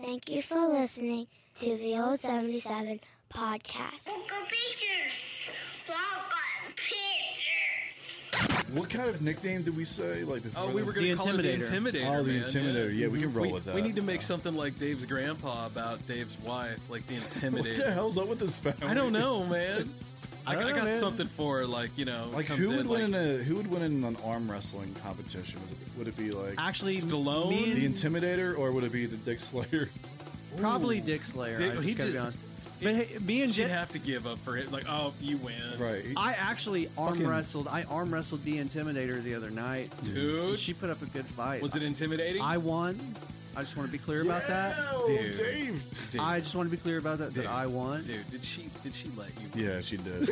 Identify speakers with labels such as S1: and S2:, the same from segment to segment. S1: Thank you for listening to the Old 77 podcast.
S2: Look pictures. Look pictures.
S3: What kind of nickname did we say? Like before
S4: Oh, we were
S3: that?
S4: going to
S5: The
S4: call it the
S5: Intimidator.
S4: Intimidator.
S3: Oh, the
S4: man,
S3: Intimidator. Yeah, we can roll
S4: we,
S3: with that.
S4: We need to make something like Dave's grandpa about Dave's wife, like the
S3: What the
S4: Intimidator.
S3: hell's up with this family?
S4: I don't know, man. I,
S5: I
S4: I
S5: don't know,
S4: got
S5: man.
S4: something for her, like you know,
S3: Like
S4: comes
S3: who would
S4: in,
S3: win
S4: like,
S3: in a who would win in an arm wrestling competition? Was it- Would it be like
S5: Actually,
S4: Stallone?
S5: me and-
S3: the Intimidator or would it be the Dick Slayer?
S5: probably Dick Slayer.
S4: Dick-
S5: I just
S4: he
S5: gotta be
S4: just-
S5: honest. But hey, me and
S4: she'd
S5: Jen,
S4: have to give up for it. Like, oh, you win,
S3: Right.
S5: I actually arm
S3: Fucking-
S5: wrestled. I arm wrestled the Intimidator the other night.
S4: dude?
S5: She put up a good fight.
S4: was it intimidating?
S5: I won. I just want to be clear about that.
S3: Oh,
S4: Dude.
S3: Dave.
S4: dude,
S5: I just want to be clear about that.
S4: Dude.
S5: That I won.
S4: dude, did she did she let you?
S3: Yeah, she did.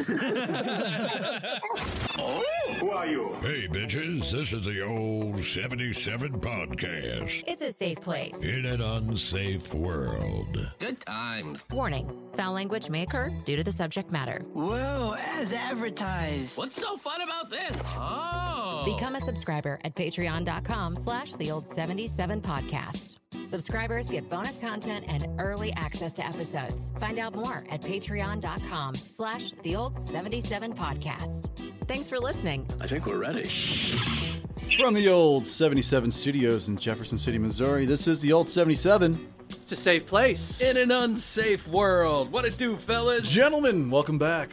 S6: Who are you?
S7: Hey, bitches, this is the old 77 podcast.
S8: It's a safe place.
S7: In an unsafe world.
S9: Good times.
S8: Warning foul language may occur due to the subject matter.
S10: Whoa, as advertised.
S9: What's so fun about this? Oh.
S8: Become a subscriber at patreon.com slash the old 77 podcast. Subscribers get bonus content and early access to episodes. Find out more at patreon.com slash the old 77 podcast. Thanks for listening.
S10: I think we're ready.
S3: From the old 77 studios in Jefferson City, Missouri, this is the old 77.
S5: It's a safe place.
S4: In an unsafe world, what it do, fellas?
S3: Gentlemen, welcome back.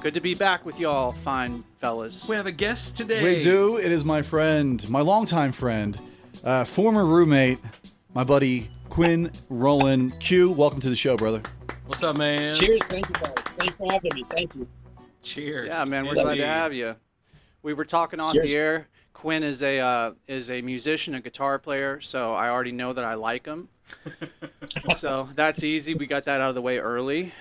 S5: Good to be back with y'all, fine fellas.
S4: we have a guest today.
S3: We do. It is my friend, my longtime friend, uh, former roommate, my buddy Quinn Roland. Q, welcome to the show, brother.
S4: What's up, man?
S11: Cheers. Thank you, guys. Thanks for having me. Thank you.
S4: Cheers.
S5: Yeah, man, we're glad to have you. We were talking off
S11: Yes.
S5: the air. Quinn is a uh, is a musician, a guitar player, so I already know that I like him. so that's easy. We got that out of the way early.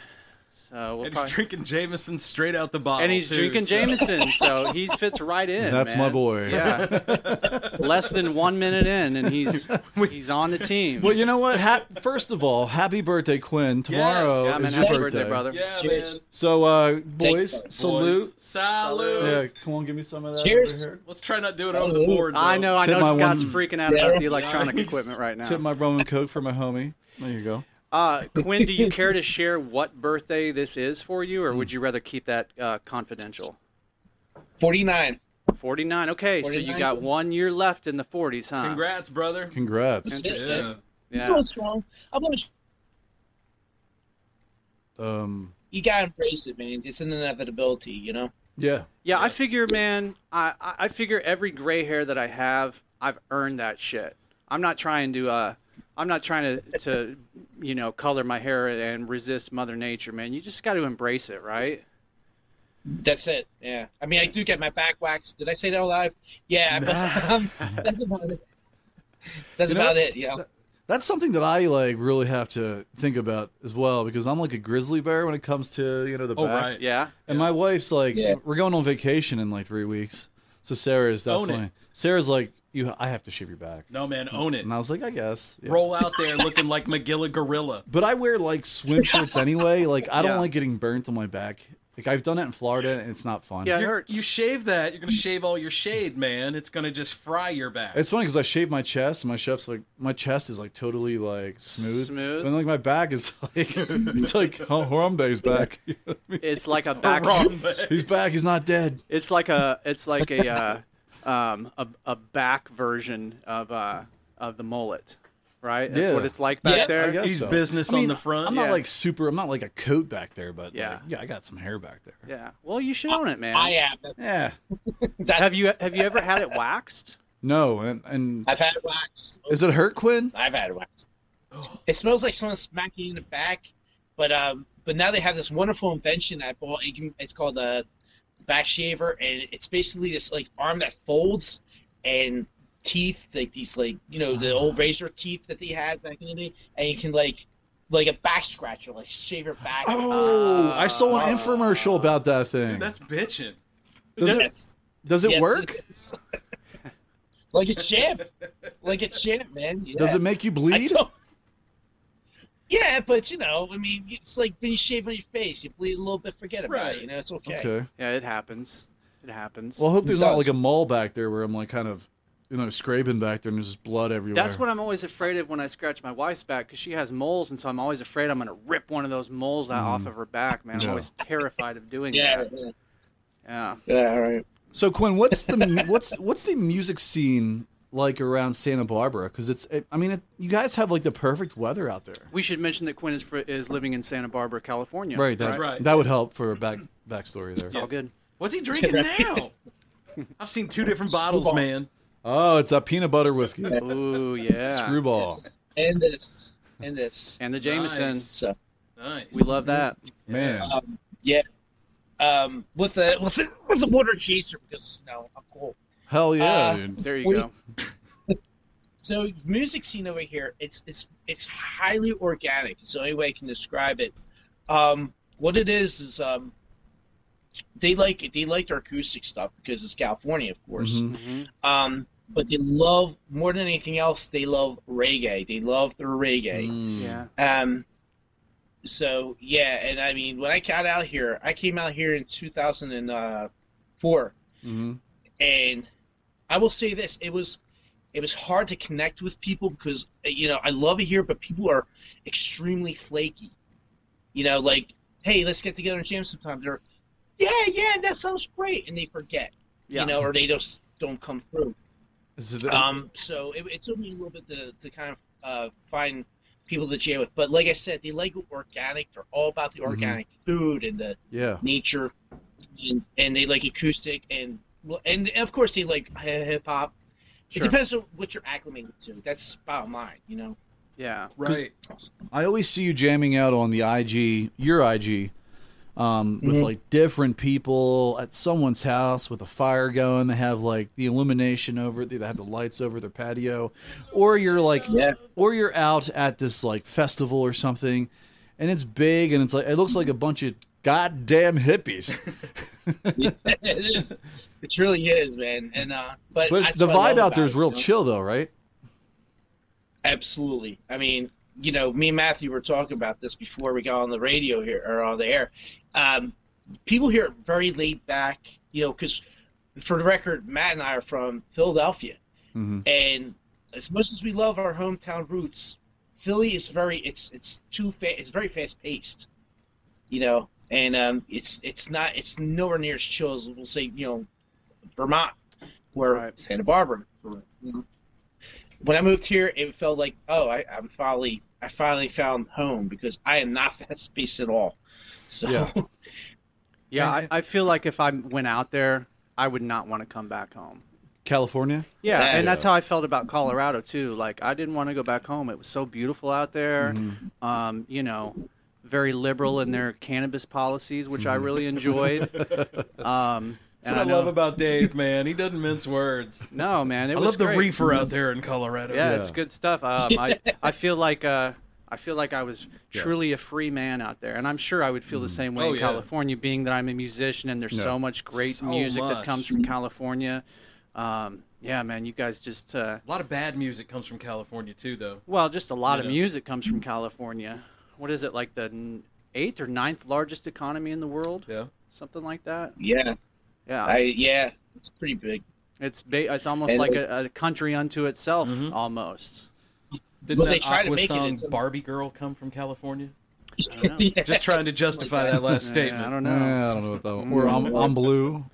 S5: So
S4: And
S5: we'll
S4: he's
S5: probably-
S4: drinking Jameson straight out the bottle.
S5: and he's
S4: too,
S5: drinking
S4: so-
S5: Jameson, so he fits right in.
S3: That's
S5: man.
S3: my boy.
S5: Yeah, less than one minute in, and he's he's on the team.
S3: Well, you know what? Ha- first of all, happy birthday, Quinn. Tomorrow
S4: Yeah,
S5: yeah,
S3: is
S5: man,
S3: your
S5: happy birthday, brother.
S4: Yeah,
S11: Cheers.
S4: man.
S3: So, uh, boys,
S11: Thanks,
S3: salute.
S4: Boys, Salute.
S3: Yeah, come on, give me some of that.
S11: Cheers.
S3: over here.
S4: Let's try not to do it over the board. Though.
S5: I know, I
S3: Tip
S5: know.
S3: my
S5: Scott's
S3: one-
S5: freaking out about the electronic equipment right now.
S3: Tip my rum and coke for my homie. There you go.
S5: Uh, Quinn, do you care to share what birthday this is for you, or would you rather keep that uh, confidential?
S11: 49.
S5: 49. Okay, so you
S11: 49.
S5: got one year left in the 40s, huh?
S4: Congrats, brother.
S3: Congrats.
S4: Yeah.
S11: I'm
S5: Yeah.
S11: going strong. I'm going to.
S3: Um,
S11: You got to embrace it, man. It's an inevitability, you know?
S3: yeah.
S5: yeah, I figure, man, I, I I figure every gray hair that I have, I've earned that shit. I'm not trying to, uh, I'm not trying to, to, you know, color my hair and resist Mother Nature, man. You just got to embrace it, right?
S11: That's it. Yeah. I mean, I do get my back waxed. Did I say that out loud? Yeah. But, um, that's about it. That's
S3: You know,
S11: about it, you know?
S3: That's something that I like really have to think about as well because I'm like a grizzly bear when it comes to you know the
S4: Oh,
S3: back.
S4: right.
S5: Yeah.
S3: And my wife's like,
S11: Yeah.
S3: we're going on vacation in like three weeks, so Sarah's
S4: Own
S3: definitely
S4: it.
S3: Sarah's like, you, I have to shave your back.
S4: No, man, own it.
S3: And I was like, I guess. Yeah.
S4: Roll out there looking like McGilla Gorilla.
S3: But I wear like swim shirts anyway. Like I don't
S5: Yeah.
S3: like getting burnt on my back. Like I've done it in Florida and it's not fun.
S5: Yeah. It
S4: You're-
S5: hurts.
S4: You shave that, you're gonna shave all your shade, man. It's gonna just fry your back.
S3: It's funny because I shave my chest and my chef's like my chest is like totally like smooth.
S5: Smooth.
S3: And like my back is like it's like "Oh, Harambe's back. You know what I mean?
S5: It's like a back.
S4: wrong, but
S3: He's back. He's not dead.
S5: It's like a it's like a uh, um, a, a back version of uh, of the mullet, right? That's
S3: Yeah.
S5: what it's like back
S11: Yeah, I
S5: there.
S3: I guess
S4: he's
S3: so.
S4: business
S3: I mean,
S4: on the front.
S3: I'm
S5: Yeah.
S3: not like super. I'm not like a coat back there, but yeah,
S5: Yeah.
S3: yeah, I got some hair back there.
S5: Yeah. Well, you should own it, man.
S11: I am. That's,
S3: Yeah.
S11: that's,
S5: have you have you ever had it waxed?
S3: No, and and
S11: I've had it waxed.
S3: is it hurt, Quinn?
S11: I've had wax.
S3: Oh.
S11: It smells like someone smacking you in the back, but um, but now they have this wonderful invention that I bought. It can- It's called a back shaver, and it's basically this like arm that folds and teeth like these like you know the
S3: Ah.
S11: old razor teeth that they had back in the day, and you can like like a back scratcher, like shave your back. Ah.
S3: Oh, I saw an infomercial about that thing.
S4: that's bitching.
S3: does it
S11: Yes.
S3: does it
S11: Yes,
S3: work?
S11: is. like it's shit. like it's shit, man. Yeah.
S3: Does it make you
S11: I
S3: bleed?
S11: don't- Yeah, but you know, I mean, it's like when you shave on your face, you bleed a little bit, forget about
S4: Right.
S11: it. You know, it's okay.
S3: Okay.
S5: Yeah, it happens. It happens.
S3: Well, I hope there's not
S11: does.
S3: like a mole back there where I'm like kind of you know scraping back there, and there's just blood everywhere.
S5: That's what I'm always afraid of when I scratch my wife's back because she has moles, and so I'm always afraid I'm going to rip one of those moles out off of her back, man. I'm
S3: Mm. Yeah.
S5: always terrified of doing
S11: Yeah.
S5: that. Yeah.
S11: Yeah, all right.
S3: So Quinn, what's the mu- what's what's the music scene like around Santa Barbara? Because it's it, I mean it, you guys have like the perfect weather out there,
S5: We should mention that Quinn is, fr- is living in Santa Barbara, California.
S3: right? That,
S4: That's right.
S3: That would help for a back backstory there.
S5: All good.
S4: What's he drinking now? I've seen two different bottles,
S11: Screwball.
S4: man.
S3: Oh, it's a peanut butter whiskey.
S5: Ooh, yeah.
S3: Screwball.
S11: And this. And this.
S5: And the Jameson.
S4: Nice.
S11: So
S4: Nice.
S5: We love that.
S3: Man.
S11: yeah. Um with the with the with the water chaser because you know, I'm cool.
S3: Hell yeah,
S11: Uh,
S3: dude.
S5: There you
S11: We-
S5: go.
S11: So music scene over here, it's it's it's highly organic. It's the only way I can describe it. Um, what it is is um, they like it. They like their acoustic stuff because it's California, of course.
S3: Mhm.
S4: Mm-hmm.
S11: Um, but they love more than anything else. They love reggae. They love their reggae.
S3: Mm.
S5: Yeah.
S11: Um, so yeah, and I mean, when I got out here, I came out here in 2004,
S3: Mhm.
S11: and I will say this: it was it was hard to connect with people because uh, you know I love it here, but people are extremely flaky. You know, like hey, let's get together and jam sometime. They're yeah, yeah, that sounds great, and they forget.
S5: Yeah.
S11: You know, or they just don't come through.
S3: Is it-
S11: Um, so it, it took me a little bit to, to kind of uh, find people to jam with. But like I said, they like organic. They're all about
S3: Mm-hmm.
S11: the organic food and the
S3: yeah.
S11: nature, and, and they like acoustic and well, and of course they like hip hop.
S5: Sure.
S11: It depends on what you're acclimated to. That's bottom line, you know.
S5: yeah.
S4: Right.
S3: I always see you jamming out on the IG, your IG, um,
S11: Mm-hmm.
S3: with like different people at someone's house with a fire going. They have like the illumination over, they have the lights over their patio, or you're like,
S11: Yeah.
S3: or you're out at this like festival or something, and it's big and it's like it looks like a bunch of goddamn hippies.
S11: it is. It really is, man. And uh, but
S3: But
S11: that's
S3: the
S11: what I
S3: vibe
S11: love
S3: out there
S11: about
S3: is
S11: it,
S3: real
S11: you know?
S3: chill though, right?
S11: Absolutely. I mean, you know, me and Matthew were talking about this before we got on the radio here or on the air. Um, people here are very laid back, you know, because for the record, Matt and I are from Philadelphia.
S3: Mhm.
S11: And as much as we love our hometown roots, Philly is very it's it's too fa- it's very fast paced, you know, and um, it's it's not it's nowhere near as chill as we'll say you know Vermont or
S5: Right.
S11: Santa Barbara. you know. When I moved here, it felt like oh I, I'm finally I finally found home because I am not fast paced at all. So
S3: Yeah.
S5: Yeah. I, I feel like if I went out there, I would not want to come back home.
S3: California.
S5: Yeah,
S11: Yeah.
S5: and that's how I felt about Colorado too. Like I didn't want to go back home. It was so beautiful out there.
S3: Mm-hmm.
S4: Mm-hmm.
S5: Um, you know, very liberal in their cannabis policies, which I really enjoyed. Um,
S4: Mm-hmm. That's
S5: and
S4: what I,
S5: know-
S4: love about Dave, man. He doesn't mince words.
S5: No, man, it
S4: I
S5: was
S4: love the
S5: great.
S4: reefer
S11: Mm-hmm.
S4: out there in Colorado.
S5: Yeah,
S3: Yeah.
S5: it's good stuff. Um, I I feel like uh, I feel like I was truly a free man out there, and I'm sure I would feel the same way
S4: Oh,
S5: in
S4: yeah.
S5: California, being that I'm a musician and there's
S3: Mm-hmm. Yeah.
S5: so much great
S4: So
S5: music that
S4: much.
S5: comes from California. Um, yeah, man, you guys just. Uh,
S4: A lot of bad music comes from California too, though.
S5: Well, just a lot of
S4: Yeah.
S5: music comes from California. What is it like the n- eighth or ninth largest economy in the world?
S4: Yeah.
S5: Something like that.
S11: yeah,
S5: Yeah,
S11: I yeah it's pretty big.
S5: it's ba- it's almost
S11: And
S5: like
S11: it-
S5: a, a country unto itself,
S4: Mm-hmm.
S5: almost.
S4: Did
S11: Well,
S4: that
S11: they try to
S4: Aqua
S11: make it
S4: song
S11: into-
S4: "Barbie Girl" come from California?
S11: Yeah.
S4: Just trying to justify that last
S5: Yeah,
S4: statement.
S5: I don't
S3: No.
S5: know.
S3: I don't know what that one. Or I'm, I'm blue.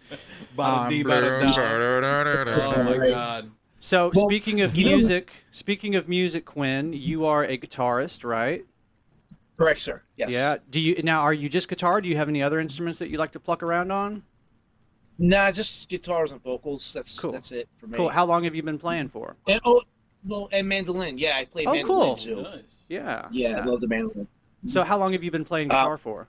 S4: Bada dee, bada
S11: uh,
S4: da. Oh my god!
S5: So
S11: Well,
S5: speaking of
S11: you know-
S5: music, speaking of music, Quinn, you are a guitarist, right?
S11: Correct, sir. Yes.
S5: Yeah. Do you now? Are you just guitar? Do you have any other instruments that you like to pluck around on?
S11: Nah, just guitars and vocals. That's
S5: Cool.
S11: that's it for me.
S5: Cool. How long have you been playing for?
S11: And, oh, well, and mandolin. Yeah, I play
S5: Oh,
S11: mandolin
S5: cool.
S11: too.
S4: Nice.
S5: Yeah.
S11: Yeah, I love the mandolin.
S5: So how long have you been playing
S11: Uh,
S5: guitar for?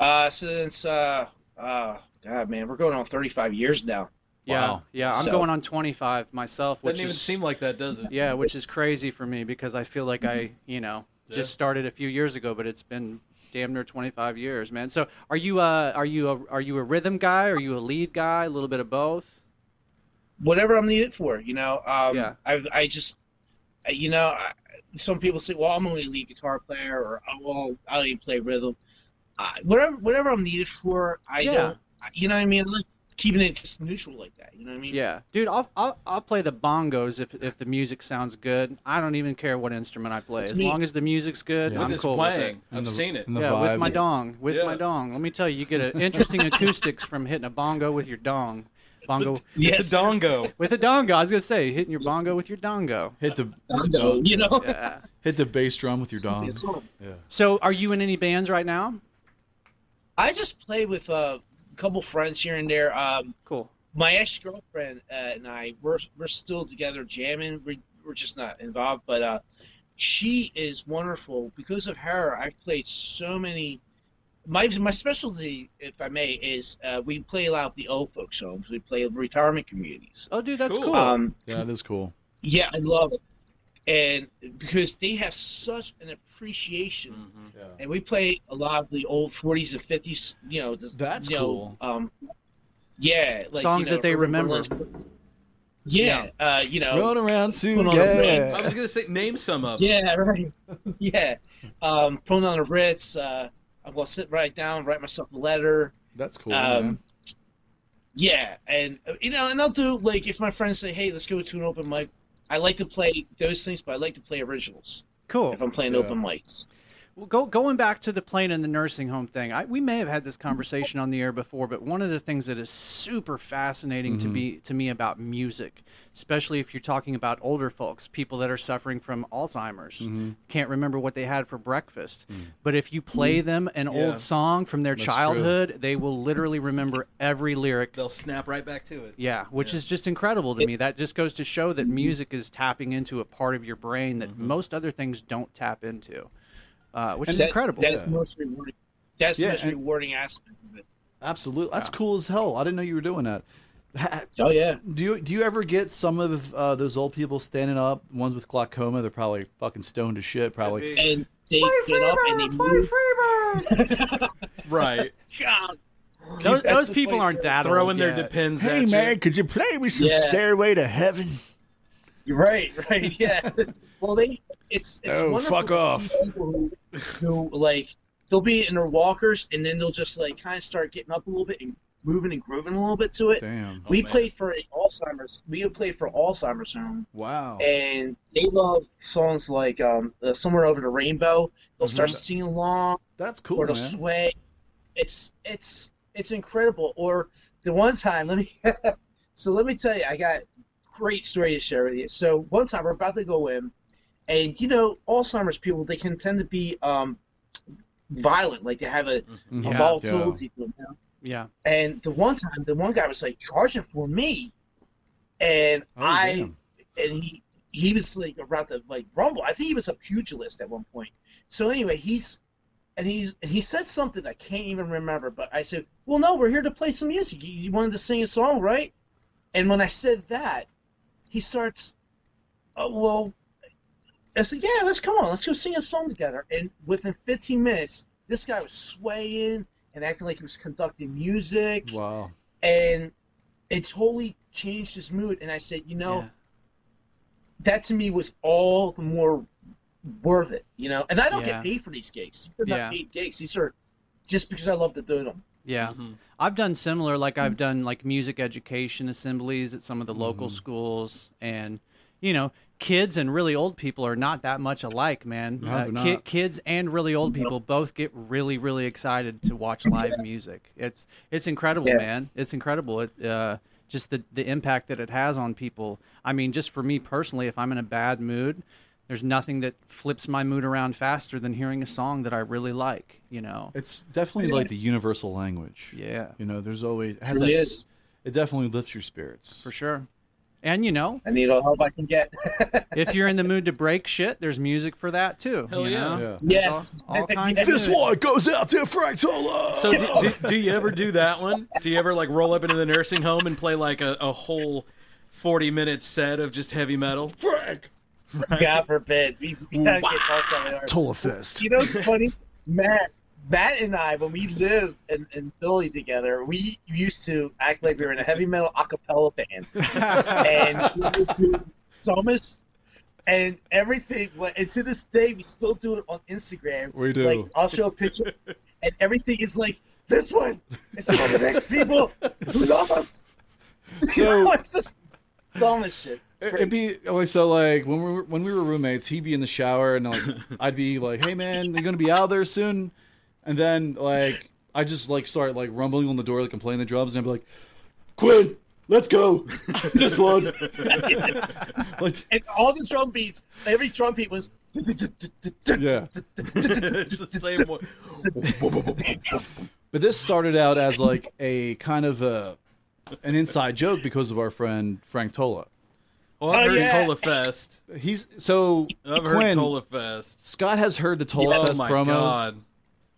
S11: Uh, since uh, uh, God, man, we're going on 35 years now.
S5: Yeah,
S3: Wow.
S5: yeah. I'm
S11: So-
S5: going on 25 myself, which
S4: Doesn't even
S5: is
S4: seem like that, does it?
S5: yeah, which is crazy for me because I feel like I, you know, just
S4: Yeah.
S5: started a few years ago, but it's been damn near 25 years, man. So are you uh are you a, are you a rhythm guy? Are you a lead guy? A little bit of both?
S11: Whatever I'm needed for, you know. Um,
S5: Yeah.
S11: I've I just, I- you know, I, some people say, well, I'm only a lead guitar player, or oh, well, I don't even play rhythm. Uh, whatever, whatever I'm needed for, I
S5: Yeah.
S11: don't. You know what I mean? Like, keeping it just neutral like that. You know what I mean?
S5: Yeah, dude, I'll, I'll I'll play the bongos if if the music sounds good. I don't even care what instrument I play,
S11: That's
S5: as
S11: me.
S5: long as the music's good.
S4: With
S5: I'm
S4: this
S5: cool with
S4: wang,
S5: it.
S4: I've
S3: And the-
S4: seen it.
S3: and the
S5: yeah, with my
S3: vibe.
S5: dong, with
S4: Yeah.
S5: my dong. Let me tell you, you get an interesting acoustics from hitting a bongo with your dong, bongo
S11: Yes.
S4: It's a dongo.
S5: with a dongo. I was gonna say hitting your bongo with your dongo.
S3: Hit the
S11: Dongo, you know.
S5: Yeah.
S3: hit the bass drum with your dong.
S11: It's all-
S5: So, are you in any bands right now?
S11: I just play with uh, a couple friends here and there. Um,
S5: Cool.
S11: my ex girlfriend uh, and I we're we're still together jamming. We're, we're just not involved, but uh, she is wonderful. Because of her, I've played so many. My my specialty, if I may, is uh, we play a lot of the old folks' homes. We play retirement communities.
S5: Oh, dude, that's cool.
S4: Cool.
S11: Um,
S3: Yeah, that is cool.
S11: yeah, I love it, and because they have such an appreciation
S5: Mm-hmm.
S4: Mm.
S11: and we play a lot of the old 40s and 50s. You know, the,
S3: That's
S11: you know,
S3: cool.
S11: Um, yeah, like,
S5: Songs
S11: you know,
S5: that they
S11: Irving
S5: remember.
S11: Berlin's- yeah, uh, you know,
S3: Rolling around soon.
S11: Put on a
S3: Yeah.
S11: ring.
S4: I was gonna say name some of. them.
S11: yeah, right, yeah. Um, putting on the Ritz. Uh, I'm gonna sit right down, write myself a letter.
S3: That's cool.
S11: Um,
S3: man.
S11: Yeah, and uh, you know, and I'll do like if my friends say, "Hey, let's go to an open mic." I like to play those things, but I like to play originals
S5: Cool.
S11: if I'm playing
S3: Yeah.
S11: open mics.
S5: Well, go, going back to the plane and the nursing home thing, I, we may have had this conversation on the air before, but one of the things that is super fascinating to be to me about music, especially if you're talking about older folks, people that are suffering from Alzheimer's, can't remember what they had for breakfast, but if you play them an
S4: Yeah.
S5: old song from their
S3: Mm. That's true.
S5: childhood, they will literally remember every lyric.
S4: They'll snap right back to it.
S5: Yeah, which is just incredible to me. That just goes to show
S11: Mm-hmm.
S5: that music is tapping into a part of your brain that most other things don't tap into, uh, which is
S11: That-
S5: incredible.
S11: That is the most rewarding. That's
S3: Yeah,
S11: the most
S3: and-
S11: rewarding aspect of it.
S3: Absolutely. That's cool as hell. I didn't know you were doing that. Ha-
S11: Oh yeah.
S3: Do you do you ever get some of uh, those old people standing up? Ones with glaucoma, they're probably fucking stoned to shit. Probably.
S11: and they get up and they move.
S4: Right.
S11: God,
S5: Those,
S11: That's
S5: those
S11: the
S5: people
S11: place
S5: aren't
S11: they're
S5: that
S4: Throwing
S5: old
S4: their
S5: yet.
S4: depends at you.
S3: could you play me some
S11: Yeah.
S3: Stairway to Heaven?
S11: you're right, right, yeah. well, they it's it's
S3: Oh,
S11: wonderful
S3: fuck
S11: to
S3: off.
S11: see people who, who like they'll be in their walkers and then they'll just like kind of start getting up a little bit and moving and grooving a little bit to it.
S3: Damn.
S5: Oh,
S11: we
S4: man.
S11: played for a Alzheimer's. We played for Alzheimer's Home,
S3: Wow.
S5: Oh.
S11: and they love songs like um, uh, "Somewhere Over the Rainbow." They'll
S5: Mm-hmm.
S11: start singing along.
S3: That's cool,
S11: or
S3: man.
S11: to sway. It's it's it's incredible. Or the one time, let me so let me tell you, I got a great story to share with you. So one time we're about to go in, and you know, Alzheimer's people they can tend to be um, violent, like they have a,
S3: Mm-hmm.
S11: a
S5: Mm-hmm. Yeah.
S11: volatility to them.
S5: Yeah.
S11: And the one time, the one guy was like charging for me, and
S3: Oh,
S11: I
S3: damn.
S11: and he he was like around the like rumble. I think he was a pugilist at one point. So anyway, he's and he's and he said something I can't even remember. But I said, "Well, no, we're here to play some music. You, you wanted to sing a song, right?" And when I said that, he starts, "Oh well," I said, "Yeah, let's come on, let's go sing a song together." And within 15 minutes, this guy was swaying and acting like he was conducting music
S3: Wow.
S11: and it totally changed his mood. And I said, you know,
S5: Yeah.
S11: that to me was all the more worth it, you know. And I don't
S5: Yeah.
S11: get paid for these gigs. These are not
S5: Yeah.
S11: paid gigs. These are just because I love to do them.
S5: Yeah.
S4: Mm-hmm.
S5: I've done similar, like
S3: Mm-hmm.
S5: I've done like music education assemblies at some of the local schools and you know, kids and really old people are not that much alike, man.
S3: No,
S5: Uh,
S3: they're
S5: ki-
S3: not. Mm-hmm.
S5: kids and really old people both get really, really excited to watch live music. It's it's incredible,
S11: Yeah.
S5: man. It's incredible. It uh just the the impact that it has on people. I mean, just for me personally, if I'm in a bad mood, there's nothing that flips my mood around faster than hearing a song that I really like, you know.
S3: It's definitely like the universal language.
S5: Yeah.
S3: You know, there's always it, has
S11: Truly
S3: that,
S11: is.
S3: s- it definitely lifts your spirits.
S5: For sure. And you know,
S11: I need all the help I can get.
S5: if you're in the mood to break shit, there's music for that too.
S4: Hell
S5: you
S4: yeah.
S5: know?
S3: Yeah.
S11: yes,
S5: all kinds
S11: Yeah.
S5: of This one
S3: goes out to Frank Solo.
S4: So do, do, do you ever do that one? Do you ever like roll up into the nursing home and play like a, a whole forty minute set of just heavy metal?
S11: God forbid. We, we gotta get tossed out of there.
S3: Tolafest.
S11: You know what's funny? Matt Matt and I, when we lived in, in Philly together, we used to act like we were in a heavy metal a cappella band. and we would do summers and everything. wa- And to this day, we still do it on Instagram.
S3: We do.
S11: Like, I'll show a picture, and everything is like This one is for the next people who love us.
S3: So-
S11: So it's just dumb as shit. It's
S3: It'd
S11: great.
S3: be okay, so like when we were when we were roommates, he'd be in the shower and like I'd be like, "Hey man, you gonna be out there soon?" And then like I just like start like rumbling on the door, like I'm playing the drums, and I'd be like, "Quinn, let's go, this one." like
S11: and all the drum beats, every drum beat was.
S3: yeah,
S4: it's the same one.
S3: but this started out as like a kind of a an inside joke because of our friend Frank Tola.
S4: Oh, I've
S11: Oh,
S4: heard
S11: yeah.
S4: Tola Fest.
S3: He's so
S4: I've heard
S3: Quinn.
S4: Tola Fest.
S3: Scott has heard the Tola
S4: oh
S3: Fest
S4: my
S3: promos.
S4: god,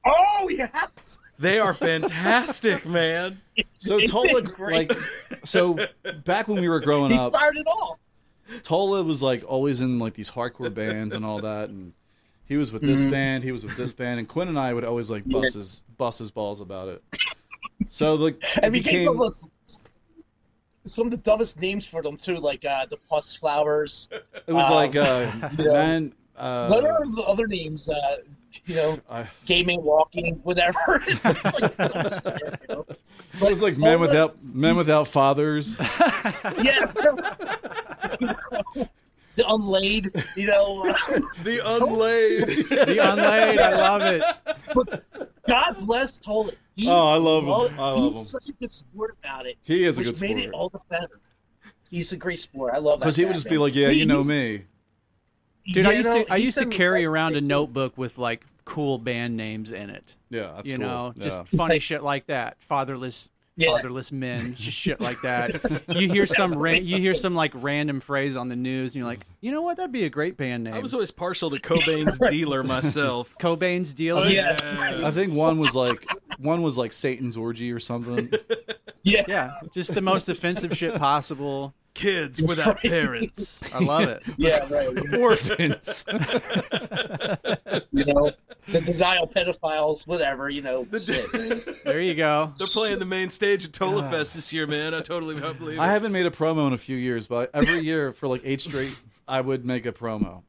S11: Oh yes.
S4: they are fantastic, man.
S3: So
S11: Isn't
S3: Tola,
S11: it great?
S3: like, so back when we were growing
S11: He
S3: up,
S11: started it all.
S3: Tola was like always in like these hardcore bands and all that, and he was with this band, he was with this band, and Quinn and I would always like bust his bust his balls about it. So like, it
S11: and we
S3: became
S11: gave them those- some of the dumbest names for them too, like uh, the pus flowers.
S3: it was
S11: um,
S3: like uh,
S11: know,
S3: man,
S11: what
S3: uh,
S11: are the other names? Uh, you know,
S3: I-
S11: gay man walking, whatever. It's like, you know.
S3: it was like men without men without fathers.
S11: yeah. the unlaid, you know.
S4: The unlaid.
S5: The unlaid, I love it.
S11: God bless Tolan. He
S3: Oh, I love him.
S11: lo-
S3: I love
S11: he's
S3: him.
S11: such a good sport about it.
S3: He is a
S11: which
S3: good
S11: made it
S3: sport.
S11: all the better. He's a great sport. I love that.
S3: Because he would
S11: guy,
S3: just
S11: man.
S3: be like, yeah,
S11: He-
S3: you know
S11: he's-
S3: me.
S5: Dude, I
S11: You
S5: used
S11: know,
S5: to I
S11: he
S5: used to
S11: sent me
S5: carry
S11: text
S5: around a
S11: messages.
S5: notebook with like cool band names in it.
S3: Yeah, that's
S5: you
S3: cool.
S5: know,
S3: yeah.
S5: just funny
S11: Nice.
S5: shit like that. Fatherless
S11: Yeah.
S5: fatherless men, just shit like that. You hear some ran- you hear some like random phrase on the news and you're like, "You know what? That'd be a great band name."
S4: I was always partial to Cobain's dealer myself.
S5: Cobain's dealer.
S11: Yeah.
S4: Oh, Yeah.
S3: I think one was like one was like Satan's orgy or something.
S11: Yeah.
S5: Yeah, just the most offensive shit possible.
S4: Kids without parents.
S5: I love it.
S11: Yeah, right.
S3: Orphans.
S11: You know, the, the dial pedophiles, whatever, you know. shit.
S5: There you go.
S4: They're playing the main stage at Tola Fest this year, man. I totally don't believe it.
S3: I haven't made a promo in a few years, but every year for like eight straight, I would make a promo,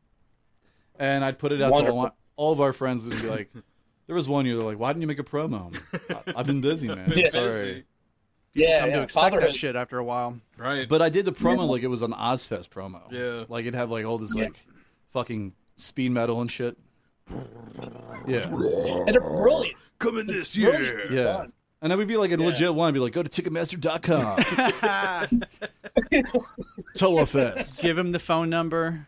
S3: and I'd put it out to all, my-
S11: Wonderful.
S3: all of our friends would be like, "There was one year they're like, why didn't you make a promo? I, have been busy, man.
S4: been
S3: Sorry."
S4: busy.
S11: Yeah,
S5: Come to
S11: yeah.
S5: expect that
S11: Fatherhood.
S5: shit after a while.
S4: Right.
S3: But I did the promo like it was an Ozfest promo.
S4: Yeah.
S3: like it'd have like all this
S11: Yeah.
S3: like fucking speed metal and shit. Yeah,
S11: And they're brilliant.
S4: Coming this
S11: Brilliant.
S4: year.
S3: yeah. And that would be like a legit one. I'd be like, go to Ticketmaster.com. Tolofest.
S5: Give him the phone number.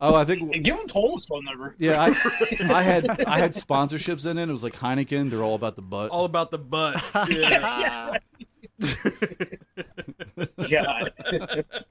S3: Oh, I think
S11: Give them Tolan's phone number.
S3: Yeah, I, I had I had sponsorships in it. It was like Heineken. They're all about the butt.
S5: Oh,
S4: All about the butt. Yeah.
S11: God.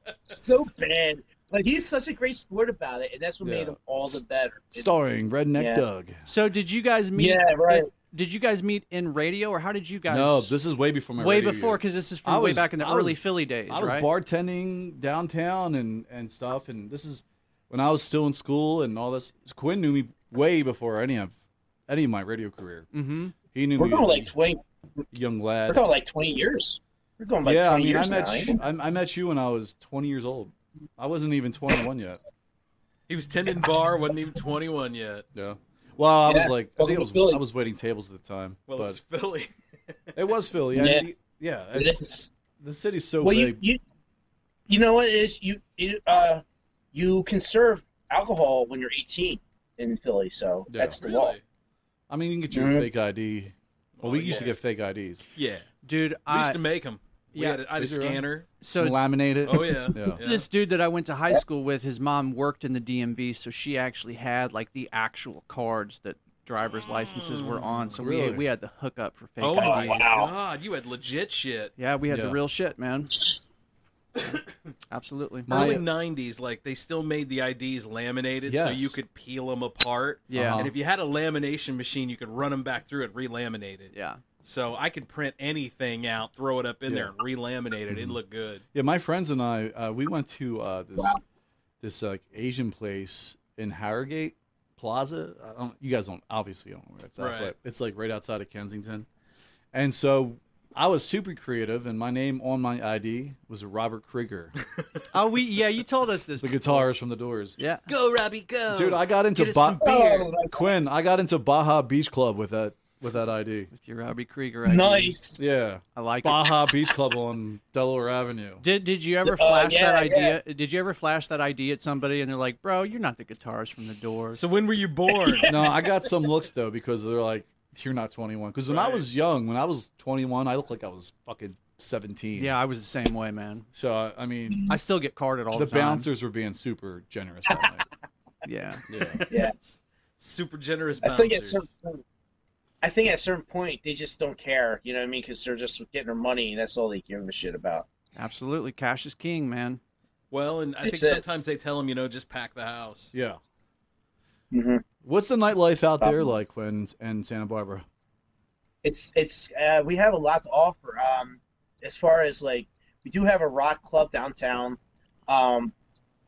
S11: so bad. Like, he's such a great sport about it, and that's what
S3: Yeah.
S11: made him all the better.
S3: starring Redneck
S11: Yeah.
S3: Doug.
S5: So, did you guys meet?
S11: Yeah, right.
S5: Did you guys meet in radio, or how did you guys?
S3: No, this is way before my
S5: way
S3: radio
S5: before
S3: year.
S5: because this is
S3: I
S5: from
S3: was-
S5: way back in the
S3: I was-
S5: early Philly days.
S3: I was
S5: right?
S3: bartending downtown and and stuff. And this is when I was still in school and all this. Quinn knew me way before any of any of my radio career.
S5: Mm-hmm.
S3: He knew
S11: We're
S3: me as
S11: going
S3: a
S11: like 20.
S3: young
S11: We're
S3: lad.
S11: going like 20 years. We're going like
S3: yeah, I
S11: 20
S3: mean, I
S11: years
S3: met
S11: now. eh?
S3: you, I, I met you when I was 20 years old. I wasn't even 21 yet.
S4: He was tending bar, wasn't even 21 yet.
S3: Yeah. Well, I was
S11: Yeah.
S3: like, I
S11: Welcome
S3: think I
S11: to
S3: was,
S11: Philly.
S3: I was waiting tables at the time.
S4: Well,
S3: but
S4: it was Philly.
S3: It was Philly.
S11: Yeah.
S3: Yeah, yeah.
S11: It
S3: it's-
S11: is.
S3: the city's so
S11: well, you,
S3: big.
S11: you you know what it is you you uh you can serve alcohol when you're 18 in Philly, so
S3: Yeah.
S11: that's the law.
S4: Really?
S3: I mean, you can get your
S11: Mhm.
S3: fake ID. Well, we
S4: Oh,
S3: used to
S4: yeah.
S3: get fake IDs.
S4: Yeah.
S5: Dude,
S4: We used
S5: I
S4: to make them. We
S5: yeah,
S4: had a, I had a
S3: did you really?
S4: scanner.
S5: so
S3: Laminate it.
S4: Oh, yeah.
S3: Yeah.
S5: this dude that I went to high school with, his mom worked in the DMV, so she actually had like the actual cards that driver's licenses were on. So we
S3: Really?
S5: we had the hookup for fake
S4: Oh, my
S5: IDs.
S11: wow.
S4: God. You had legit shit.
S5: Yeah, we had
S3: Yeah.
S5: the real shit, man. Absolutely.
S3: My-
S4: Early 90s, like, they still made the IDs laminated so
S3: Yes.
S4: you could peel them apart.
S5: yeah.
S4: And if you had a lamination machine, you could run them back through it, relaminate it.
S5: yeah.
S4: So I could print anything out, throw it up in
S3: Yeah.
S4: there, and relaminate it. It'd look good.
S3: Yeah, my friends and I, uh, we went to uh, this this uh, Asian place in Harrogate Plaza. I don't, you guys don't obviously don't know where it's at,
S4: Right.
S3: but it's like right outside of Kensington. And so I was super creative, and my name on my ID was Robert Krieger,
S5: Oh, we yeah, you told us this.
S3: the guitarist from the Doors.
S5: Yeah.
S4: Go, Robbie, go.
S3: Dude, I got into
S4: Oh. Get
S3: Ba-
S4: us some beer.
S11: Oh, that's-
S3: Quinn. I got into Baja Beach Club with that with that ID.
S5: With your Robbie Krieger
S11: ID. Nice.
S3: Yeah.
S5: I like
S3: Baja Beach Club on Delaware Avenue.
S5: Did Did you
S11: Uh,
S5: ever flash
S11: yeah,
S5: that idea? Did you ever flash that idea at somebody and they're like, "Bro, you're not the guitarist from the Doors."
S4: So when were you born?
S3: No, I got some looks though because they're like, you're not 21. Because when I was young, when I was 21, I looked like I was fucking 17.
S5: yeah, I was the same way, man.
S3: So I- I mean,
S5: I still get carded all
S3: the
S5: the, time.
S3: bouncers were being super generous. That night.
S5: Yeah.
S3: Yeah.
S11: Yeah.
S4: Super generous
S11: I think at
S4: bouncers.
S11: certain point, I think at a certain point they just don't care. You know what I mean? Because they're just getting their money, and that's all they give a shit about.
S5: Absolutely, cash is king, man.
S4: Well, and I think
S11: That's it.
S4: sometimes they tell him, you know, just pack the house.
S3: Yeah.
S11: hmm
S3: What's the nightlife out there like when in Santa Barbara?
S11: It's it's uh, we have a lot to offer. Um, as far as like we do have a rock club downtown. Um,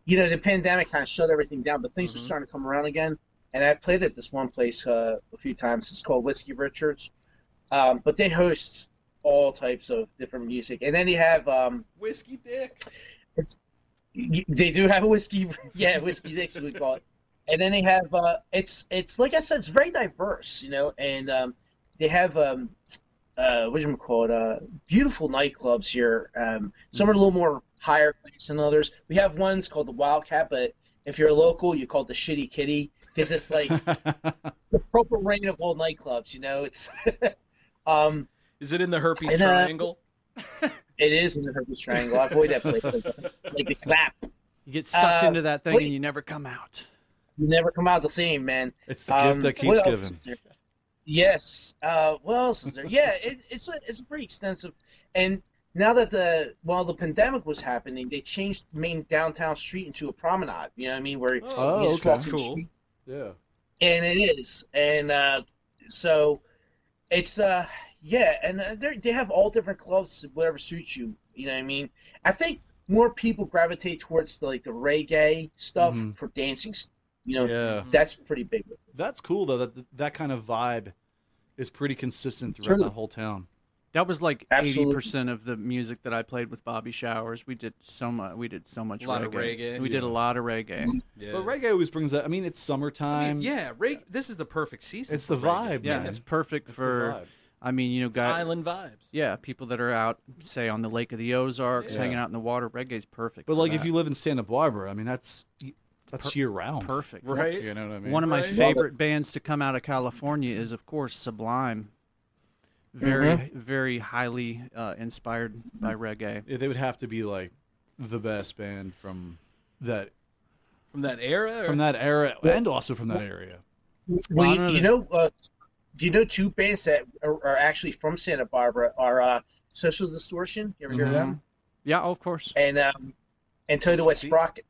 S11: you know the pandemic kind of shut everything down, but things are starting to come around again. And I played at this one place uh, a few times. It's called Whiskey Richards, um, but they host all types of different music. And then they have um,
S4: Whiskey dicks.
S11: Y- They do have a whiskey, yeah, whiskey dicks we call it, and then they have uh, it's it's like I said, it's very diverse, you know, and um, they have um, uh, what do you call it, uh, beautiful nightclubs here. Um, some are a little more higher place than others. We have ones called the Wildcat, but if you're local, you call it the Shitty Kitty because it's like the purple rain of old nightclubs, you know. It's um,
S4: Is it in the herpes
S11: And, uh,
S4: triangle?
S11: it is in the herpes triangle. I avoid that place like, like the clap.
S5: You get sucked
S11: Uh,
S5: into that thing
S11: wait.
S5: and you never come out.
S11: You never come out the same, man.
S3: It's the gift
S11: Um,
S3: that
S11: what
S3: keeps
S11: else
S3: giving.
S11: is there? Yes. Uh, what else is there? Yeah, it, it's a, it's pretty extensive. And now that the while the pandemic was happening, they changed the main downtown street into a promenade. You know what I mean? Where
S3: Oh,
S11: you just
S3: okay.
S11: walk through the
S4: Cool.
S11: street.
S3: Yeah.
S11: And it is. And uh, so it's uh yeah, and uh, they they have all different clubs, whatever suits you. You know what I mean? I think more people gravitate towards the, like the reggae stuff
S3: Mhm.
S11: for dancing. s- You know,
S3: Yeah.
S11: that's pretty big.
S3: That's cool though. That that kind of vibe is pretty consistent throughout
S11: True.
S3: that whole town.
S5: That was like eighty
S11: Absolutely.
S5: percent of the music that I played with Bobby Showers. We did so much. We did so much
S4: Lot
S5: reggae.
S4: of reggae,
S5: We did a lot of reggae.
S4: Yeah.
S3: But reggae always brings that. I mean, it's
S4: I
S3: summertime.
S4: mean, yeah, reg- this is the perfect season.
S3: It's
S4: for
S3: the
S4: reggae.
S3: vibe,
S5: Yeah,
S3: man.
S5: it's perfect
S3: It's the
S5: for.
S3: vibe.
S5: I mean, you know,
S4: It's
S5: guys.
S4: island vibes.
S5: Yeah, people that are out, say on the Lake of the Ozarks,
S3: Yeah.
S5: hanging out in the water. Reggae's perfect.
S3: But
S5: for
S3: like, if
S5: that.
S3: you live in Santa Barbara, I mean, that's that's year round.
S5: perfect,
S4: Right?
S3: You know what I mean?
S5: One of my
S4: Right?
S5: favorite bands to come out of California is, of course, Sublime. Very,
S3: Mm-hmm.
S5: very highly uh, inspired by reggae.
S3: Yeah, they would have to be like the best band from that
S4: From that era? Or...
S3: from that era and also from that area.
S11: We,
S5: Lana
S11: you
S5: Del-
S11: know, uh, do you know two bands that are, are actually from Santa Barbara are uh, Social Distortion? You ever hear of them?
S5: Yeah, oh, of course.
S11: And um, and Toad the Wet Sprocket.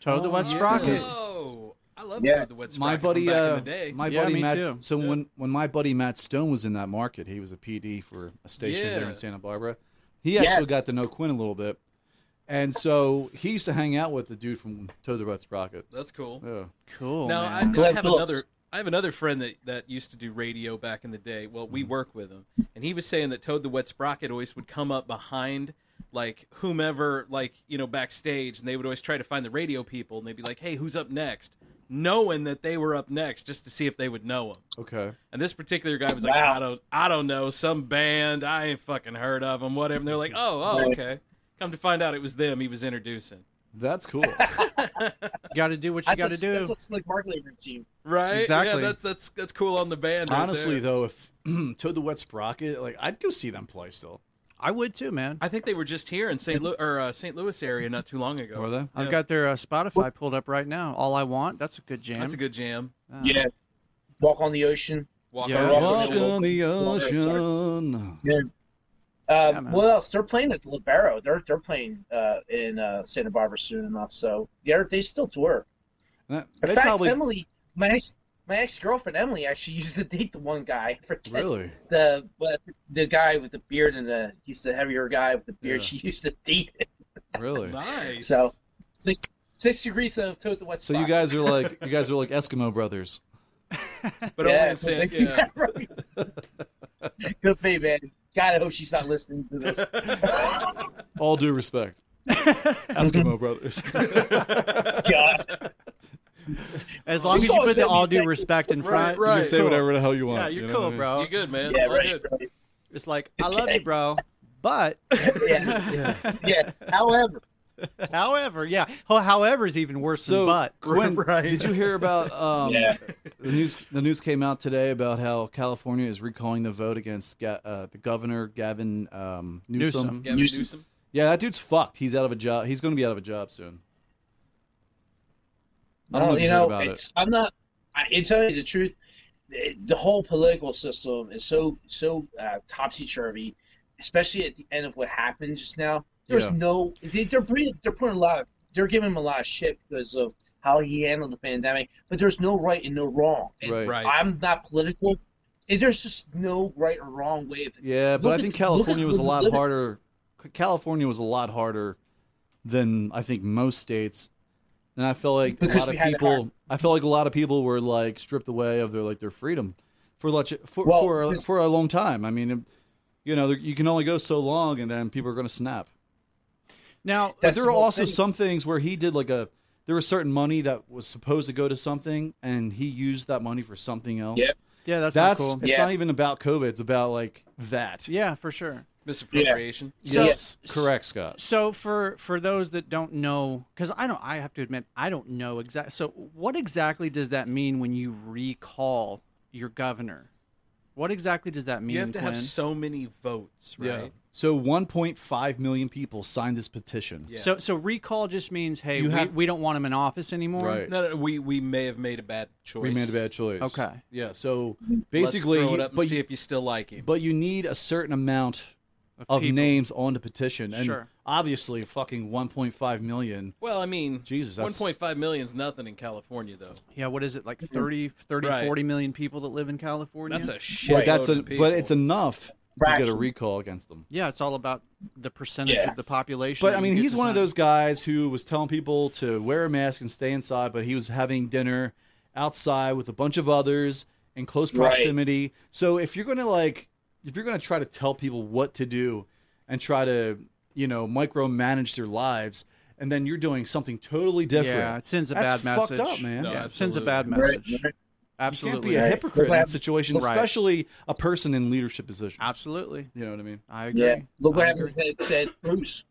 S5: Toe the Wet Sprocket.
S4: Oh, I love
S11: Yeah.
S4: Toad the Wet Sprocket
S3: my buddy,
S4: from
S3: uh,
S4: back in the day.
S3: my
S5: Yeah,
S3: buddy
S5: me
S3: Matt.
S5: too.
S3: So when when my buddy Matt Stone was in that market, he was a PD for a station there
S4: Yeah.
S3: in Santa Barbara. He
S11: Yeah.
S3: actually got to know Quinn a little bit, and so he used to hang out with the dude from Toad the Red Sprocket. Oh,
S4: That's cool.
S3: Yeah.
S5: Cool.
S4: now, I,
S5: man.
S4: I
S11: Glenn
S4: have
S11: Phillips.
S4: another. I have another friend that, that used to do radio back in the day. Well, we
S11: Mm-hmm.
S4: work with him, and he was saying that Toad the Wet Sprocket always would come up behind like whomever, like you know, backstage, and they would always try to find the radio people, and they'd be like, "Hey, who's up next?" Knowing that they were up next, just to see if they would know him.
S3: Okay.
S4: And this particular guy was like,
S11: Wow.
S4: "I don't, I don't know, some band I ain't fucking heard of them, whatever." And they're like, "Oh, oh,
S11: Right.
S4: okay." Come to find out, it was them he was introducing.
S3: That's cool.
S5: you got to do what you
S11: That's
S5: got
S11: a,
S5: to do.
S11: That's a slick marketing routine.
S4: Right?
S5: Exactly.
S4: Yeah, that's that's that's cool on the band. right
S3: Honestly,
S4: there.
S3: though, if Toad the Wet Sprocket, like I'd go see them play still.
S5: I would too, man.
S4: I think they were just here in St. Louis or uh, St. Louis area not too long ago.
S3: Were they?
S5: I've got their uh, Spotify pulled up right now. All I want. That's a good jam.
S4: That's a good jam.
S5: Uh,
S11: Yeah. Walk on the ocean.
S4: Walk
S5: Yeah.
S4: around.
S3: Walk
S11: Walk
S3: on
S11: on
S3: the ocean.
S11: ocean.
S5: Yeah,
S11: Um,
S5: man.
S11: what else? They're playing at the Libero. They're they're playing uh, in uh, Santa Barbara soon enough. So they're they still tour.
S3: That-
S11: In
S3: they
S11: fact,
S3: probably
S11: Emily, my ex my ex girlfriend Emily actually used to date the one guy. I forget
S3: really.
S11: the what- the guy with the beard and the he's the heavier guy with the beard.
S3: Yeah.
S11: She used to date him.
S3: Really?
S4: Nice.
S11: So six, six degrees of Toad the Wet
S3: So you
S11: Spot.
S3: guys are like you guys are like Eskimo brothers.
S4: but
S11: yeah,
S4: only in San, yeah.
S11: right. Good pay, man. God, I hope she's not listening to this.
S3: All due respect. Eskimo brothers.
S11: God.
S5: As long
S11: She's
S5: as you
S11: always
S5: put the
S11: been
S5: all due
S11: detective.
S5: respect in front,
S3: right.
S5: you're
S3: You
S5: cool.
S3: say whatever the hell you want.
S5: Yeah, you're
S3: you know
S5: cool,
S3: what I mean?
S5: bro.
S4: You good, man?
S11: Yeah,
S4: All
S11: right,
S4: good.
S11: right.
S5: It's like I love you, bro, but
S11: Yeah, yeah. However,
S5: however, yeah, Ho- however is even worse
S3: So,
S5: than but.
S3: Gwen, did you hear about um,
S11: Yeah.
S3: the news? The news came out today about how California is recalling the vote against Ga- uh, the governor Gavin um, Newsom.
S5: Newsom.
S4: Gavin
S11: Newsom.
S4: Newsom.
S3: Yeah, that dude's fucked. He's out of a job. He's going to be out of a job soon. I don't know
S11: well,
S3: if
S11: Oh,
S3: you
S11: you
S3: heard
S11: know,
S3: about it.
S11: it's, I'm not. I, and tell you the truth, the, the whole political system is so so uh, topsy turvy, especially at the end of what happened just now. There's
S3: Yeah.
S11: no. They, they're putting, they're putting a lot. Of, they're giving him a lot of shit because of how he handled the pandemic. But there's no right and no wrong. And
S3: Right.
S4: Right.
S11: I'm not political. And there's just no right or wrong way of
S3: Yeah, but
S11: Look
S3: I
S11: at-
S3: think
S11: look at
S3: California was a
S11: the-
S3: lot
S11: look at-
S3: harder. California was a lot harder than I think most states. And I felt like
S11: Because
S3: a lot of
S11: we had a
S3: people.
S11: hard-
S3: I felt like a lot of people were like stripped away of their like their freedom for like for
S11: Well,
S3: for, a,
S11: this-
S3: for a long time. I mean, you know, you can only go so long, and then people are going to snap.
S5: Now,
S3: But
S11: That's
S3: there
S11: the
S3: were
S11: whole
S3: also
S11: thing.
S3: some things where he did like a there was certain money that was supposed to go to something, and he used that money for something else.
S11: Yep.
S5: yeah, that's, not
S3: That's
S5: cool.
S3: it's
S11: Yeah.
S3: not even about COVID. It's about like that.
S5: Yeah, for sure.
S4: Misappropriation.
S5: So,
S11: Yes.
S3: Correct, Scott.
S5: So for for those that don't know, because I don't, I have to admit, I don't know exactly. So what exactly does that mean when you recall your governor? What exactly does that mean?
S4: You have to have
S5: Quinn?
S4: so many votes,
S3: Yeah.
S4: right?
S3: So 1.5 million people signed this petition.
S4: Yeah.
S5: So so recall just means hey,
S3: You
S5: we,
S3: have-
S5: we don't want him in office anymore.
S3: Right.
S4: No, no, we we may have made a bad choice.
S3: We made a bad choice.
S5: Okay.
S3: Yeah. So
S4: Let's
S3: basically,
S4: throw it up and
S3: but
S4: see
S3: you,
S4: if you still like him.
S3: but you need a certain amount of
S5: people.
S3: names on the petition, and
S5: Sure.
S3: obviously, fucking 1.5 million.
S4: well, I mean,
S3: Jesus, that's-
S4: 1.5 million is nothing in California, though.
S5: Yeah. What is it like 30, 30
S4: Right.
S5: 40 million people that live in California?
S4: That's a shit.
S3: But that's a
S4: load of people.
S3: but it's enough to get a
S11: Fraction.
S3: recall against them.
S5: yeah. It's all about the percentage
S11: Yeah.
S5: of the population.
S3: But
S5: that
S3: I
S5: you
S3: mean,
S5: get
S3: he's
S5: to
S3: one of
S5: sign.
S3: those guys who was telling people to wear a mask and stay inside, but he was having dinner outside with a bunch of others in close
S11: Right.
S3: proximity. So if you're going to like, if you're going to try to tell people what to do and try to, you know, micromanage their lives, and then you're doing something totally different.
S5: Yeah, it sends a
S3: That's
S5: bad
S3: fucked
S5: message.
S3: up, man.
S4: No,
S5: yeah, it sends a bad
S4: absolutely.
S5: message.
S3: You can't
S5: Absolutely.
S3: be a
S11: Right.
S3: hypocrite in
S11: Well,
S3: that situation,
S5: right.
S3: especially a person in leadership position.
S5: Absolutely.
S3: You know what I mean?
S5: I agree.
S11: Yeah, look what
S5: I
S11: happened
S5: agree.
S11: to Ted- Ted Cruz.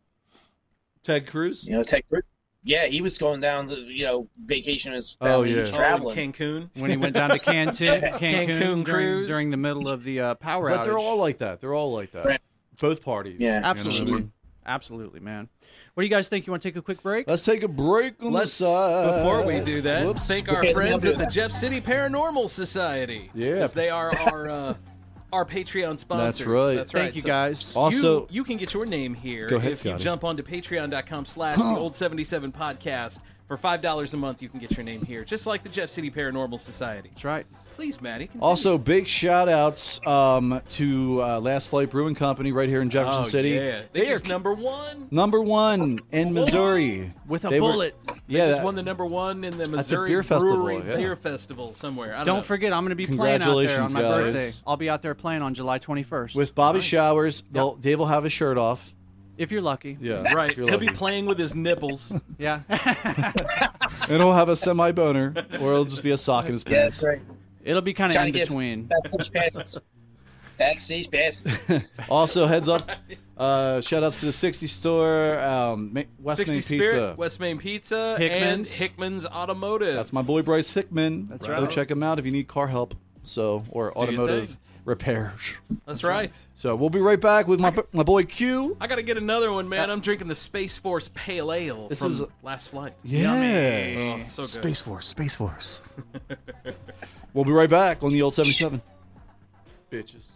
S3: Ted Cruz.
S11: You know, Ted Cruz. Yeah, he was going down to you know vacation with his
S3: Oh,
S11: family.
S3: yeah.
S11: He was
S4: Oh, in
S11: traveling.
S4: Cancun.
S5: When he went down to Cancun, Cancun,
S4: Cancun
S5: during- during,
S4: cruise.
S5: the middle of the uh, power
S3: But they're
S5: outage.
S3: all like that. They're all like that.
S11: Right.
S3: Both parties. You
S11: Yeah.
S3: know what I
S5: Absolutely.
S3: mean?
S5: Absolutely, man. What do you guys think? You want to take a quick break?
S3: Let's take a break on
S4: Let's
S3: the side.
S4: before we do that,
S3: Whoops.
S4: thank our
S11: Yeah,
S4: friends
S11: yeah.
S4: at the Jeff City Paranormal Society.
S3: Yeah.
S4: because they are our uh, our Patreon sponsors.
S3: right.
S4: That's right.
S5: Thank you
S4: So
S5: guys.
S3: Also,
S4: you, you can get your name here
S3: Go ahead,
S4: if you
S3: Scotty.
S4: jump onto patreon.com slash the old 77 podcast for five dollars a month you can get your name here just like the jeff city paranormal society
S5: That's right.
S4: please maddie continue.
S3: also big shout outs um, to uh, Last Flight Brewing Company right here in Jefferson
S4: Oh,
S3: City.
S4: yeah. they,
S3: They, are
S4: just number one
S3: number one in Missouri
S5: With a
S3: They were-
S5: bullet.
S3: yeah,
S4: just
S3: that-
S4: won the number one in the missouri
S3: beer festival,
S4: brewery
S3: yeah.
S4: beer festival somewhere I don't,
S5: Don't
S4: know.
S5: forget, I'm going to be playing out there on
S3: Congratulations,
S5: my
S3: guys.
S5: birthday. I'll be out there playing on July 21st.
S3: with Bobby Showers. They'll, Dave will have his shirt off.
S5: if you're lucky.
S3: Yeah,
S4: right
S3: if you're
S4: he'll be
S3: lucky.
S4: playing with his nipples
S5: Yeah.
S3: and he'll have a semi boner, or it'll just be a sock in his
S11: Yeah,
S3: pants.
S11: that's right.
S5: It'll be kind of
S11: Trying
S5: in
S11: to get
S5: between.
S11: backstage passes. Backstage passes.
S3: Also, heads up, uh, shout outs to the 60 store, um, Ma- West
S4: 60
S3: Main
S4: Spirit,
S3: Pizza.
S4: West Main Pizza, and
S5: Hickman's.
S4: Hickman's Automotive.
S3: That's my boy Bryce Hickman.
S5: That's
S3: Go
S5: right.
S3: check him out if you need car help, so or
S4: your
S3: automotive
S4: thing.
S3: repairs.
S4: That's right.
S3: So we'll be right back with my my boy Q.
S4: I gotta get another one, man. I'm drinking the Space Force Pale Ale
S3: Uh, This
S4: from
S3: is-
S4: last flight.
S3: Yeah,
S4: Oh, so good.
S3: Space Force, Space Force. we'll be right back on the old seventy-seven. Bitches.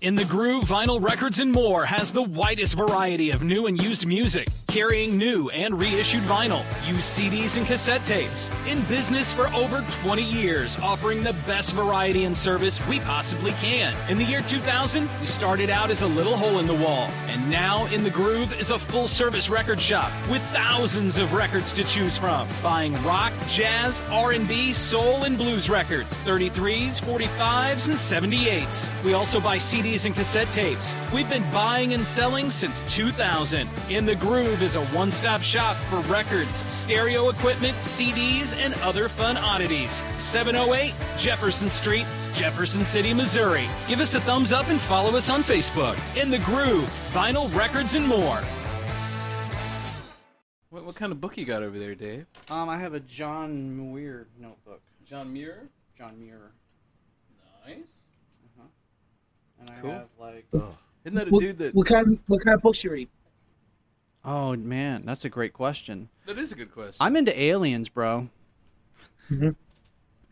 S6: In the Groove Vinyl Records and More has the widest variety of new and used music, carrying new and reissued vinyl, used CDs and cassette tapes. In business for over 20 years, offering the best variety and service we possibly can. In the year 2000, we started out as a little hole in the wall, and now In the Groove is a full service record shop with thousands of records to choose from, buying rock, jazz, R&B, soul and blues records, 33s, 45s and 78s. We also buy CDs and cassette tapes. We've been buying and selling since 2000. In the Groove Groove is a one stop shop for records, stereo equipment, CDs, and other fun oddities. 708 Jefferson Street, Jefferson City, Missouri. Give us a thumbs up and follow us on Facebook. In the Groove, vinyl records and more.
S4: What, what kind of book you got over there, Dave?
S5: Um, I have a John Muir notebook.
S4: John Muir?
S5: John Muir.
S4: Nice.
S5: And I
S4: Cool.
S5: have like.
S4: Isn't that a
S5: What-
S4: dude that?
S11: What kind of what kind of books you read?
S5: Oh man, that's a great question.
S4: That is a good question.
S5: I'm into aliens, bro.
S3: Mm-hmm.
S11: Mhm.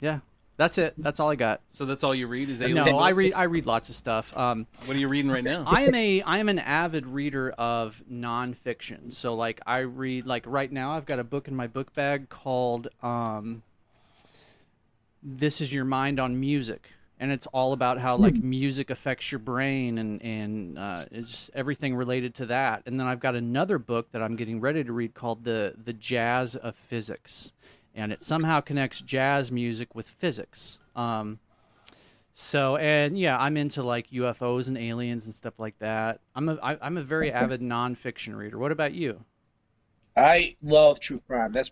S5: Yeah, that's it. That's all I got.
S4: So that's all you read is alien
S5: no,
S4: books?
S5: I read I read lots of stuff. Um,
S4: What are you reading right now?
S5: I am a I am an avid reader of nonfiction. So like I read like right now I've got a book in my book bag called um, "This Is Your Mind on Music," and it's all about how like music affects your brain and and uh, it's just everything related to that. And then I've got another book that I'm getting ready to read called "The The Jazz of Physics," and it somehow connects jazz music with physics. Um, so and yeah, I'm into like UFOs and aliens and stuff like that. I'm a I, I'm a very avid nonfiction reader. What about you?
S11: I love true crime. That's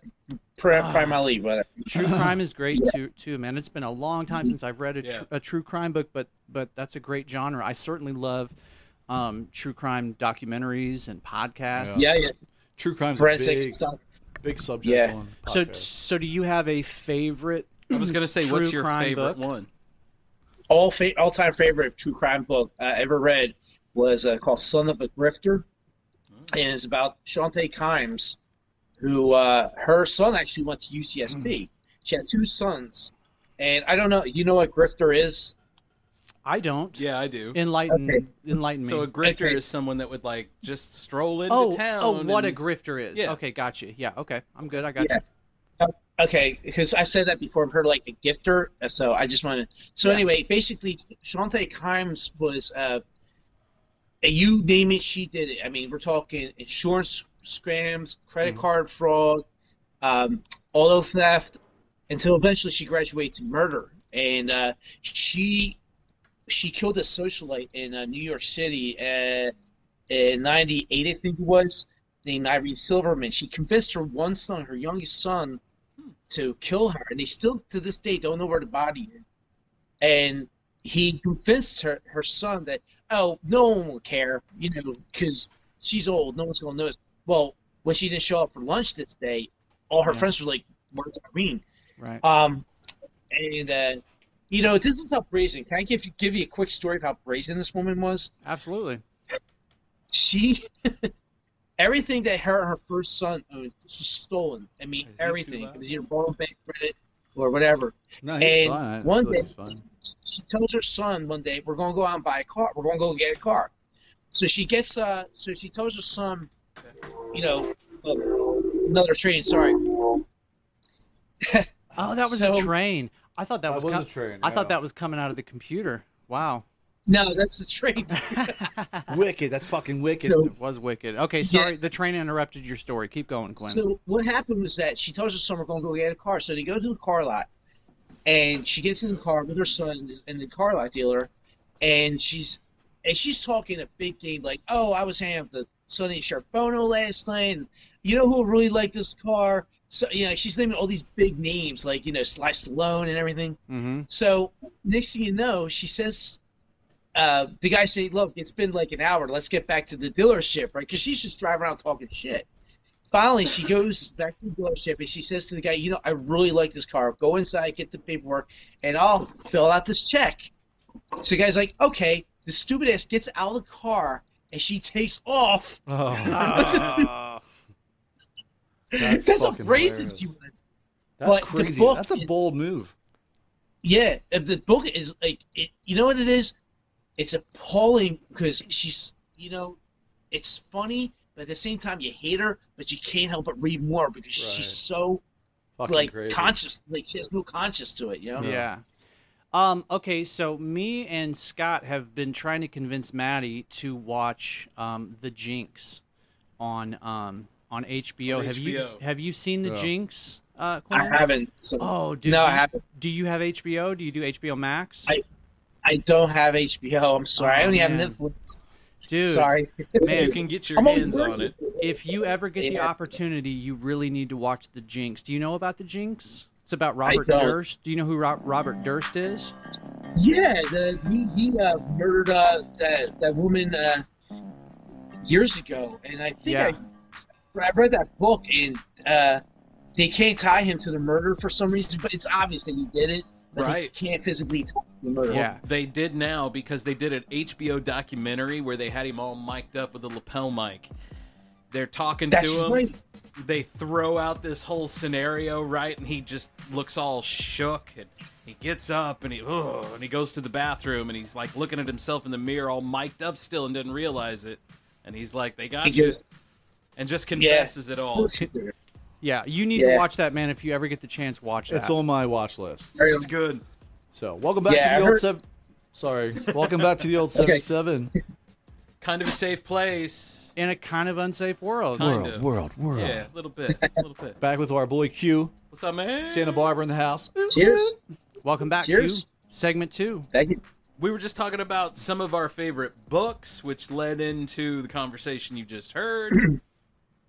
S11: pri- primarily what. I,
S5: True crime is great too, too, man. It's been a long time since I've read a,
S11: Yeah.
S5: tr- a true crime book, but but that's a great genre. I certainly love um, true crime documentaries and podcasts.
S11: Yeah, yeah.
S3: True crime's
S11: Forensic
S3: big,
S11: stuff.
S3: big subject.
S11: Yeah.
S3: On
S5: So so do you have a favorite?
S4: I was gonna say, what's
S5: true
S4: your
S5: crime
S4: favorite
S5: book?
S4: one?
S11: all fa- all time favorite true crime book I ever read was uh, called Son of a Grifter, and it's about Shantae Kimes, who uh, her son actually went to UCSB. She had two sons, and I don't know. You know what grifter is?
S5: I don't.
S4: Yeah, I do.
S5: Enlighten
S11: Okay.
S5: enlighten me.
S4: So a grifter is someone that would like just stroll into
S5: oh
S4: town.
S5: oh what
S4: and-
S5: a grifter is.
S4: Yeah.
S5: Okay, gotcha. Yeah, okay, I'm good. I got
S11: Yeah.
S5: you.
S11: Okay, because I said that before. I've heard like a gifter, uh, so I just wanted. So anyway, basically, Shantae Kimes was uh, a you name it, she did it. I mean, we're talking insurance scams, credit card fraud, um, auto theft, until eventually she graduated to murder, and uh, she she killed a socialite in uh, New York City uh, in '98, I think it was, named Irene Silverman. She convinced her one son, her youngest son, to kill her, and they still to this day don't know where the body is. And he convinced her, her son that, oh, no one will care, you know, because she's old, no one's gonna notice. Well, when she didn't show up for lunch this day, all her friends were like, "Where's Irene?"
S5: Right.
S11: Um, and uh, you know, this is how brazen. Can I give you, give you a quick story of how brazen this woman was?
S5: Absolutely.
S11: She, everything that her and her first son owned, she stolen. I mean, everything. It was either borrowed bank credit or whatever.
S3: No,
S11: and
S3: he's fine. I
S11: one
S3: feel like
S11: day,
S3: he's fine.
S11: she tells her son one day, "We're gonna go out and buy a car. We're gonna go get a car." So she gets, uh, so she tells her son, you know, oh, another train. Sorry.
S5: Oh, that was a
S11: So-
S5: train. I thought that,
S3: That
S5: was,
S3: was
S5: com-
S3: a train,
S5: I thought
S3: yeah.
S5: that was coming out of the computer. Wow,
S11: No, that's the train.
S3: wicked. That's fucking wicked.
S11: So-
S5: it was wicked. Okay, sorry, the train interrupted your story. Keep going, Glenn.
S11: So what happened was that she tells her son we're going to go get a car. So they go to the car lot, and she gets in the car with her son and the car lot dealer, and she's and she's talking a big game like, "Oh, I was hanging out with the Sonny Sharbono last night. And you know who will really like this car?" So you know she's naming all these big names like you know Sly Stallone and everything.
S5: mm-hmm.
S11: So next thing you know, she says, uh, the guy say, "Look, it's been like an hour. Let's get back to the dealership, right? Because she's just driving around talking shit." Finally, she goes back to the dealership and she says to the guy, "You know, I really like this car. Go inside, get the paperwork, and I'll fill out this check." So the guy's like, "Okay." The stupid ass gets out of the car and she takes off.
S3: Oh. That's
S11: That's, how
S3: fucking
S11: brazen
S3: hilarious.
S11: she was.
S3: That's
S11: But the
S3: crazy.
S11: book
S3: That's a
S11: is-
S3: bold move.
S11: Yeah, if the book is like it, you know what it is? It's appalling because she's you know, it's funny, but at the same time you hate her, but you can't help but read more because
S3: Right.
S11: she's so
S3: Fucking
S11: like
S3: crazy.
S11: conscious, like she has no conscience to it, you know?
S5: Yeah. Um, okay, so me and Scott have been trying to convince Maddie to watch um, The Jinx on um, on HBO.
S4: On
S5: have you
S4: HBO.
S5: have you seen The
S3: Yeah.
S5: Jinx? Uh,
S11: I
S5: Quinn?
S11: haven't. So,
S5: Oh, dude,
S11: no,
S5: do
S11: I
S5: you-
S11: haven't.
S5: Do you have HBO? Do you do HBO Max?
S11: I- I don't have HBO. I'm sorry. I
S5: Oh,
S11: only
S5: man.
S11: have Netflix.
S5: dude,
S11: Sorry.
S5: man,
S4: You can get your
S11: I'm
S4: hands
S11: over
S4: on it.
S5: if you ever get the
S11: Yeah.
S5: opportunity, you really need to watch The Jinx. Do you know about The Jinx? It's about Robert
S11: don't.
S5: Durst. Do you know who Ro- Robert Durst is?
S11: Yeah, the, he he uh, murdered uh, that that woman uh, years ago, and I think
S5: Yeah.
S11: I I read that book, and uh, they can't tie him to the murder for some reason, but it's obvious that he did it. But
S4: Right.
S11: They can't physically tie him to the murder.
S4: They did now because they did an HBO documentary where they had him all mic'd up with a lapel mic. They're talking
S11: That's
S4: to him.
S11: right.
S4: They throw out this whole scenario, right? And he just looks all shook and he gets up and he oh, and he goes to the bathroom and he's like looking at himself in the mirror all mic'd up still and doesn't realize it. And he's like, They got
S5: He
S4: you
S5: goes-
S4: and just confesses it all.
S5: Yeah, you need to
S4: Yeah.
S5: watch that, man. If you ever get the chance, watch that.
S3: It's on my watch list.
S4: It's good.
S3: So welcome back
S5: Yeah,
S3: to the
S5: I
S3: old
S5: heard-
S3: seven. Sorry, welcome back to the old
S5: Okay.
S3: seventy-seven
S4: Kind of a safe place.
S5: In a kind of unsafe world.
S3: world, world, world.
S4: Yeah, a little bit. A little bit.
S3: Back with our boy Q.
S4: What's up, man?
S3: Santa Barbara in the house.
S5: Welcome back,
S4: Cheers.
S5: Q. Segment two.
S11: Thank you.
S4: We were just talking about some of our favorite books, which led into the conversation you just heard.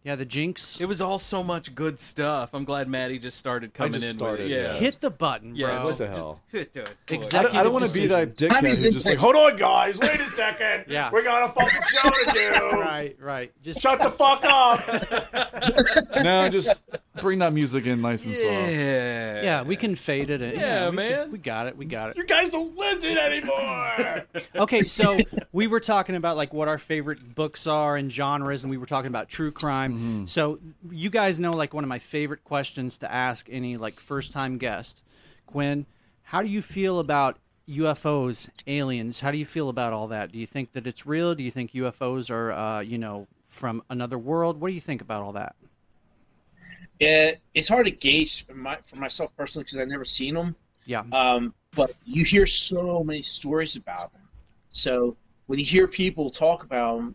S5: yeah, the Jinx.
S4: It was all so much good stuff. I'm glad Maddie just started coming
S3: just
S4: in.
S3: started,
S4: with it. Yeah.
S3: yeah.
S5: Hit the button, bro.
S4: Yeah,
S3: What
S4: just-
S3: the hell?
S4: just hit it.
S3: I don't, want to be that dickhead who's just like, hold on, guys, wait a second.
S5: Yeah.
S3: We got a fucking show to do.
S5: right, right. Just
S3: shut the fuck up. no, just bring that music in nice and
S4: slow.
S5: Yeah, we can fade it. In.
S3: Yeah,
S5: we can-
S3: man.
S5: we got it. We got it.
S3: You guys don't listen anymore.
S5: Okay, so we were talking about like what our favorite books are and genres, and we were talking about true crime.
S3: Mm-hmm.
S5: So you guys know like one of my favorite questions to ask any like first time guest, Quinn. How do you feel about UFOs, aliens? How do you feel about all that? Do you think that it's real? Do you think UFOs are uh, you know from another world? What do you think about all that?
S11: Yeah, it's hard to gauge for, my, for myself personally because I've never seen them.
S5: Yeah.
S11: Um, but you hear so many stories about them. So when you hear people talk about them,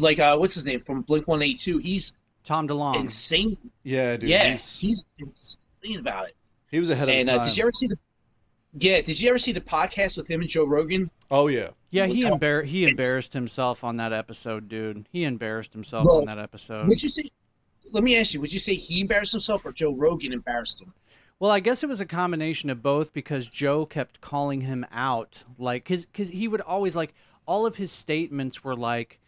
S11: like uh, what's his name from Blink One Eight Two, he's
S5: Tom DeLonge.
S11: Insane.
S3: Yeah, dude.
S11: yeah,
S3: he's-
S11: he's, insane about it.
S3: he was ahead of his
S11: And uh,
S3: time.
S11: did you ever see the? Yeah, did you ever see the podcast with him and Joe Rogan?
S3: oh yeah.
S5: Yeah, he
S11: Without-
S5: embar- he embarrassed himself on that episode, dude. He embarrassed himself
S11: Well,
S5: on that episode.
S11: Would you say? Let me ask you: Would you say he embarrassed himself or Joe Rogan embarrassed him?
S5: Well, I guess it was a combination of both because Joe kept calling him out, like, cause, 'cause he would always like all of his statements were like,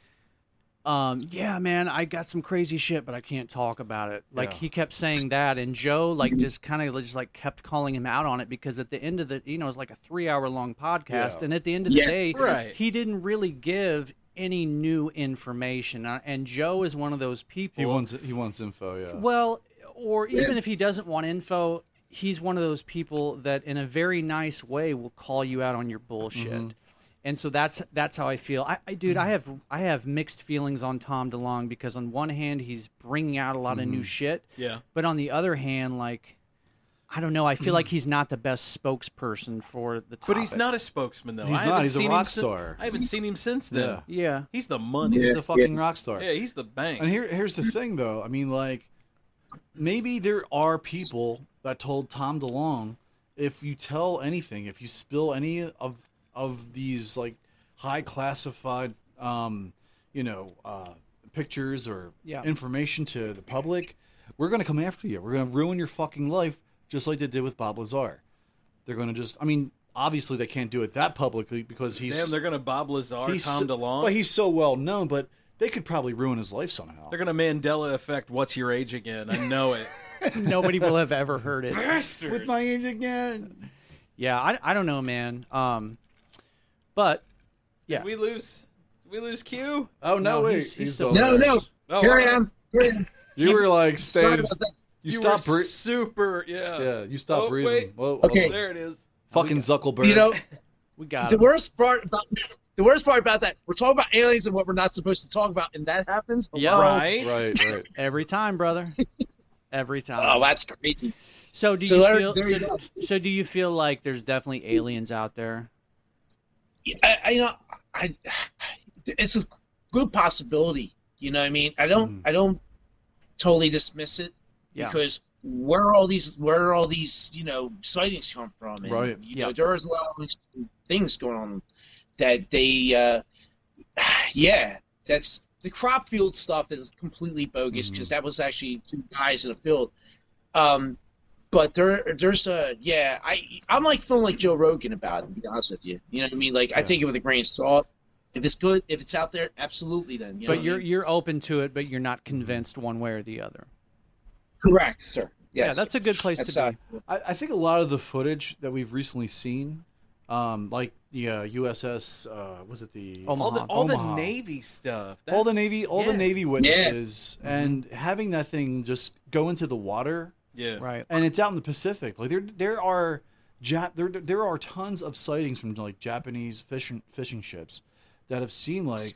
S5: um, yeah, man, I got some crazy shit, but I can't talk about it. Like
S12: Yeah.
S5: he kept saying that, and Joe like just kind of just like kept calling him out on it because at the end of the, you know, it's like a three hour long podcast,
S12: Yeah.
S5: and at the end of the
S12: Yeah.
S5: day,
S12: Right.
S5: he didn't really give any new information, Uh, and Joe is one of those people.
S3: He wants he wants info, yeah.
S5: Well, or
S3: Yeah.
S5: even if he doesn't want info, he's one of those people that, in a very nice way, will call you out on your bullshit.
S4: Mm-hmm.
S3: Mhm.
S5: And so that's that's how I feel. I, I dude, I have I have mixed feelings on Tom DeLong because on one hand he's bringing out a lot of new
S4: Mhm.
S5: shit,
S4: Yeah.
S5: but on the other hand, like I don't know, I feel like he's not the best spokesperson for the. Topic.
S4: But he's not a spokesman though.
S5: He's
S4: I haven't
S5: not, he's a
S4: seen
S5: rock
S4: him sin-
S5: star.
S4: I haven't seen him since then.
S5: Yeah. Yeah.
S4: He's the money.
S3: He's a fucking rock star.
S4: Yeah, he's the bank.
S3: And here, here's the thing, though. I mean, like, maybe there are people that told Tom DeLong, if you tell anything, if you spill any of of these like high classified, um, you know, uh, pictures or
S5: Yeah.
S3: information to the public, we're gonna come after you. We're gonna ruin your fucking life, just like they did with Bob Lazar. They're gonna just. I mean, obviously they can't do it that publicly because he's
S4: Damn, they're gonna Bob Lazar,
S3: he's
S4: Tom
S3: so-
S4: DeLonge.
S3: But he's so well known, but they could probably ruin his life somehow.
S4: They're gonna Mandela effect. What's your age again? I know it.
S5: Nobody will have ever heard it.
S4: Bastard.
S3: With my age again.
S5: Yeah, I, I don't know, man. Um, but yeah,
S4: Did we lose. Did we lose Q. Uh,
S3: Oh no, wait.
S5: he's- he's still
S11: No, no.
S4: Oh,
S11: Here
S4: all
S11: I
S4: right.
S11: am. Here I am.
S3: You were like
S11: Sorry
S3: staying.
S11: about that.
S3: You,
S4: You
S3: stopped
S4: were
S3: breathing.
S4: super. Yeah.
S3: Yeah, you stopped
S4: Oh,
S3: breathing.
S4: wait.
S3: Whoa,
S11: Okay.
S3: whoa.
S4: There it is.
S3: Fucking Zuckerberg.
S11: You know,
S5: we got
S11: the worst part about the worst part about that we're talking about aliens and what we're not supposed to talk about, and that happens.
S5: Yeah. Right.
S3: Right. Right.
S5: every time, brother. Every time.
S11: Oh, that's crazy.
S5: So do
S11: So
S5: you
S11: there-
S5: feel?
S11: there
S5: so,
S11: you go.
S5: so do you feel like there's definitely aliens out there?
S11: I, I you know, I it's a good possibility. You know, what I mean, I don't, I don't totally dismiss it
S5: Yeah.
S11: because where are all these, where are all these, you know, sightings come from? And,
S3: Right.
S11: You know, there's a lot of interesting things going on that they, uh, yeah, that's the crop field stuff is completely bogus because that was actually two guys in a field. Um, but there, there's a yeah. I I'm like feeling like Joe Rogan about it. To be honest with you, you know what I mean. Like I take it with a grain of salt. If it's good, if it's out there, absolutely. Then you know
S5: but
S11: what I
S5: you're
S11: mean?
S5: you're open to it, but you're not convinced one way or the other.
S11: correct, sir.
S5: Yeah,
S11: Yes.
S5: that's a good place
S11: That's,
S5: to
S11: uh,
S5: be.
S3: I, I think a lot of the footage that we've recently seen, um, like the uh, USS, uh, was it the
S4: All the, all
S3: Omaha.
S4: the Navy stuff.
S3: all the
S4: That's-
S3: Navy, all the
S4: yeah.
S3: Navy witnesses, and having that thing just go into the water,
S4: Yeah.
S5: Right.
S3: and it's out in the Pacific. Like there, there are, Jap- there, there are tons of sightings from like Japanese fishing fishing ships that have seen like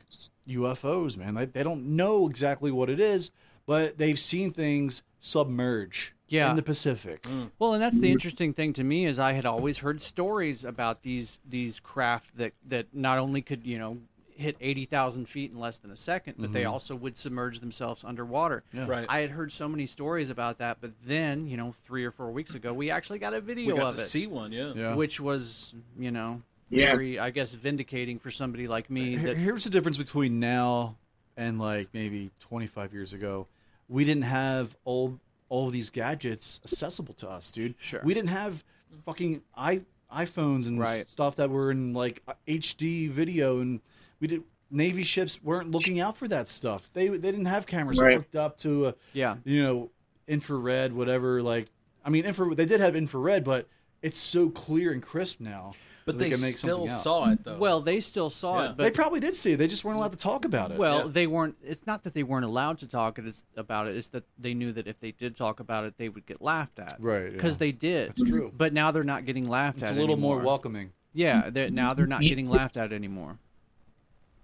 S3: UFOs. Man, they, they don't know exactly what it is, but they've seen things submerge
S5: Yeah. Mm.
S3: in the Pacific.
S5: Well, and that's the interesting thing to me is I had always heard stories about these these craft that that not only could you know hit eighty thousand feet in less than a second, but they
S4: Mm-hmm.
S3: Mhm.
S5: also would submerge themselves underwater.
S3: Yeah.
S4: Right.
S5: I had heard so many stories about that, but then you know three or four weeks ago we actually got a
S4: We
S5: video
S4: got
S5: of
S4: to
S5: it,
S4: see one. Yeah.
S3: Yeah.
S5: which was you know
S11: Yeah.
S5: very I guess vindicating for somebody like me
S3: Here-
S5: that
S3: Here's the difference between now and like maybe 25 years ago. We didn't have all all of these gadgets accessible to us, dude.
S5: Sure.
S3: We didn't have fucking i iPhones and s-
S5: Right.
S3: stuff that were in like HD video, and we did Navy ships weren't looking out for that stuff. They they didn't have cameras
S11: Right.
S3: hooked up to a
S5: yeah
S3: you know infrared whatever. Like I mean, infra they did have infrared, but it's so clear and crisp now.
S4: But
S3: that
S4: they
S3: can make
S4: still
S3: something out.
S4: saw it though.
S5: well they still saw
S4: Yeah.
S5: it, but
S3: They probably did see. it. They just weren't allowed to talk about it.
S5: Well,
S4: Yeah.
S5: they weren't. It's not that they weren't allowed to talk it- it's about it. It's that they knew that if they did talk about it, they would get laughed at.
S3: Right,
S5: Because
S3: yeah.
S5: they did. That's
S3: true.
S5: But now they're not getting laughed
S3: it's a
S5: at.
S3: little more
S5: anymore.
S3: welcoming.
S5: Yeah. They're, now they're not
S11: Ye-
S5: getting laughed at anymore.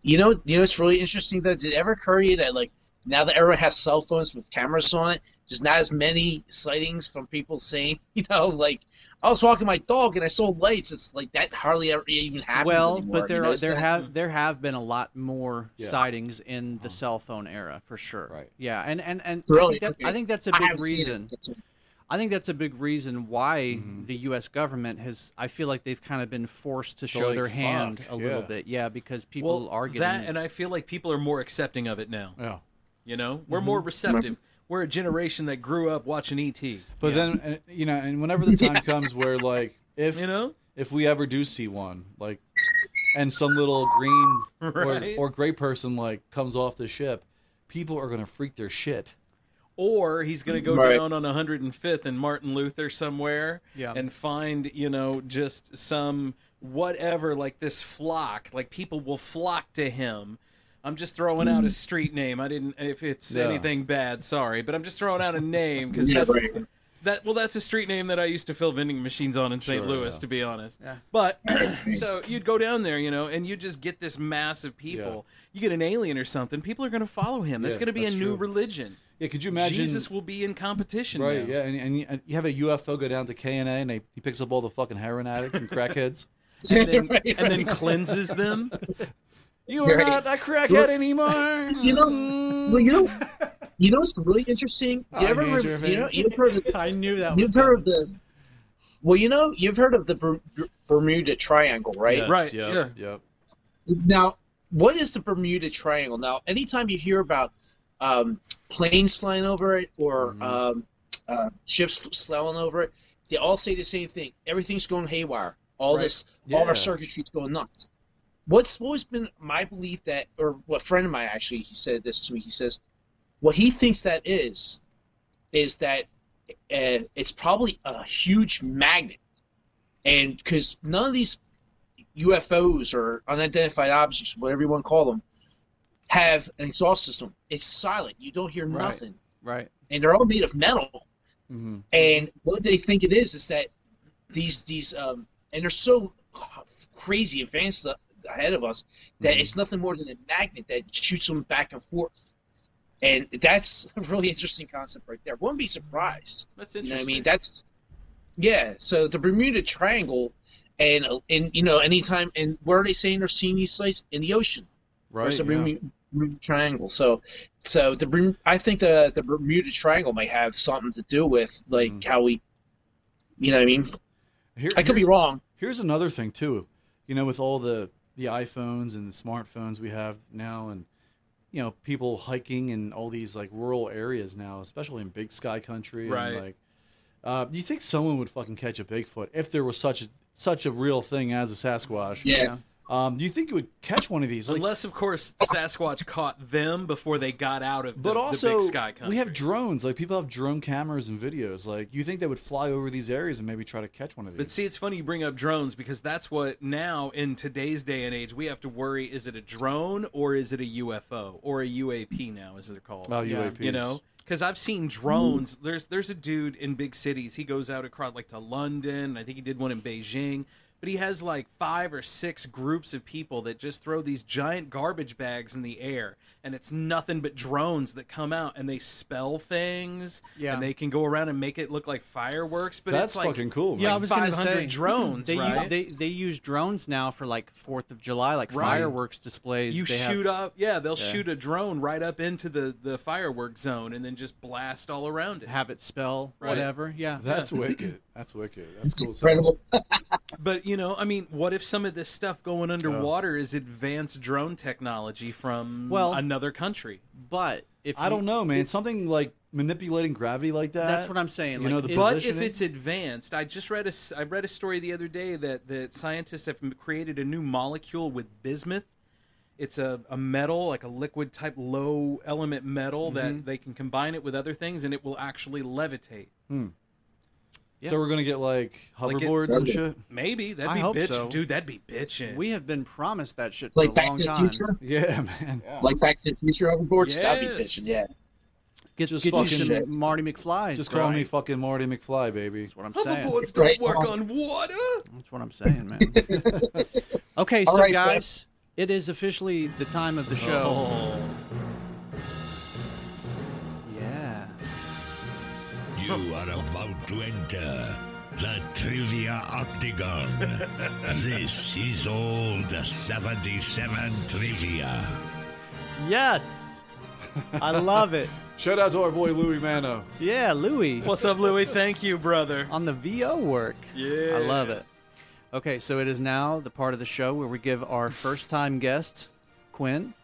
S11: You know, you know, it's really interesting though. Did it ever occur to you that like now that everyone has cell phones with cameras on it, there's not as many sightings from people saying, you know, like I was walking my dog and I saw lights. It's like that hardly ever even happens
S5: well,
S11: anymore.
S5: but there
S11: You
S5: are
S11: notice
S5: there
S11: that? Mm-hmm.
S5: have there have been a lot more
S3: Yeah.
S5: sightings in the cell phone era for sure.
S3: Right.
S5: Yeah. And and and
S11: Uh-huh. Really?
S5: I, think that,
S11: Okay.
S5: I think that's a
S11: I
S5: big
S11: haven't seen it.
S5: reason. I think that's a big reason why
S3: Mm-hmm.
S5: the U.S. government has. I feel like they've kind of been forced to show
S3: like,
S5: their hand
S3: fuck,
S5: a little
S3: yeah.
S5: bit. Yeah, because people
S4: well,
S5: are getting
S4: that, and I feel like people are more accepting of it now.
S3: Yeah.
S4: You know, we're
S5: Mm-hmm.
S4: more receptive.
S11: Mm-hmm.
S4: We're a generation that grew up watching E ET.
S3: But then then uh, you know, and whenever the time comes where like if
S4: You know?
S3: if we ever do see one, like and some little green
S4: Right.
S3: or, or gray person like comes off the ship, people are gonna freak their shit.
S4: Or he's going to go
S11: Right.
S4: down on 105th and Martin Luther somewhere
S5: Yeah.
S4: and find, you know, just some whatever, like this flock. Like people will flock to him. I'm just throwing
S11: Mm-hmm.
S4: out a street name. I didn't, if it's
S3: Yeah.
S4: anything bad, sorry, but I'm just throwing out a name because
S11: Yeah,
S4: that's.
S11: right.
S4: That well, that's a street name that I used to fill vending machines on in St.
S3: Sure,
S4: Louis,
S3: yeah.
S4: to be honest. But so you'd go down there, you know, and you just get this mass of people. You get an alien or something, people are going to follow him. That's
S3: Yeah,
S4: going to be
S3: that's
S4: a new
S3: true.
S4: religion.
S3: Yeah, could you imagine?
S4: Jesus will be in competition,
S3: right?
S4: now.
S3: Yeah, and, and, you- and you have a UFO go down to K and A, and they- he picks up all the fucking heroin addicts and crackheads.
S4: and then,
S11: Right,
S4: and then cleanses them.
S3: You are
S11: Right.
S3: not a crackhead anymore. Mm.
S11: You know, well, you know, you know, it's really interesting. Do
S3: I
S11: you ever,
S3: hate your
S11: re- you know,
S3: face.
S11: you've heard of
S5: I knew that was
S11: You've heard of the. Well, you know, you've heard of the Ber- Ber- Bermuda Triangle, right?
S3: Yes,
S4: Right,
S3: Yep,
S4: sure.
S3: Yep.
S11: Now, what is the Bermuda Triangle? Now, anytime you hear about um, planes flying over it or
S3: Mm-hmm.
S11: um, uh, ships sailing over it, they all say the same thing: everything's going haywire. All
S3: Right.
S11: this, all
S3: Yeah.
S11: our circuitry's going nuts. What's always been my belief that, or what a friend of mine actually, he said this to me. He says, what he thinks that is, is that uh, it's probably a huge magnet, and because none of these UFOs or unidentified objects, whatever you want to call them, have an exhaust system. It's silent. You don't hear
S5: Right.
S11: nothing.
S5: right.
S11: And they're all made of metal.
S3: Mhm.
S11: And what they think it is is that these these um and they're so crazy advanced ahead of us that it's nothing more than a magnet that shoots them back and forth. And that's a really interesting concept right there. Wouldn't be surprised.
S4: That's
S11: You know what I
S4: interesting.
S11: mean? That's yeah. So the Bermuda Triangle, and and you know anytime and where are they saying they're seeing these sites in the ocean?
S3: Right.
S11: There's the
S3: yeah.
S11: Bermuda, Bermuda Triangle. So so the Berm- I think the the Bermuda Triangle might have something to do with like how we, you know, what I mean,
S3: Here-
S11: I could be
S3: here's-
S11: wrong.
S3: Here's another thing too, you know, with all the the iPhones and the smartphones we have now, and you know people hiking in all these like rural areas now, especially in Big Sky country.
S4: Right.
S3: And, like, uh, do you think someone would fucking catch a Bigfoot if there was such a such a real thing as a Sasquatch?
S4: Yeah.
S3: Um, do you think it would catch one of these? Like,
S4: Unless, of course, Sasquatch caught them before they got out of the,
S3: but
S4: the
S3: also,
S4: big sky country.
S3: we have drones. Like people have drone cameras and videos. Like you think they would fly over these areas and maybe try to catch one of these?
S4: But see, it's funny you bring up drones because that's what now in today's day and age we have to worry: is it a drone or is it a UFO or a UAP? Now, as they're called.
S3: Oh, Yeah. UAPs.
S4: You know, because I've seen drones. There's there's a dude in big cities. He goes out across like to London. I think he did one in Beijing. But he has like five or six groups of people that just throw these giant garbage bags in the air, and it's nothing but drones that come out and they spell things,
S5: Yeah.
S4: and they can go around and make it look like fireworks. But
S3: That's
S4: it's like,
S3: fucking cool,
S4: Yeah, I was
S5: gonna
S4: five hundred
S5: say,
S4: drones,
S5: They, u-
S4: right?
S5: they they use drones now for like Fourth of July, like
S4: Right.
S5: fireworks displays.
S4: you
S5: They have-
S4: shoot up, yeah. They'll
S5: Yeah.
S4: shoot a drone right up into the the firework zone and then just blast all around it.
S5: have it spell
S4: Right.
S5: whatever. Yeah,
S3: That's
S4: uh,
S5: yeah.
S3: wicked. That's wicked. That's cool. as hell.
S5: incredible.
S4: But you know, I mean, what if some of this stuff going underwater is advanced drone technology from
S3: Well,
S4: another country?
S5: But if
S3: I don't know, man. Something like manipulating gravity like that.
S4: That's
S5: what I'm saying,
S3: You know, the
S4: but if
S3: positioning-
S4: it's advanced, I just read a s- I read a story the other day that that scientists have m- created a new molecule with bismuth. It's a, a metal, like a liquid type low element metal
S3: Mhm.
S5: Mm-hmm.
S4: that they can combine it with other things and it will actually levitate.
S3: Hmm. So we're gonna get like
S4: Like it-
S3: hoverboards and shit.
S4: Maybe that'd
S5: I
S4: be
S5: hope
S4: bitch,
S5: so.
S4: dude. That'd be bitching.
S5: We have been promised that shit for
S4: Like
S5: a
S4: Back
S5: long
S4: to the
S5: time.
S4: Future?
S3: Yeah, man.
S11: Like Back to the Future hoverboards, that'd be
S4: Yes.
S11: bitching. Yeah.
S5: Get,
S3: Just
S5: get you
S3: fucking-
S5: some Marty McFly's.
S3: Just
S5: bro.
S3: call me fucking Marty McFly, baby. That's
S5: what I'm saying.
S4: Hoverboards
S5: It's right
S4: don't work
S5: on.
S4: on water.
S5: That's what I'm saying, man. okay,
S4: All
S5: so
S4: right,
S5: guys, it is officially the time of the show.
S4: Oh,
S5: Yeah.
S7: You are about to enter the Trivia Octagon. this is old 77 Trivia.
S5: Yes. I love it.
S3: Shout out to our boy Louis Mano.
S5: Yeah, Louis.
S4: What's up, Louis? Thank you, brother.
S5: On the VO work.
S4: Yeah.
S5: I love it. Okay, so it is now the part of the show where we give our first time guest, Quinn,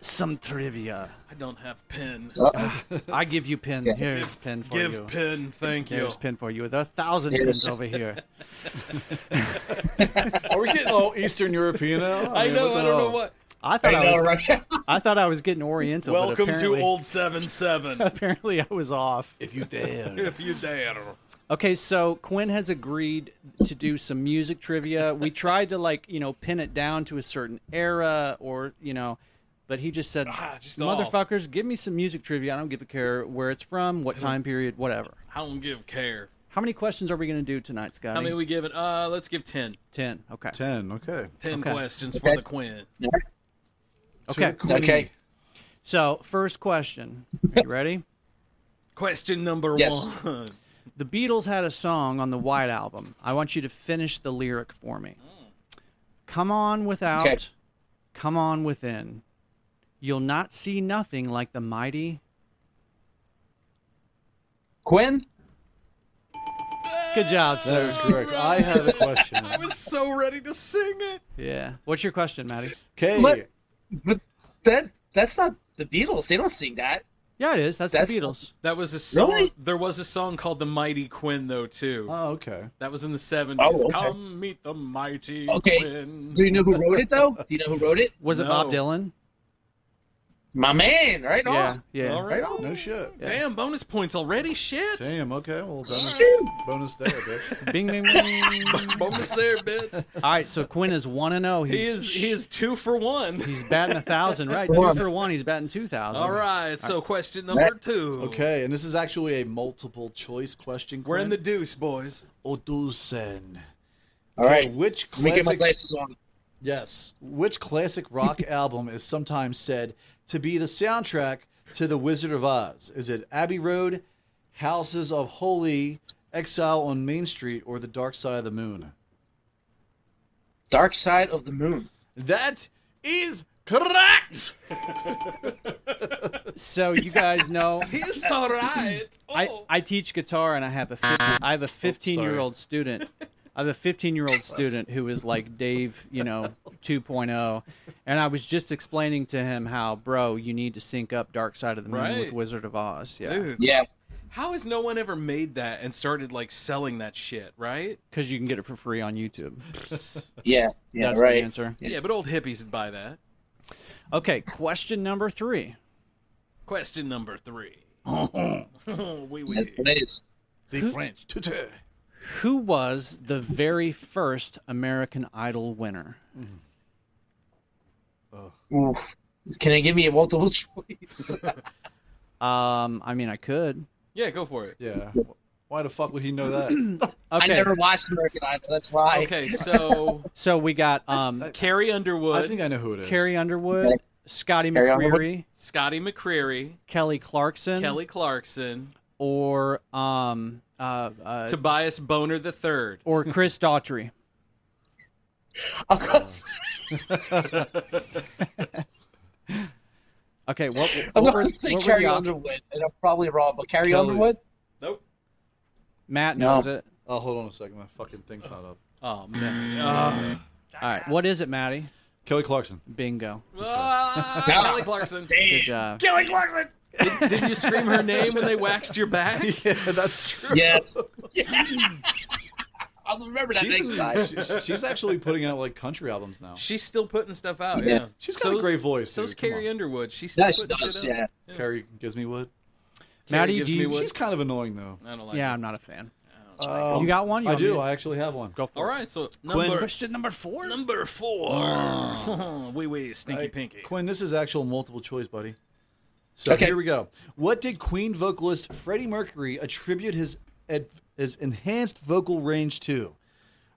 S5: some trivia.
S4: I don't have pen.
S5: I give you pin.
S4: Yeah.
S5: Here's
S4: Give-
S5: pin for
S4: give
S5: you.
S4: pin, thank you.
S5: Here's pin for you. There are a thousand
S4: Here's-
S5: pins over here.
S3: Are we getting all Eastern European now?
S4: I
S5: mean,
S4: know.
S5: what
S4: I
S5: the
S4: don't know
S5: hell?
S4: what.
S5: I thought I,
S4: I know,
S5: was.
S4: right?
S5: I thought I was getting Oriental. but
S4: Welcome to
S5: apparently-
S4: old seven seven.
S5: Apparently, I was off.
S3: If you dare.
S4: if you dare.
S5: Okay, so Quinn has agreed to do some music trivia. We tried to like you know pin it down to a certain era or you know, but he just said,
S4: just all.
S5: "Motherfuckers, give me some music trivia. I don't give a care where it's from, what time period, whatever."
S4: I don't give care.
S5: How many questions are we going to do tonight, Scotty?
S4: How many we giving? Uh, let's give ten.
S5: Ten. Okay.
S3: Ten. Okay.
S4: Ten
S5: Okay.
S4: questions
S5: Okay.
S4: for the Quinn.
S5: Okay.
S4: To the Okay. queen.
S5: So first question. Are you ready?
S4: Question number
S5: Yes.
S4: one.
S5: The Beatles had a song on the White Album. I want you to finish the lyric for me. Come on without,
S12: Okay.
S5: come on within. You'll not see nothing like the mighty.
S11: Quinn?
S5: Good job, sir.
S3: That is correct. I have a question.
S4: I was so ready to sing it.
S5: Yeah. What's your question, Maddie?
S3: Okay.
S11: But, but that that's not the Beatles. They don't sing that.
S5: Yeah, it is. That's,
S11: That's-
S5: the Beatles.
S4: That was a song.
S11: Really? Uh,
S4: There was a song called "The Mighty Quinn," though too.
S3: Oh, okay.
S4: That was in the seventies.
S11: Oh, okay.
S4: Come meet the mighty
S11: Okay.
S4: Quinn.
S11: Do you know who wrote it though? Do you know who wrote it?
S5: Was it Bob Dylan?
S11: My man, right
S5: Yeah,
S11: on.
S5: yeah.
S4: All right.
S3: No shit.
S4: Damn, bonus points already. Shit.
S3: Damn. Okay. Well, bonus, bonus there, bitch.
S5: Bing, bing, bing.
S4: bonus there, bitch.
S5: All right, so Quinn is 1 and 0.
S4: He
S5: He's
S4: is he is two for one.
S5: he's batting a 1,000, right? 2 for 1. He's batting 2,000.
S4: All right. So question number two.
S3: Okay, and this is actually a multiple choice question.
S4: We're in the
S3: Quinn.
S4: deuce, boys.
S3: Odusen.
S11: All right.
S3: Which
S11: Let me get my
S3: classic?
S11: glasses on.
S3: Yes. Which classic rock album is sometimes said to be the soundtrack to The Wizard of Oz? Is it Abbey Road, Houses of Holy, Exile on Main Street, or The Dark Side of the Moon?
S11: Dark Side of the Moon.
S3: That is correct.
S5: So you guys know
S4: He's all right.
S5: I, I teach guitar and I have a 15, I have
S11: Oh,
S5: a 15 year old student. I have a 15 year old student who is like Dave, you know, 2.0, and I was just explaining to him how, bro, you need to sync up Dark Side of the Moon
S4: Right.
S5: with Wizard of Oz. Yeah,
S4: Dude. How has no one ever made that and started like selling that shit, right?
S5: because you can get it for free on YouTube.
S4: Yeah,
S11: yeah,
S5: That's
S11: right.
S5: the answer.
S4: Yeah, but old hippies would buy that.
S5: Okay, question number three.
S4: Question number three. oui, oui.
S11: It is.
S3: The French. Tutu.
S5: Who was the very first American Idol winner?
S11: Oof. Can I give me a multiple choice?
S5: Um, I mean, I could.
S4: Yeah, go for it.
S3: Yeah. Why the fuck would he know that?
S11: I
S5: Okay.
S11: never watched American Idol. That's why.
S4: Okay, so
S5: So we got um,
S4: Carrie Underwood,
S3: I think I know who it is.
S5: Carrie Underwood,
S11: Okay.
S5: Scotty
S11: Carrie Underwood.
S5: McCreery,
S4: Scotty McCreery,
S5: Kelly
S3: Mm-hmm.
S5: Clarkson,
S4: Kelly Clarkson,
S5: or um, uh, uh,
S4: Tobias Boner the Third.
S5: or Chris Daughtry.
S11: Of course.
S5: Okay, what,
S11: I'm
S5: what
S11: going
S5: were,
S11: to say
S5: what were
S11: Carrie
S5: the options?
S11: Underwood, and I'm probably wrong, but Carrie
S3: Kelly.
S11: Underwood?
S4: Nope.
S5: Matt
S11: No.
S5: knows it.
S3: Oh, hold on a second. My fucking thing's not up.
S4: Oh man.
S11: Mm-hmm.
S4: Ah.
S5: All right, what is it, Maddie?
S3: Kelly Clarkson.
S5: Bingo.
S4: Ah, Kelly Clarkson.
S5: Good job.
S4: Did, did you scream her name when they waxed your back?
S3: Yeah, that's true.
S11: Yes. I'll remember that
S3: She's,
S11: next time.
S3: she's- she's actually putting out like country albums now.
S4: She's still putting stuff out. Yeah.
S11: Yeah.
S3: She's got a great voice.
S4: So's
S3: dude. Come
S4: Carrie
S3: on.
S4: Underwood. She's still
S11: Yeah, she
S4: putting
S11: does,
S4: shit out.
S11: yeah.
S3: Carrie gives me wood.
S4: Carrie
S5: Maddie,
S4: gives
S5: do
S4: me
S5: you-
S4: wood.
S3: She's kind of annoying though.
S4: I don't like
S5: Yeah,
S4: it.
S5: I'm not a fan.
S3: Um,
S5: You got one? You
S3: I
S5: want me
S3: do.
S5: to-
S3: I actually have one.
S5: Go for
S4: All
S5: it.
S4: right, so
S5: Quinn,
S4: number
S5: question number four. Oh.
S4: number four. wee wee, stinky
S3: Hey,
S4: pinky.
S3: Quinn, this is actual multiple choice, buddy. So
S11: Okay.
S3: here we go. What did Queen vocalist Freddie Mercury attribute his ad, his enhanced vocal range to?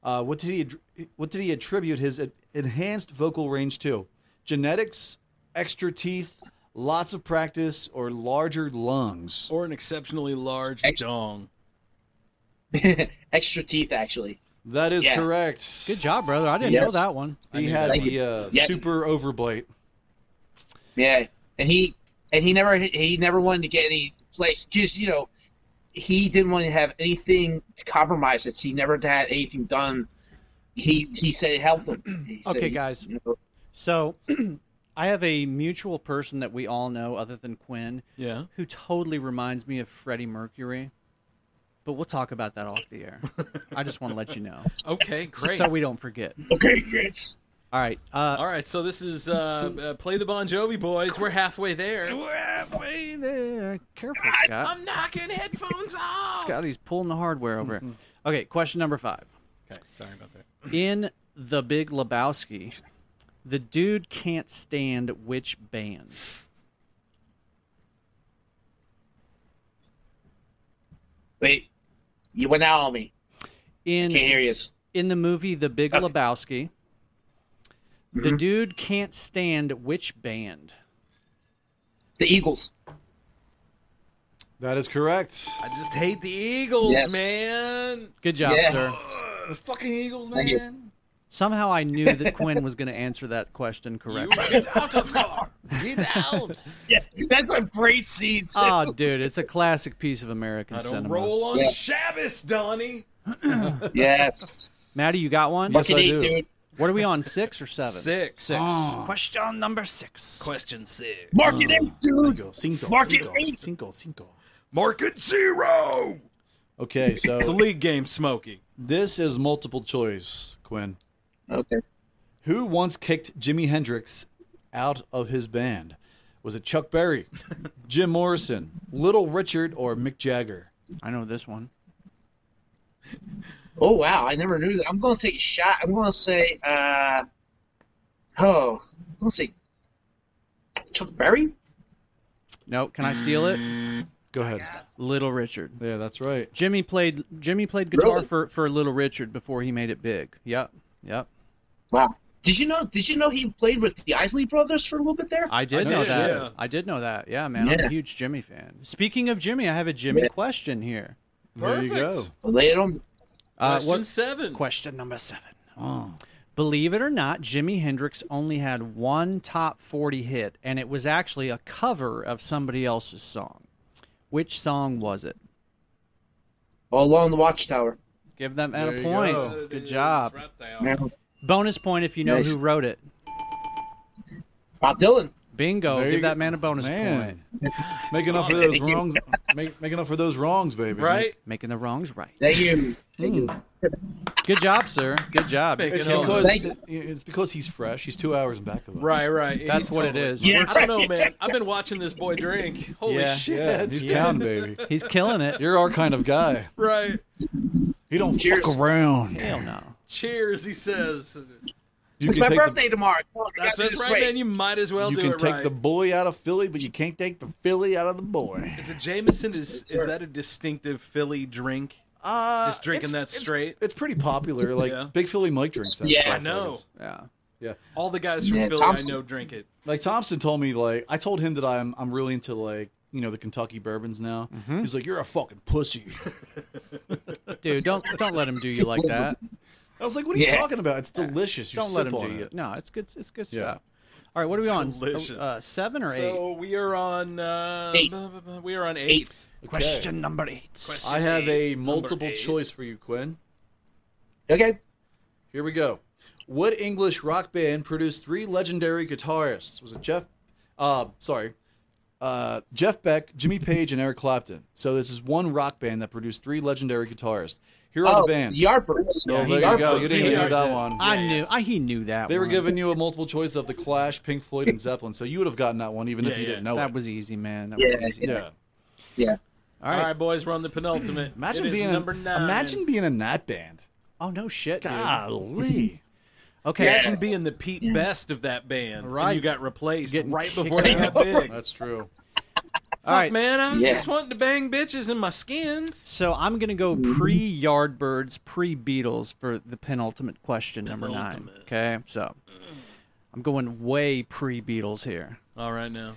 S3: Uh, what did he ad- what did he attribute his ad- enhanced vocal range to? Genetics, extra teeth, lots of practice, or larger lungs?
S4: or an exceptionally large
S11: Ex-
S4: dong.
S11: Extra teeth, actually.
S3: That is
S11: Yeah.
S3: correct.
S5: Good job, brother. I didn't
S11: Yes.
S5: know that one.
S3: He had
S11: that.
S3: the uh,
S11: Yeah.
S3: super overbite.
S11: Yeah, and he and he never he never wanted to get any place because you know he didn't want to have anything compromised. It's he never had anything done. He he said it helped him. He said
S5: Okay,
S11: he-
S5: guys.
S11: you know,
S5: So, I have a mutual person that we all know, other than Quinn,
S4: Yeah.
S5: who totally reminds me of Freddie Mercury. But we'll talk about that off the air. I just want to let you know,
S4: Okay, great.
S5: so we don't forget.
S11: okay, kids.
S5: All right. Uh,
S4: All right, so this is uh, uh, play the Bon Jovi boys. We're halfway there.
S5: we're halfway there. Careful, Scott.
S4: I'm knocking headphones off.
S5: Scotty's pulling the hardware over.
S3: Mm-hmm.
S5: Okay, question number five.
S4: Okay, sorry about that.
S5: In The Big Lebowski, the dude can't stand which band?
S11: Wait, you went out on me.
S5: In
S11: Can't hear you.
S5: in the movie The Big
S11: Okay.
S5: Lebowski,
S3: Mm-hmm.
S5: the dude can't stand which band?
S11: The Eagles.
S3: That is correct.
S4: I just hate the Eagles,
S11: Yes.
S4: man.
S5: Good job,
S11: Yes.
S5: sir.
S3: The fucking Eagles,
S11: Thank you.
S3: man.
S5: Somehow I knew that Quinn was going to answer that question
S4: You
S5: correctly.
S4: get out of car.
S3: Get out.
S11: Yeah, that's a great scene. too.
S5: Oh, dude, it's a classic piece of American
S4: I don't
S5: cinema.
S4: roll on
S11: Yeah.
S4: Shabbos, Donnie.
S11: yes,
S5: Maddie, you got one?
S3: Yes,
S11: fucking
S3: I
S11: eight,
S3: do.
S11: dude.
S5: What are we on, six or seven?
S4: Six. Six.
S5: Oh, Question number six.
S4: Question six.
S5: Uh,
S11: Market eight, dude.
S3: Cinco, cinco,
S11: Mark it
S3: cinco,
S11: eight.
S3: cinco, cinco.
S4: Market zero.
S3: Okay,
S4: It's a
S3: so
S4: league game, Smokey.
S3: this is multiple choice, Quinn.
S11: Okay.
S3: Who once kicked Jimi Hendrix out of his band? Was it Chuck Berry, Jim Morrison, Little Richard, or Mick Jagger?
S5: I know this one.
S11: Oh wow, I never knew that. I'm gonna take a shot. I'm gonna say uh oh I'm gonna say Chuck Berry?
S5: No, can I steal it?
S3: Go ahead.
S5: Little Richard.
S3: Yeah, that's right.
S5: Jimmy played Jimmy played guitar
S11: Really?
S5: for, for Little Richard before he made it big. Yep. Yep.
S11: Wow. Did you know did you know he played with the Isley brothers for a little bit there?
S5: I did
S4: I
S5: know
S4: did,
S5: that.
S4: yeah.
S5: I did know that. Yeah, man. I'm a
S11: Yeah.
S5: huge Jimmy fan. Speaking of Jimmy, I have a Jimmy
S11: Yeah.
S5: question here.
S3: There you go.
S4: Perfect.
S11: Lay it on
S5: Uh,
S4: Question
S5: what
S4: seven.
S5: question number seven? Believe it or not, Jimi Hendrix only had one top 40 hit, and it was actually a cover of somebody else's song. Which song was it?
S11: all along the watchtower.
S5: Give them at
S3: There
S5: a
S3: you
S5: point.
S3: go.
S5: Good job.
S11: Yeah.
S5: Bonus point if you know
S11: Nice.
S5: who wrote it.
S11: Bob Dylan.
S5: Bingo.
S3: There you
S5: Give
S3: go.
S5: that man a bonus
S3: Man.
S5: point.
S3: Making
S4: Oh,
S3: up for those wrongs, make, making up for those wrongs, baby.
S5: Right? Making the wrongs right.
S11: Thank you.
S3: Thank Hmm. you.
S5: Good job, sir. Good job.
S3: It's because it's because he's fresh. He's two hours in back of us.
S4: Right, right.
S5: That's
S4: He's
S5: what
S4: totally-
S5: it is.
S4: I don't know, man. I've been watching this boy drink. Holy
S3: yeah,
S4: shit.
S3: yeah, he's down, baby.
S5: He's killing it.
S3: You're our kind of guy.
S4: Right.
S3: He don't fuck around. Hell
S5: no.
S4: Cheers, he says.
S3: You
S11: it's
S3: can
S11: my
S3: take the-
S11: birthday tomorrow. Come on, I
S4: That's,
S11: gotta do
S4: that's
S11: this
S4: right,
S11: right.
S4: man. You might as well
S3: you
S4: do
S3: can
S4: it
S3: take
S4: right.
S3: the boy out of Philly, but you can't take the Philly out of the boy.
S4: Is a Jameson is is that a distinctive Philly drink?
S3: Uh,
S4: Just drinking that
S3: it's-
S4: straight.
S3: It's pretty popular. Like
S4: Yeah.
S3: Big Philly Mike drinks that.
S4: yeah, I
S3: stuff,
S4: know.
S3: like,
S5: Yeah,
S3: yeah.
S4: All the guys from
S3: Yeah,
S4: Philly
S3: Thompson.
S4: I know drink it.
S3: Like Thompson told me, like I told him that I'm I'm really into like you know the Kentucky bourbons now.
S5: Mm-hmm.
S3: He's like, you're a fucking pussy.
S5: Dude, don't don't let him do you like that.
S3: I was like, what are you
S5: Yeah.
S3: talking about? It's delicious. You
S5: Don't let
S3: sip
S5: him
S3: on
S5: do you.
S3: it.
S5: No, it's good. It's good
S3: Yeah.
S5: stuff. All right, what are we on?
S4: Delicious.
S5: Uh, seven or eight?
S4: So we are on uh,
S5: Eight.
S4: bu- bu- bu- We are on eight.
S3: Okay.
S5: Question number eight.
S3: I have a
S4: Number
S3: multiple
S4: eight.
S3: choice for you, Quinn.
S11: Okay.
S3: Here we go. What English rock band produced three legendary guitarists? Was it Jeff? Uh, sorry, uh, Jeff Beck, Jimmy Page, and Eric Clapton. So this is one rock band that produced three legendary guitarists. Here
S5: Oh,
S3: are the bands.
S11: Oh, Yardbirds.
S3: Oh, there you go. You didn't even know that one.
S5: I knew. I he knew that.
S3: They were
S5: one.
S3: giving you a multiple choice of the Clash, Pink Floyd, and Zeppelin, so you would have gotten that one even if
S4: Yeah,
S3: you
S4: yeah.
S3: didn't know
S5: That
S3: it.
S5: was easy, man. That
S3: Yeah,
S5: was easy.
S3: yeah.
S5: All
S4: All right.
S5: right.
S4: boys, we're on the penultimate.
S3: Imagine
S4: It is
S3: being
S4: number nine.
S3: imagine being in that band.
S5: Oh no, shit. dude.
S3: Golly.
S5: Okay.
S4: Imagine being the Pete Best of that band.
S5: Right.
S4: And you got replaced right before
S5: kicked
S4: they got
S5: out.
S4: big.
S3: That's true.
S5: All
S4: Fuck,
S5: right.
S4: man, I was
S5: Yeah.
S4: just wanting to bang bitches in my skins.
S5: So I'm gonna go
S11: Mm-hmm.
S5: pre Yardbirds, pre Beatles for the penultimate question number nine. Okay, so I'm going way pre Beatles here.
S4: All right now.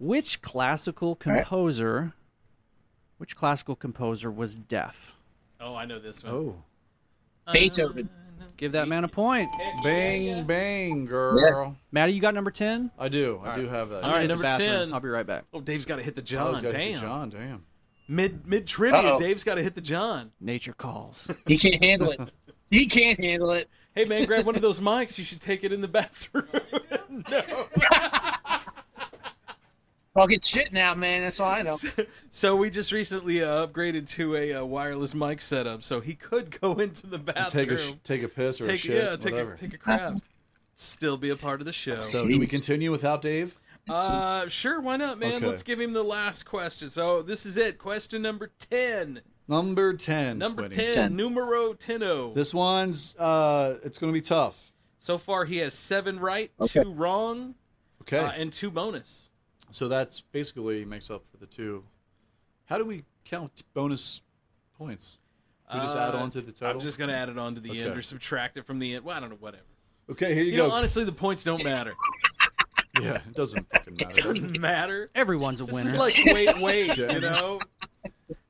S5: Which classical composer? Which classical composer was deaf?
S4: Oh, I know this one. Uh,
S3: Oh.
S11: Beethoven.
S5: Give that man a point.
S3: Bang bang, girl.
S5: Maddie, you got number ten.
S3: I do. I
S5: All
S3: do
S5: right.
S3: have that.
S5: I'm
S4: All right,
S5: gonna hit the
S4: number
S5: bathroom.
S4: 10.
S5: I'll be right back.
S4: Oh, Dave's got to hit the
S3: I
S4: John.
S3: was gonna hit the
S4: Damn.
S3: John, damn.
S4: Mid mid trivia,
S11: Uh-oh.
S4: Dave's got to hit the John.
S5: Nature calls.
S11: He can't handle it. He can't handle it.
S4: Hey man, grab one of those mics. You should take it in the bathroom.
S11: Fucking shit now, man. That's all I know.
S4: so we just recently uh, upgraded to a uh, wireless mic setup, so he could go into the
S3: And
S4: bathroom.
S3: Take a sh- take a piss or a
S4: Take-
S3: shit.
S4: yeah, take
S3: whatever.
S4: a take a crap. Still be a part of the show.
S3: So do we continue without Dave?
S4: Uh, sure, why not, man?
S3: Okay.
S4: Let's give him the last question. So this is it. Question number ten.
S3: Number ten.
S4: Number
S3: Quinny.
S4: ten, numero teno.
S3: This one's uh it's gonna be tough.
S4: So far, he has seven right,
S3: Okay.
S4: two wrong,
S3: Okay.
S4: uh, and two bonus.
S3: so that's basically makes up for the two. How do we count bonus points? We just add
S4: Uh,
S3: on to the total.
S4: I'm just gonna add it on to the end
S3: Okay.
S4: or subtract it from the end. Well, I don't know, whatever.
S3: Okay, here you,
S4: You
S3: go.
S4: know, honestly, the points don't matter.
S3: yeah, it doesn't fucking matter.
S4: It doesn't matter.
S5: Everyone's a
S4: This
S5: winner.
S4: is like wait, wait.
S3: James.
S4: you know,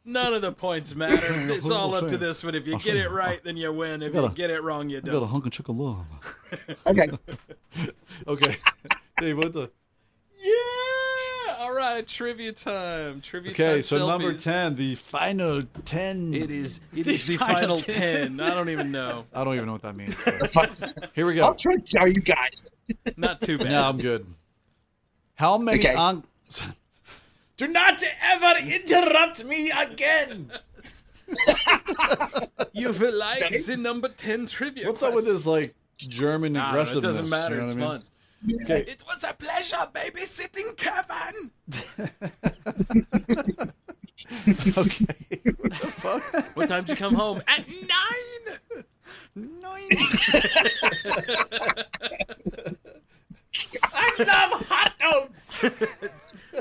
S4: none of the points matter. It's all up to this one. If you get it right, then you win. If
S3: I
S4: you
S3: gotta-
S4: get it wrong, you
S3: I got a
S4: don't.
S3: hunk of chicken love.
S11: Okay.
S3: okay. Dave, what the?
S4: Yeah. All right, trivia time. Trivia time.
S3: Okay, so number
S4: selfies.
S3: ten, the final ten.
S4: It is. It is the final ten. I don't even know.
S3: I don't even know what that means. Here we go.
S11: I'll try to tell you guys.
S4: Not too bad.
S3: No, I'm good. How many?
S11: Okay.
S3: on- Do not ever interrupt me again.
S4: You will like the number ten trivia.
S3: What's up with this like German
S4: Nah, it
S3: aggressiveness?
S4: doesn't matter.
S3: you know
S4: it's
S3: what I mean?
S4: fun.
S3: Okay.
S4: It was a pleasure babysitting Kevin.
S3: okay. What the fuck?
S4: What time did you come home? At nine.
S5: Nine.
S4: I love hot dogs.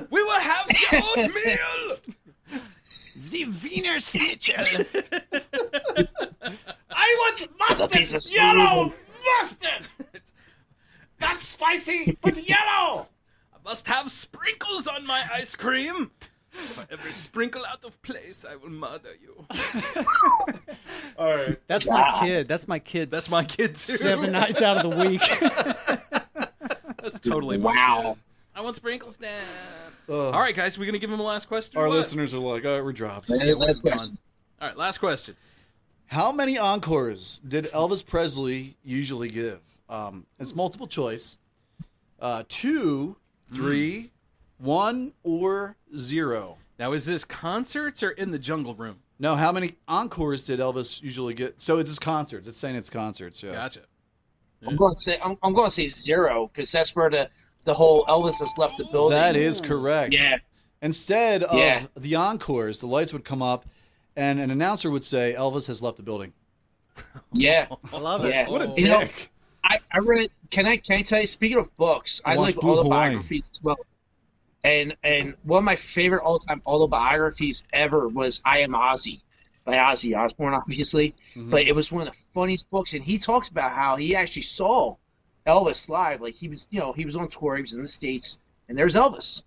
S4: we will have the oatmeal.
S5: the Wiener Schnitzel.
S4: I want
S11: mustard, piece of yellow
S4: mustard. That's spicy, but yellow. I must have sprinkles on my ice cream. For every sprinkle out of place, I will murder you.
S3: All right.
S5: That's my kid. That's my kid.
S4: That's my kid too.
S5: Seven nights out of the week.
S4: That's totally my
S11: Wow.
S4: kid. I want sprinkles now.
S3: Ugh.
S4: All right, guys, we're gonna give him a last question. or
S3: Our
S4: what?
S3: "Oh, listeners are like, all right, we're dropped.
S11: Last question.
S4: All right, last question.
S3: How many encores did Elvis Presley usually give? Um, it's multiple choice. Uh, two,
S4: Hmm.
S3: three, one, or zero.
S4: Now, is this concerts or in the jungle room?
S3: No, how many encores did Elvis usually get? So it's his concerts. It's saying it's concerts. Yeah.
S4: Gotcha.
S11: I'm going to say I'm, I'm going to say zero because that's where the the whole Elvis has left the building.
S3: That is correct.
S11: Yeah.
S3: Instead of
S11: Yeah.
S3: the encores, the lights would come up, and an announcer would say, "Elvis has left the building."
S11: Yeah.
S5: I love
S11: Yeah.
S3: What a
S11: You know,
S3: dick.
S11: I, I read. Can I can I tell you? Speaking of books, I,
S3: I watched
S11: like
S3: Blue Hawaii.
S11: autobiographies as well. And and one of my favorite all time autobiographies ever was I Am Ozzy by Ozzy Osbourne, obviously.
S3: Mm-hmm.
S11: But it was one of the funniest books, and he talks about how he actually saw Elvis live. Like he was, you know, he was on tour, he was in the states, and there's Elvis.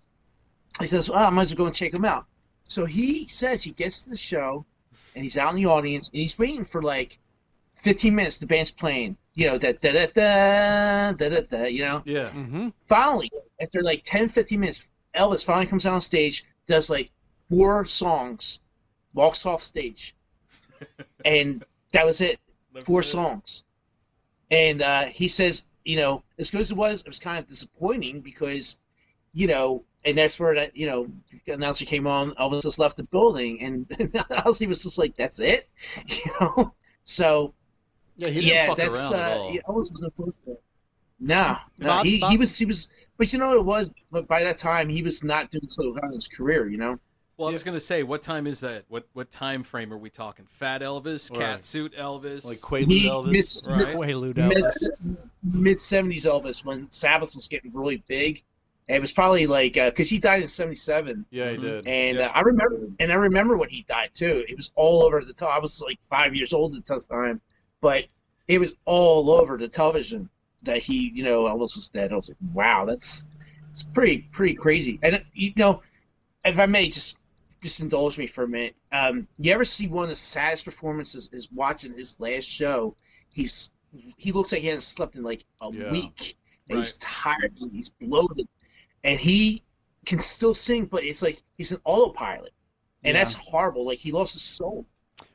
S11: He says, "Well, I might as well go and check him out." So he says he gets to the show, and he's out in the audience, and he's waiting for like 15 minutes, the band's playing, you know, da da da da da da, da you know.
S3: Yeah.
S11: Finally, after like 10, 15 minutes, Elvis finally comes out on stage, does like four songs, walks off stage, and that was it. Four songs, and uh, he says, you know, as good as it was, it was kind of disappointing because, you know, and that's where that you know the announcer came on. Elvis just left the building, and Ozzy was just like, "That's it," you know. So
S3: Yeah, he didn't
S11: yeah,
S3: fuck
S11: that's
S3: around
S11: uh,
S3: at all.
S11: yeah, Elvis was unfortunate. No, no,
S5: Bob-
S11: he, he
S5: Bob-
S11: was he was, but you know what it was. But by that time, he was not doing so well in his career. You know,
S4: Well, I was going to say, what time is that? What what time frame are we talking? Fat Elvis,
S3: Right.
S4: cat suit Elvis,
S3: Like Quaalude
S11: He-
S3: Elvis.
S11: it's-
S4: right?
S11: it's-
S12: Quaalude
S11: mid mid seventies Elvis when Sabbath was getting really big. And It was probably like because he died in seventy seven,
S3: Yeah, he did.
S11: and uh, I remember and I remember when he died too. It was all over the. Te- I was like five years old at the time, but it was all over the television that he, you know, Elvis was dead. I was like, wow, that's it's pretty pretty crazy. And uh, you know, if I may just just indulge me for a minute. Um, you ever see one of the saddest performances is watching his last show? He's he looks like he hasn't slept in like a
S3: Yeah.
S11: week, and he's tired, and he's bloated, and he can still sing, but it's like he's an autopilot, and
S5: Yeah.
S11: that's horrible. Like he lost his soul.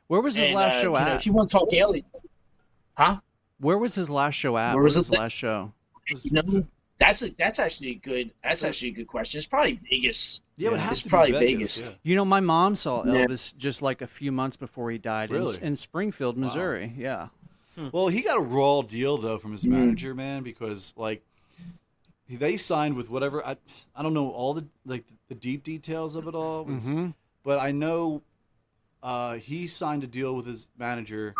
S5: Where was his
S11: And,
S5: last
S11: uh,
S5: show
S11: you know,
S5: at?
S11: if you want to talk aliens, huh?
S5: Where was his last show at?
S11: Where
S5: Where
S11: was
S5: was
S11: his
S5: his
S11: la-
S5: last show?
S11: You know, that's a, that's actually a good that's actually a good question. It's probably Vegas.
S3: Yeah, it would
S11: it's
S3: have to be
S11: probably
S3: Vegas, yeah.
S5: You know, my mom saw
S11: Yeah.
S5: Elvis just like a few months before he died in-
S3: Really?
S5: in, Springfield, Missouri. Yeah.
S3: Well, he got a raw deal though from his manager, man, because like they signed with whatever I I don't know all the like the deep details of it all, It's-
S5: Mhm.
S3: but I know uh, he signed a deal with his manager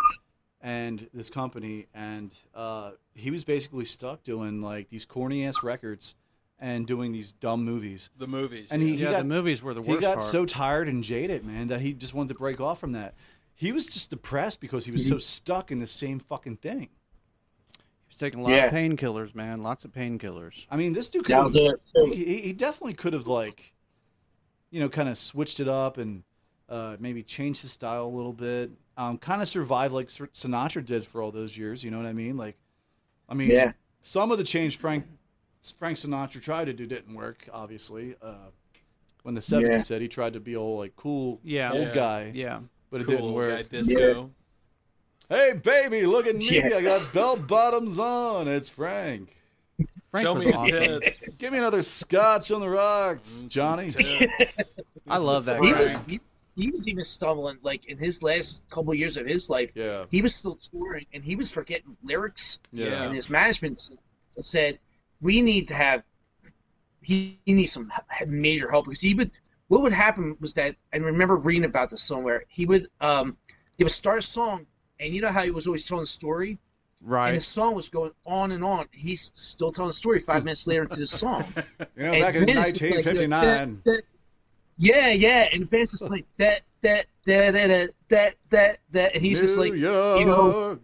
S3: and this company, and uh, he was basically stuck doing like these corny ass records and doing these dumb movies.
S4: the movies.
S3: And he, he
S5: yeah,
S3: got
S5: the movies were the worst
S3: he got
S5: part.
S3: so tired and jaded, man, that he just wanted to break off from that. He was just depressed because he was
S11: Mm-hmm.
S3: so stuck in the same fucking thing.
S5: he was taking a lot
S11: Yeah.
S5: of painkillers, man. Lots of painkillers.
S3: I mean, this dude could
S11: That'll
S3: have,
S11: do it.
S3: he, he- he definitely could have like, you know, kind of switched it up and uh, maybe changed his style a little bit. Um, kind of survived like Sir- Sinatra did for all those years. You know what I mean? Like, I mean,
S11: Yeah.
S3: some of the change Frank Frank Sinatra tried to do didn't work. Obviously, uh, when the '70s
S11: Yeah.
S3: said he tried to be all like cool
S5: Yeah.
S3: old
S4: Yeah.
S3: guy,
S5: Yeah.
S3: but it
S4: cool
S3: didn't
S4: old
S3: work.
S4: guy disco.
S3: Hey baby, look at me!
S11: Yeah.
S3: I got bell bottoms on. It's Frank.
S5: Frank
S4: Show
S5: was
S4: me your
S5: awesome.
S4: tits.
S3: Give me another scotch on the rocks, Johnny.
S4: Tits.
S5: I love that
S11: He
S5: guy.
S11: was he, he was even stumbling like in his last couple years of his life.
S3: Yeah.
S11: He was still touring and he was forgetting lyrics.
S4: Yeah.
S11: And his management s- said, "We need to have he, he needs some h- major help because he would." What would happen was that I remember reading about this somewhere. He would um they would start a song and you know how he was always telling a story and his
S5: Right.
S11: song was going on and on. He's still telling a story five minutes later into the song.
S3: You know,
S11: And
S3: back in
S11: then it's just like,
S3: 1959.
S11: that, that- Yeah, yeah, and Vince is like that, that, that, that, that, that, that, that, and he's just like,
S3: New
S11: you know,
S3: York.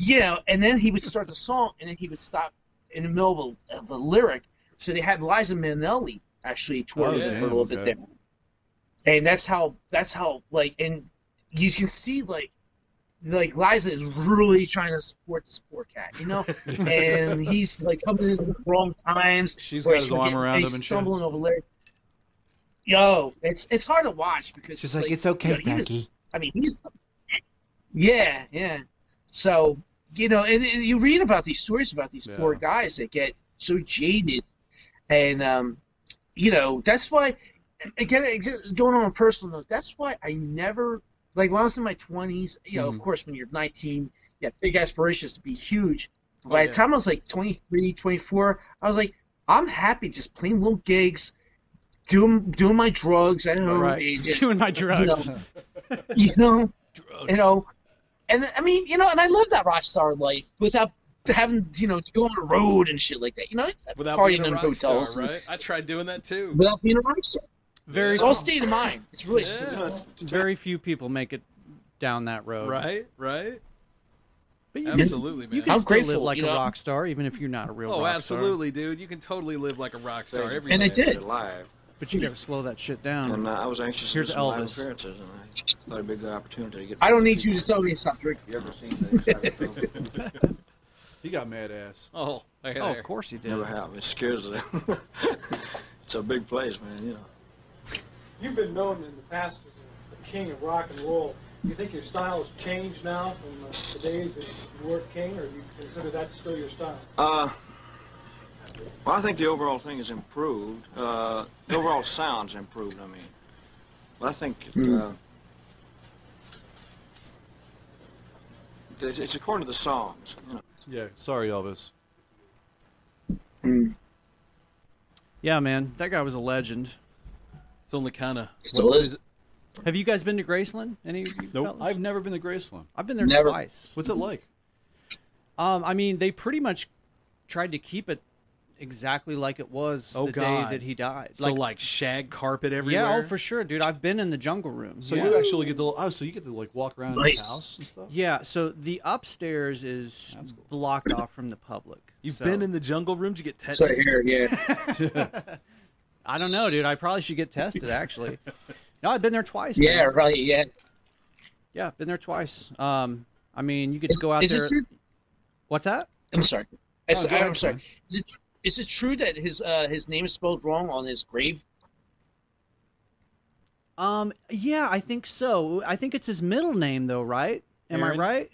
S11: you know, and then he would start the song, and then he would stop in the middle of a, of a lyric. So they had Liza Minnelli actually tour
S3: Oh,
S11: with him
S3: yeah,
S11: for a little
S3: okay.
S11: bit there, and that's how that's how like, and you can see like. Like Liza is really trying to support this poor cat, you know, and he's like coming in at the wrong times.
S3: She's got
S11: where
S3: his
S11: he's
S3: arm
S11: forgetting-
S3: around
S11: he's
S3: him and shit.
S11: stumbling over lyrics. Yo, it's it's hard to watch because
S12: She's like, "It's okay,
S11: you know, he was-
S12: Becky."
S11: I mean, he's Yeah, yeah. So you know, and, and you read about these stories about these poor guys that get so jaded, and um, you know that's why. Again, it just- going on a personal note, that's why I never like when I was in my twenties. You know, of
S12: Mhm.
S11: course, when you're 19, you have big aspirations to be huge.
S12: Oh,
S11: By
S12: yeah.
S11: the time I was like 23, 24, I was like, I'm happy just playing little gigs, doing doing my drugs. I don't know,
S5: Right.
S11: agent,
S5: Doing my
S11: you
S5: drugs.
S11: know, you know, you know, and I mean, you know, and I love that rock star life without having, you know, to go on the road and shit like that. You know,
S4: Without
S11: partying
S4: being a
S11: in
S4: rock
S11: hotels,
S4: star,
S11: and-
S4: right? I tried doing that too.
S11: without being a rock star.
S5: Very
S11: it's all state of mind. It's really
S4: Yeah.
S5: Very few people make it down that road.
S4: Right, right.
S5: But you
S4: absolutely,
S5: can,
S4: man.
S5: You can still live like a rock star, even if you're not a real
S4: Oh,
S5: rock star.
S4: absolutely, dude. You can totally live like a rock star. Every
S5: And
S4: day.
S5: I did.
S13: live.
S5: But you gotta slow that shit down.
S13: And uh, I was anxious
S5: Here's
S13: to do some live
S5: Elvis.
S13: appearances, and I thought it'd be a good opportunity to get.
S11: I don't need you to tell me to stop drinking.
S13: You ever seen that?
S3: He got mad ass.
S4: Oh,
S5: Oh, of course you did.
S13: Never have. It scares them. it's a big place, man. You know.
S14: You've been known in the past as the king of rock and roll. Do you think your style has changed now from uh, the days that you were king, or do you consider that still your style?
S13: Uh, well, I think the overall thing is improved. Uh, the overall sound's improved. I mean, but I think uh, it's, it's according to the songs. You know.
S3: Yeah. Sorry, Elvis.
S5: Yeah, man, that guy was a legend.
S4: It's only kind of
S11: Still is.
S5: Have you guys been to Graceland? Any? Of you
S3: Nope.
S5: fellas?
S3: I've never been to Graceland.
S5: I've been there
S3: Never.
S5: twice.
S3: What's it like?
S5: Um, I mean, they pretty much tried to keep it exactly like it was
S4: Oh
S5: the
S4: God.
S5: day that he died.
S4: So like, shag carpet everywhere.
S5: yeah, oh for sure, dude. I've been in the jungle room.
S3: So
S5: yeah.
S3: you actually get to oh, so you get to like walk around his house and stuff.
S5: Yeah, so the upstairs is blocked off from the public.
S4: You've
S5: So-
S4: been in the jungle room. Did you get tetanus?
S5: So here, yeah. I don't know, dude. I probably should get tested. Actually, no, I've been there twice.
S11: Yeah,
S5: man.
S11: right. Yeah.
S5: Yeah, been there twice. Um, I mean, you get to go out
S11: is
S5: there.
S11: it true?
S5: What's that?
S11: I'm sorry.
S5: Oh,
S11: I s-
S5: go
S11: I-
S5: ahead,
S11: I'm sorry. Is it, is it true that his uh, his name is spelled wrong on his grave?
S5: Um, yeah, I think so. I think it's his middle name, though, right? Am
S3: Aaron?
S5: I right?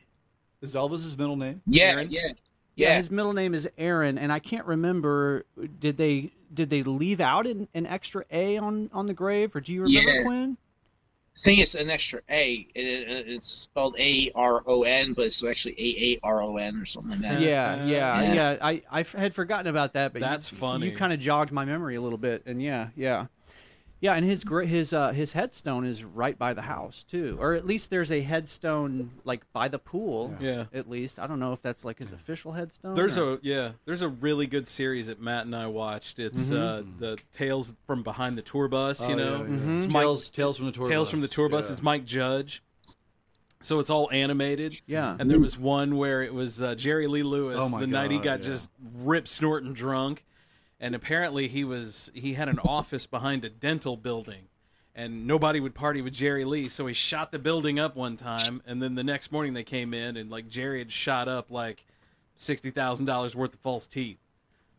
S3: Is Elvis his middle name?
S11: Yeah, yeah,
S5: yeah.
S11: yeah.
S5: His middle name is Aaron, and I can't remember. Did they did they leave out an, an extra A on on the grave, or do you remember
S11: Yeah.
S5: Quinn?
S11: thing is an extra A. It, it- it's spelled A R O N, but it's actually A A R O N or something like
S5: Yeah,
S4: Uh,
S11: that.
S5: yeah, yeah. I I f- had forgotten about that, but
S4: That's
S5: you,
S4: funny.
S5: You kind of jogged my memory a little bit, and yeah, yeah, yeah. And his gra- his uh, his headstone is right by the house too, or at least there's a headstone like by the pool.
S4: Yeah.
S5: At least I don't know if that's like his official headstone.
S4: There's
S5: or-
S4: a yeah. There's a really good series that Matt and I watched. It's uh,
S5: Mhm.
S4: the Tales from Behind the Tour Bus.
S3: Oh,
S4: you know,
S3: yeah, yeah.
S4: it's
S3: Tales- Tales from the Tour
S4: Tales from the
S3: Bus,
S4: Tour Bus.
S3: yeah.
S4: It's Mike Judge. So it's all animated.
S5: Yeah.
S4: And there was one where it was uh, Jerry Lee Lewis.
S3: Oh, my
S4: the night he
S3: God,
S4: got
S3: yeah.
S4: just rip snorting drunk, and apparently he was he had an office behind a dental building. And nobody would party with Jerry Lee, so he shot the building up one time. And then the next morning they came in, and like Jerry had shot up like sixty thousand dollars worth of false teeth.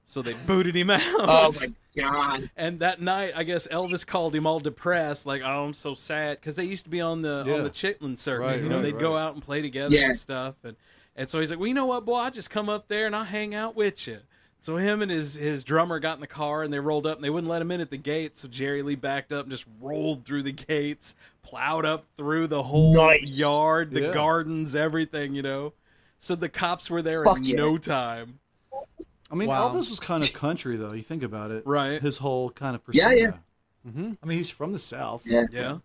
S4: So they booted him out.
S11: Oh my god!
S4: And that night, I guess Elvis called him all depressed, like, "Oh, I'm so sad," because they used to be on the
S3: Yeah.
S4: on the Chitlin circuit.
S3: Right,
S4: you know,
S3: right,
S4: they'd go
S3: right.
S4: out and play together
S3: Yeah.
S4: and stuff. And and so he's like, "Well, you know what, boy? I just come up there and I hang out with you." So him and his his drummer got in the car and they rolled up and they wouldn't let him in at the gate. So Jerry Lee backed up and just rolled through the gates, plowed up through the whole
S11: Nice.
S4: yard, the
S11: Yeah.
S4: gardens, everything. You know, so the cops were there
S3: Fuck
S4: in
S3: yeah.
S4: no time.
S3: I mean,
S4: Wow.
S3: Elvis was kind of country though. You think about it,
S4: right?
S3: His whole kind of
S4: Yeah,
S3: persona.
S4: yeah.
S5: Mm-hmm.
S3: I mean, he's from the South.
S4: Yeah. Yeah.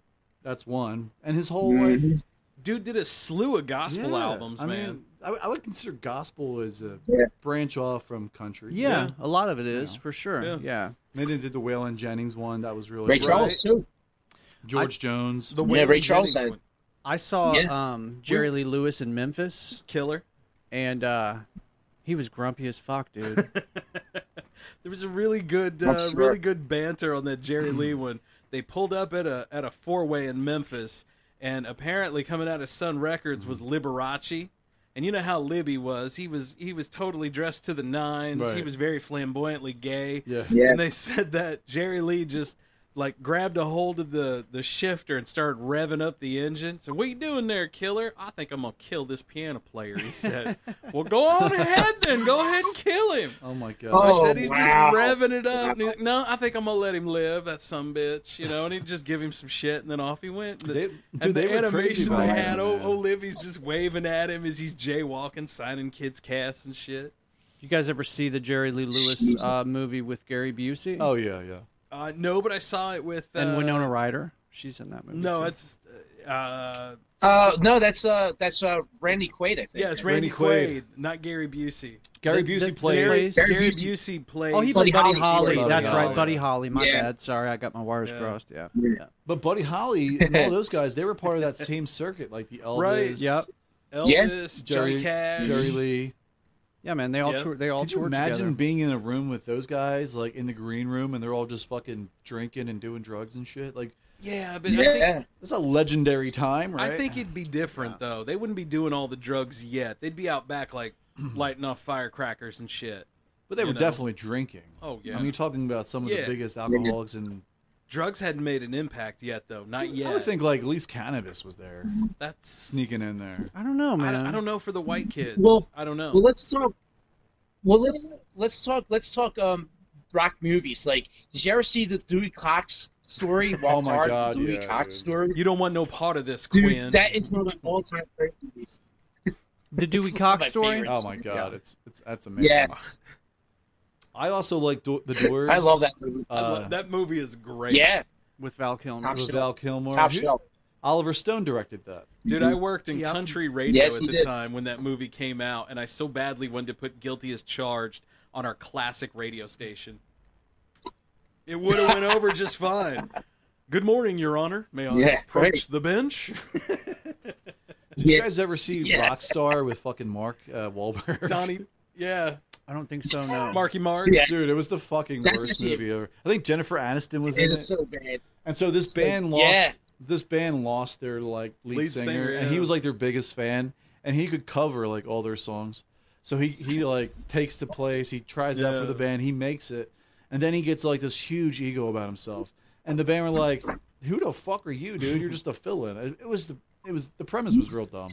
S3: That's one, and his whole like,
S4: Mhm. Dude did a slew of gospel
S3: yeah,
S4: albums,
S3: I
S4: man.
S3: Mean, I, I would consider gospel as a
S5: Yeah.
S3: branch off from country.
S5: Yeah, a lot of it is for sure.
S3: Yeah.
S5: Yeah.
S3: They did did the Waylon Jennings one. That was really
S5: Ray
S3: good.
S5: Charles, too.
S3: George
S5: I-
S3: Jones.
S5: I saw
S3: Yeah.
S5: um, Jerry Lee Lewis in Memphis.
S4: Killer.
S5: And uh, he was grumpy as fuck, dude.
S4: There was a really good, uh,
S5: I'm sure.
S4: really good banter on that Jerry Lee one. They pulled up at a at a four way in Memphis, and apparently coming out of Sun Records was Liberace, and you know how Libby was. He was he was totally dressed to the nines. He
S12: Right.
S4: was very flamboyantly gay.
S12: Yeah. Yeah.
S4: And they said that Jerry Lee just like grabbed a hold of the the shifter and started revving up the engine. So what you doing there, killer? I think I'm gonna kill this piano player. He said. well, go on ahead then. Go ahead and kill him.
S3: Oh my god!
S4: So I said he's just revving it up. And he's like, no, I think I'm gonna let him live. That some bitch, you know. And he just give him some shit, and then off he went. And the,
S3: dude,
S4: and the
S3: they were crazy
S4: animation
S3: about
S4: they
S3: him,
S4: had,
S3: man.
S4: o- Olivia's just waving at him as he's jaywalking, signing kids' casts and shit.
S5: You guys ever see the Jerry Lee Lewis uh, movie with Gary Busey?
S3: Oh yeah, yeah.
S4: Uh, no, but I saw it with uh,
S5: and Winona Ryder, she's in that movie.
S4: No,
S5: too.
S4: it's uh,
S11: Uh, no, that's uh, that's uh, Randy Quaid, I think.
S4: yeah, it's Randy, Quaid, not Gary Busey.
S3: Gary Busey played-
S4: Gary,
S3: Gary
S4: Gary
S3: Busey-
S4: Busey played.
S5: Oh, he played Buddy, Holly.
S3: Buddy
S5: That's
S3: Holly.
S5: right, Buddy Holly. My
S3: Yeah.
S5: bad. Sorry, I got my wires crossed. Yeah. yeah.
S3: But Buddy Holly and all those guys, they were part of that same circuit, like the Elvis.
S5: Right. Yep.
S4: Elvis,
S3: Jerry,
S4: Johnny Cash.
S3: Jerry Lee.
S5: Yeah, man, they all tour, they all
S3: Could you
S5: toured
S3: imagine
S5: together.
S3: being in a room with those guys, like in the green room, and they're all just fucking drinking and doing drugs and shit? Like,
S4: Yeah, but I think
S3: that's a legendary time, right?
S4: I think it'd be different though. They wouldn't be doing all the drugs yet. They'd be out back like lighting off firecrackers and shit.
S3: but they
S4: you
S3: were
S4: know?
S3: definitely drinking.
S4: Oh,
S3: I
S4: yeah.
S3: mean, you're talking about some of
S4: Yeah.
S3: the biggest alcoholics in.
S4: drugs hadn't made an impact yet though. Not
S3: I would
S4: yet.
S3: think like at least cannabis was there,
S11: Mhm.
S4: That's
S3: sneaking in there.
S5: I don't know,
S4: I, I don't know for the white kids.
S11: Well,
S4: I don't know.
S11: Well, let's talk. Well, let's let's talk. Let's talk. Um, rock movies. Like, did you ever see the Dewey Cox story? Wild
S4: Oh my
S11: Card,
S4: God,
S11: the Dewey
S4: yeah,
S11: Cox story.
S4: You don't want no part of this,
S11: Dude,
S4: Quinn.
S11: that is one of my all-time favorite movies.
S5: The Dewey
S11: It's
S5: Cox
S11: my
S5: story.
S11: favorites.
S3: Oh my god, it's it's that's amazing.
S11: Yes.
S3: I also like Do- the Doors.
S11: I love that movie.
S4: I lo-
S3: Uh,
S4: that movie is great.
S5: With Val Kilmer.
S11: Top
S3: with
S11: shelf.
S3: Val Kilmer.
S11: Top
S3: Who-
S11: shelf.
S3: Oliver Stone directed that.
S4: Dude, I worked in country radio
S11: Yes,
S4: at
S11: you
S4: the
S11: did.
S4: time when that movie came out, and I so badly wanted to put "Guilty as Charged" on our classic radio station. It would have went over just fine. Good morning, Your Honor. May I
S3: Yeah,
S4: approach
S3: right.
S4: the bench?
S3: Did you guys ever see Rockstar with fucking Mark uh, Wahlberg?
S4: Donnie, yeah.
S5: I don't think so. No.
S4: Marky Mark.
S3: Dude, it was the fucking
S4: That's
S3: worst
S4: actually-
S3: movie ever. I think Jennifer Aniston was
S11: It
S3: in
S11: is
S3: it.
S11: so bad.
S3: And so this
S11: so-
S3: band lost
S11: yeah.
S3: this band lost their like lead,
S4: Lead
S3: singer,
S4: singer,
S3: and
S4: yeah.
S3: he was like their biggest fan and he could cover like all their songs. So he he like takes the place, he tries out
S4: Yeah.
S3: for the band, he makes it, and then he gets like this huge ego about himself. And the band were like, "Who the fuck are you, dude? You're just a fill-in." It, it was the it was the premise was real dumb.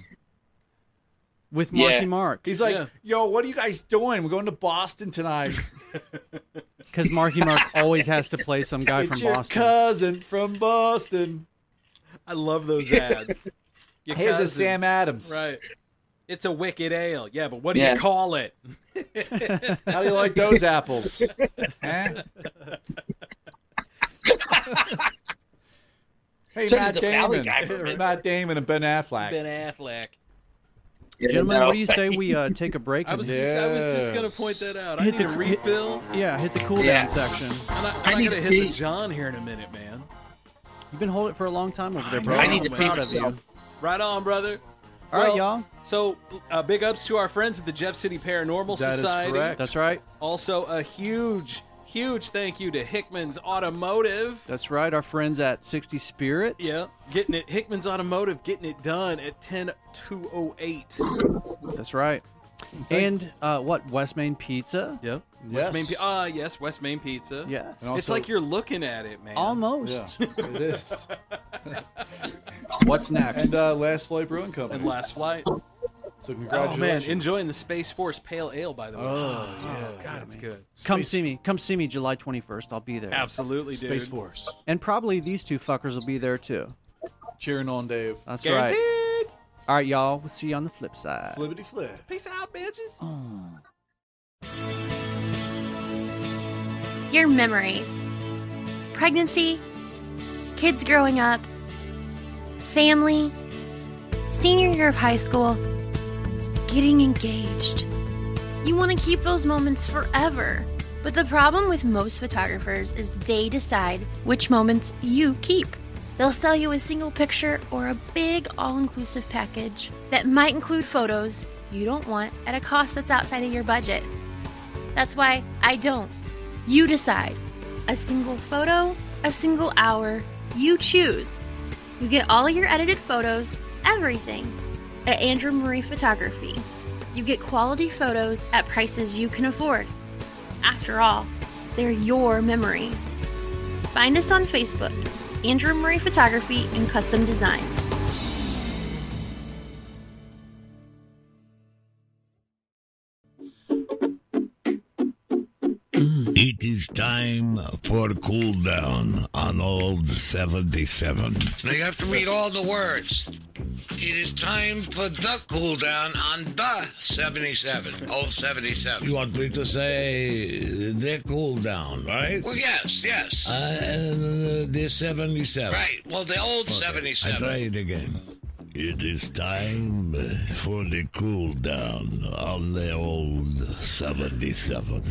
S5: With Marky
S3: Yeah.
S5: Mark.
S3: He's like, "Yo, what are you guys doing? We're going to Boston tonight."
S5: because Marky Mark always has to play some guy
S3: it's
S5: from
S3: your
S5: Boston.
S3: cousin from Boston.
S4: I love those ads. Your
S3: Here's a
S4: cousin.
S3: Sam Adams.
S4: Right. It's a wicked ale. Yeah, but what do
S3: Yeah.
S4: you call it?
S3: How do you like those apples? Huh? Hey,
S4: Sort of
S3: Matt
S4: the Valley
S3: Damon.
S4: guy from it.
S3: Matt Damon and Ben Affleck.
S4: Ben Affleck.
S5: Gentlemen, what do you say we uh, take a break?
S4: I was just, I was just gonna point that out. I
S5: Hit
S4: need
S5: the-
S4: a refill.
S5: Yeah, hit the cool
S4: Yeah.
S5: down section.
S4: I'm not,
S5: I
S4: I'm
S5: need
S4: not gonna hit
S5: to
S4: the
S5: pee.
S4: John here in a minute, man.
S5: You've been holding it for a long time over there, bro.
S4: know,
S5: I'm
S4: man.
S5: proud of you.
S4: Right on, brother.
S5: All right, y'all.
S4: So, uh, big ups to our friends at the Jeff City Paranormal
S5: That is
S4: Society.
S5: correct. That's right.
S4: Also, a huge, huge thank you to Hickman's Automotive.
S5: That's right. Our friends at 60 Spirit.
S4: Yeah, getting it. Hickman's Automotive getting it done at ten two oh eight.
S5: That's right. And uh, what? West Main Pizza.
S4: Yeah. West Main. Pi- Ah, yes, West Main Pizza.
S5: Yes. And
S4: it's
S5: also-
S4: like you're looking at it, man.
S5: Almost.
S3: it is.
S5: What's next?
S3: And uh, Last Flight Brewing Company.
S4: And last flight.
S3: So
S4: Oh man,
S3: congratulations.
S4: enjoying the Space Force Pale Ale, by the way.
S3: Oh, yeah.
S4: God, it's good.
S5: Come see me. Come see me July 21st. I'll be there.
S4: Absolutely, dude.
S3: Space Force.
S5: And probably these two fuckers will be there too.
S3: Cheering on Dave.
S5: That's
S3: Guaranteed.
S5: right. All right, y'all. We'll see you on the flip side.
S3: Flippity flip.
S4: Peace out, bitches.
S12: your memories pregnancy, kids growing up, family, senior year of high school, getting engaged. You want to keep those moments forever. But the problem with most photographers is they decide which moments you keep. They'll sell you a single picture or a big all inclusive package that might include photos you don't want at a cost that's outside of your budget. That's why I don't. You decide. A single photo, a single hour, you choose. You get all your edited
S15: uh,
S12: photos, everything, at Andrew Marie Photography. You get quality photos at prices you can afford. After all, they're your memories. Find us on Facebook, Andrew Murray Photography and Custom Design.
S7: It is time for cool down on old 77.
S9: Now you have to read all the words. It is time for the cool down on the 77. Old 77.
S7: You want me to say the cool down, right?
S9: Well, yes, yes.
S7: Uh, and the 77.
S9: Right. Well, the old 77.
S7: I try it again. It is time for the cool down on the old 77.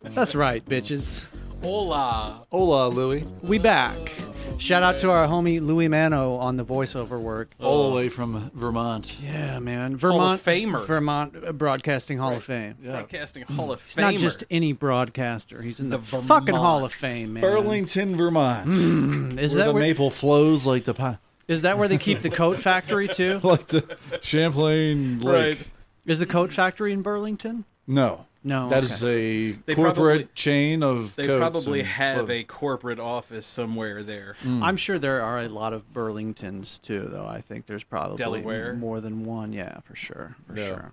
S5: That's right, bitches.
S4: Hola.
S5: Hola, Louie. We back. Shout out to our homie Louie Mano on the voiceover work.
S3: All the way from Vermont.
S5: Yeah, man.
S3: Hall of
S5: Vermont
S3: Famer.
S5: Vermont uh, Broadcasting Hall of Fame.
S4: Broadcasting
S3: Mm.
S4: Hall of
S5: He's
S4: Famer.
S5: not just any broadcaster. He's in the, fucking Hall of Fame, man.
S3: Burlington, Vermont.
S5: is
S3: where Mm.
S5: that
S3: the
S5: where-
S3: maple flows like the pine?
S5: Is that where they keep the coat factory too?
S3: like the Champlain Lake?
S5: Is the coat factory in Burlington?
S3: No,
S5: No,
S3: That
S5: okay.
S3: is a
S4: They
S3: corporate
S4: probably-
S3: chain of.
S4: They
S3: coats
S4: probably
S3: and Mm.
S4: have
S3: clothes.
S4: a corporate office somewhere there.
S3: Hmm.
S5: I'm sure there are a lot of Burlingtons too, though. I think there's probably
S4: Delaware.
S5: more than one. Yeah, for sure, for
S4: Yeah.
S5: sure.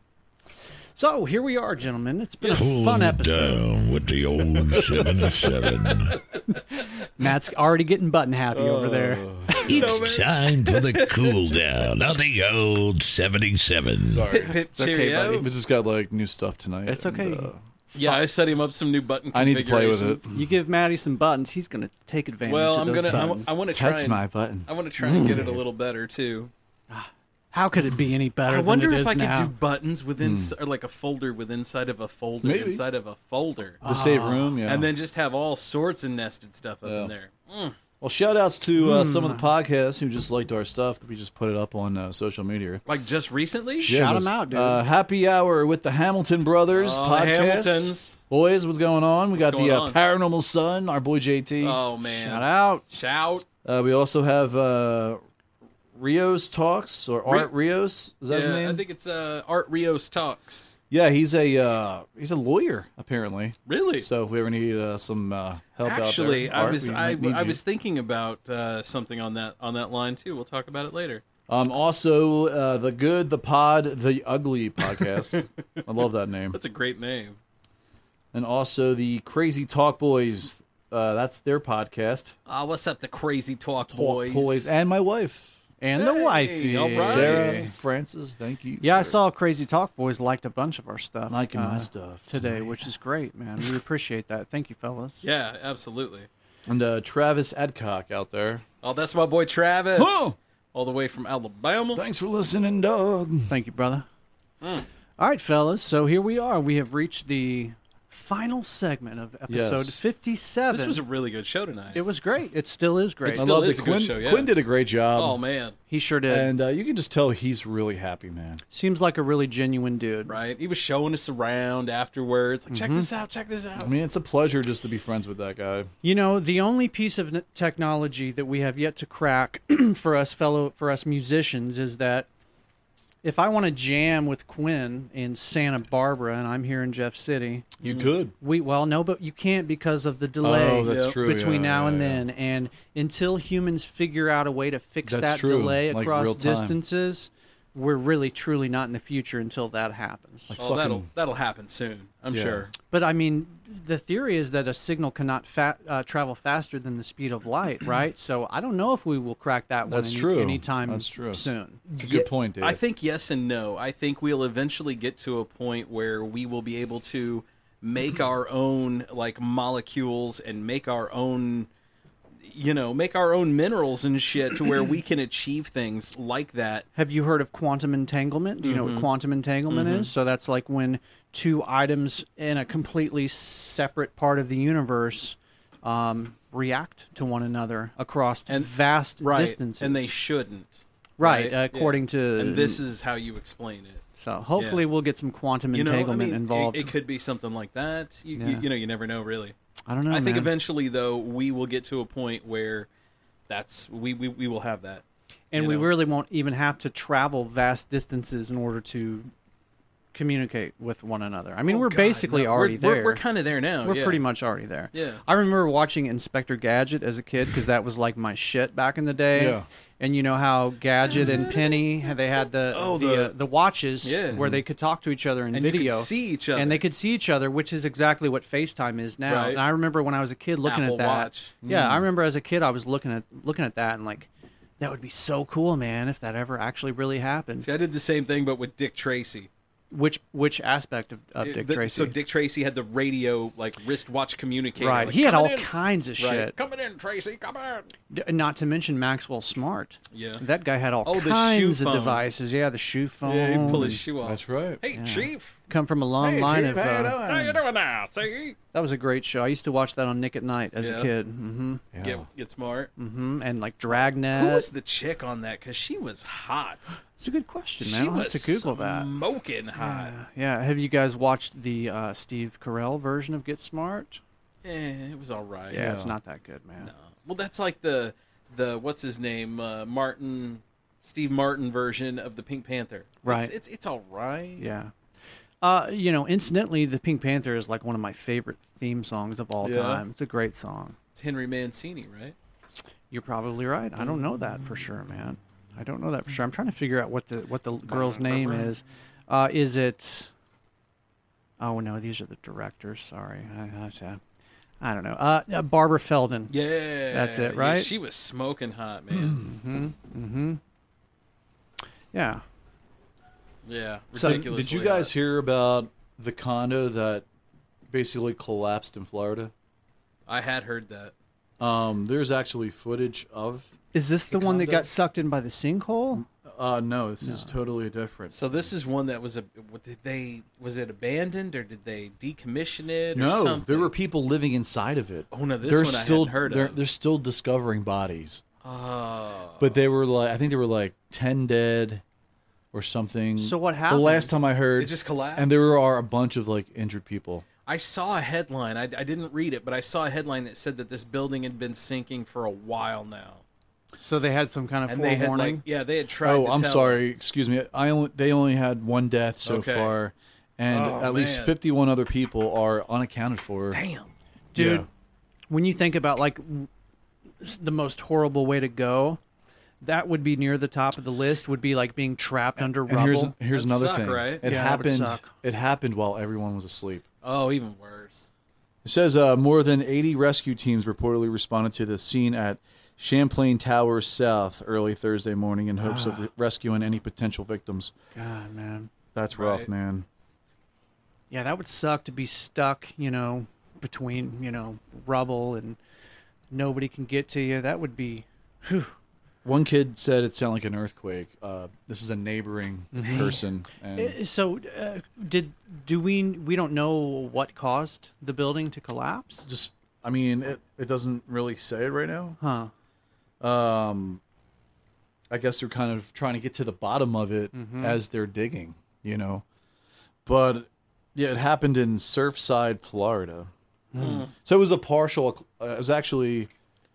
S5: So here we are, gentlemen. It's been a
S7: Cool
S5: fun episode.
S7: down with the old 77.
S5: Matt's already getting button happy over there.
S3: Uh,
S7: It's time for the cool down on the old 77. Sorry.
S4: Pip, pip,
S3: It's okay,
S4: cheerio.
S3: buddy. We just got like new stuff tonight.
S5: It's
S3: and,
S5: okay.
S3: uh,
S4: Yeah, I set him up some new button.
S3: I need to play with it.
S4: configurations.
S5: You give Maddie some buttons, he's gonna take advantage.
S4: Well,
S5: of
S4: I'm
S5: those
S4: gonna. I,
S5: buttons.
S4: want to try.
S3: Touch
S4: and-
S3: my Mm. button.
S4: I want to try and get it a little better too.
S5: How could it be any better?
S4: I wonder
S5: than
S4: if
S5: it is
S4: I could
S5: now?
S4: do buttons within, or like a folder with inside of a folder
S3: Hmm. Maybe.
S4: inside of a folder
S3: To save room, yeah.
S4: Ah. and then just have all sorts of nested stuff up in there. Mm.
S3: Well, shout outs to uh, some of the podcasts who just liked our stuff that we just put it up on uh, social media.
S4: Like just recently,
S3: Yeah, just, Uh, happy hour with the Hamilton Brothers
S4: Oh, the
S3: podcast.
S4: Hamiltons.
S3: Boys, what's going on? We got
S4: going
S3: the uh,
S4: on?
S3: Paranormal Sun, our boy JT.
S4: oh man, shout
S5: out,
S4: shout.
S3: Uh, we also have uh, Rios Talks or Art Rios. Is that his
S4: Yeah,
S3: name?
S4: I think it's uh, Art Rios talks.
S3: yeah, he's a uh, he's a lawyer apparently.
S4: Really?
S3: So if we ever need uh, some uh, help
S4: Actually,
S3: out there,
S4: I
S3: Art,
S4: was
S3: we
S4: I,
S3: might need
S4: I
S3: you.
S4: was thinking about uh, something on that on that line too. We'll talk about it later.
S3: Um, also, uh, the good, the pod, the ugly podcast. I love that name.
S4: That's a great name.
S3: And also the Crazy Talk Boys. Uh, that's their podcast.
S4: Ah, what's up, the crazy talk, boys?
S3: Talk Boys and my wife
S5: And the
S4: Hey,
S5: wifey,
S4: all right.
S3: Sarah Francis. Thank you.
S5: Yeah, I
S3: for-
S5: saw Crazy Talk Boys liked a bunch of our stuff. uh,
S3: Liking my stuff
S5: today, which is great, man. We appreciate that. Thank you, fellas.
S4: Yeah, absolutely.
S3: and uh, Travis Adcock out there.
S4: Oh, that's my boy Travis,
S3: Huh.
S4: all the way from Alabama.
S3: Thanks for listening, dog.
S5: Thank you, brother.
S4: Mm.
S5: All right, fellas. So here we are. We have reached the final segment of episode
S3: Yes.
S5: 57.
S4: This was a really good show tonight.
S5: it was great. It still is great.
S4: It
S3: I
S4: still
S3: love
S4: is
S3: that
S4: a good
S3: Quinn.
S4: show, yeah.
S3: Quinn did a great job.
S4: oh man,
S5: he sure did.
S3: and uh, you can just tell he's really happy, man.
S5: Seems like a really genuine dude.
S4: right? He was showing us around afterwards. Like, check
S3: Mm-hmm.
S4: this out, check this out.
S3: I mean, it's a pleasure just to be friends with that guy.
S5: You know, the only piece of n- technology that we have yet to crack for us fellow for us musicians is that if I want to jam with Quinn in Santa Barbara and I'm here in Jeff City,
S3: You
S4: Mm.
S3: could.
S5: we well no, but you can't because of the delay uh,
S3: Oh, that's Yep. true,
S5: between
S3: yeah,
S5: now
S3: yeah,
S5: and
S3: yeah.
S5: then. And until humans figure out a way to fix
S3: That's
S5: that
S3: true,
S5: delay
S3: like
S5: across
S3: real time.
S5: distances, we're really truly not in the future until that happens.
S4: oh, that'll that'll happen soon. I'm
S3: Yeah.
S4: sure.
S5: But I mean, the theory is that a signal cannot fa- uh, travel faster than the speed of light, right? So I don't know if we will crack that one
S3: That's
S5: any,
S3: true.
S5: anytime
S3: That's true.
S5: soon.
S3: It's a good point, Dave.
S4: I think yes and no. I think we'll eventually get to a point where we will be able to make our own like molecules and make our own you know, make our own minerals and shit to where we can achieve things like that.
S5: Have you heard of quantum entanglement? Do you
S4: Mm-hmm.
S5: know what quantum entanglement is? So that's like when two items in a completely separate part of the universe um, react to one another across vast
S4: Right.
S5: distances.
S4: And they shouldn't.
S5: Right,
S4: Yeah.
S5: according to-
S4: And this is how you explain it.
S5: so hopefully
S4: Yeah.
S5: we'll get some quantum
S4: You know, I
S5: entanglement
S4: mean, it-
S5: involved.
S4: It, could be something like that. You, you-
S5: Yeah.
S4: you know, you never know, really.
S5: I don't know.
S4: I think
S5: man.
S4: eventually, though, we will get to a point where that's we we, we will have that.
S5: and
S4: you
S5: we
S4: know?
S5: really won't even have to travel vast distances in order to communicate with one another. I mean,
S4: Oh,
S5: we're
S4: God,
S5: basically
S4: no. We're-
S5: already
S4: we're-
S5: there.
S4: we're kinda there now,
S5: We're
S4: yeah.
S5: pretty much already there.
S4: Yeah.
S5: I remember watching Inspector Gadget as a kid because that was like my shit back in the day.
S3: Yeah.
S5: And you know how Gadget and Penny had- they had the
S3: Oh,
S5: the
S3: the-
S5: uh, the watches
S3: Yeah.
S5: where they could talk to each other in
S4: And you could
S5: video,
S4: see each
S5: and
S4: other.
S5: they could see each other, which is exactly what FaceTime is now.
S4: Right.
S5: And I remember when I was a kid looking
S4: Apple
S5: at that.
S4: Watch.
S5: Yeah, I
S4: Mm.
S5: remember as a kid I was looking at looking at that and like that would be so cool, man, if that ever actually really happened.
S4: See, I did the same thing, but with Dick Tracy.
S5: Which which aspect of, of
S4: It-
S5: Dick
S4: the-
S5: Tracy?
S4: So Dick Tracy had the radio, like wristwatch communicator.
S5: Right,
S4: like,
S5: he had
S4: "Coming
S5: all
S4: in."
S5: kinds of
S4: Right.
S5: shit.
S4: Coming in, Tracy. Come in.
S5: D- Not to mention Maxwell Smart.
S4: Yeah.
S5: that guy had all
S4: Oh, the shoe
S5: kinds of
S4: phone.
S5: devices. Yeah, the shoe phone.
S4: Yeah, he'd pull his
S5: and-
S4: shoe off. That's right. Hey,
S5: Yeah.
S4: Chief.
S5: Come from a long line of. uh,
S4: How you doing now? See?
S5: that was a great show. I used to watch that on Nick at Night as
S4: Yeah.
S5: a kid. Mm-hmm.
S4: Get, get smart.
S5: Mm-hmm. Uh, And like Dragnet.
S4: Who was the chick on that? Because she was hot.
S5: It's a good question, man.
S4: She
S5: I'll have
S4: was
S5: to Google that.
S4: smoking hot.
S5: Yeah. Have you guys watched the uh, Steve Carell version of Get Smart?
S4: Eh, it was all right.
S5: Yeah, it's not that good, man.
S4: No. Well, that's like the the what's his name uh, Martin Steve Martin version of the Pink Panther.
S5: Right.
S4: It's it's, it's all right.
S5: Yeah. Uh, you know, incidentally, the Pink Panther is like one of my favorite theme songs of all
S4: Yeah.
S5: time. It's a great song.
S4: It's Henry Mancini, right?
S5: You're probably right. I don't know that
S4: Mm.
S5: for sure, man. I don't know that for sure. I'm trying to figure out what the what the girl's name is. Uh, is it? Oh no, these are the directors. Sorry, I, I, I don't know. Uh, uh, Barbara Feldon.
S4: Yeah.
S5: that's it,
S4: yeah,
S5: right?
S4: she was smoking hot, man.
S5: hmm hmm Yeah.
S4: yeah.
S3: So,
S4: Ridiculous.
S3: did you guys hear about the condo that basically collapsed in Florida?
S4: I had heard that.
S3: Um, there's actually footage of.
S5: Is this the one that
S3: condo.
S5: got sucked in by the sinkhole?
S3: Uh, no, this is totally different.
S4: So this is one that was a what did they was it abandoned or did they decommission it or
S3: no,
S4: something?
S3: there were people living inside of it.
S4: Oh, no, this
S3: they're
S4: one I hadn't
S3: still,
S4: heard
S3: they're,
S4: of.
S3: They're still discovering bodies,
S4: Oh.
S3: but they were like, I think they were like ten dead or something.
S4: So what
S3: The
S4: happened?
S3: last time I heard,
S4: It just collapsed?
S3: and there are a bunch of like injured people.
S4: I saw a headline. I, I didn't read it, but I saw a headline that said that this building had been sinking for a while now.
S5: So they had some kind of
S4: And they had
S5: forewarning.
S4: like yeah, they had tried
S3: oh,
S4: to
S3: I'm
S4: tell-
S3: sorry. Excuse me. I only they only had one death so
S4: Okay.
S3: far, and
S4: Oh,
S3: at least
S4: man.
S3: 51 other people are unaccounted for.
S4: Damn,
S5: dude
S3: Yeah.
S5: when you think about like w- s- the most horrible way to go that would be near the top of the list would be like being trapped under
S3: And
S5: rubble
S3: here's here's another thing. It
S5: Yeah, that would
S3: happened.
S5: suck.
S3: It happened while everyone was asleep.
S4: Oh, even worse.
S3: It says uh, more than 80 rescue teams reportedly responded to the scene at Champlain Towers South early Thursday morning in hopes of
S5: Ah.
S3: re- rescuing any potential victims.
S5: god man
S3: That's rough,
S5: Right.
S3: man.
S5: yeah that would suck to be stuck you know between you know rubble and nobody can get to you that would be
S3: One kid said it sounded like an earthquake. Uh, this is a neighboring
S5: Mhm.
S3: person. And
S5: Eh, so uh, did do we we don't know what caused the building to collapse
S3: just I mean it, it doesn't really say it right now.
S5: Huh.
S3: Um I guess they're kind of trying to get to the bottom of it
S4: Mm-hmm.
S5: Mhm.
S3: as they're digging, you know. But yeah, it happened in Surfside, Florida.
S4: Hmm.
S3: So it was a partial uh, it was actually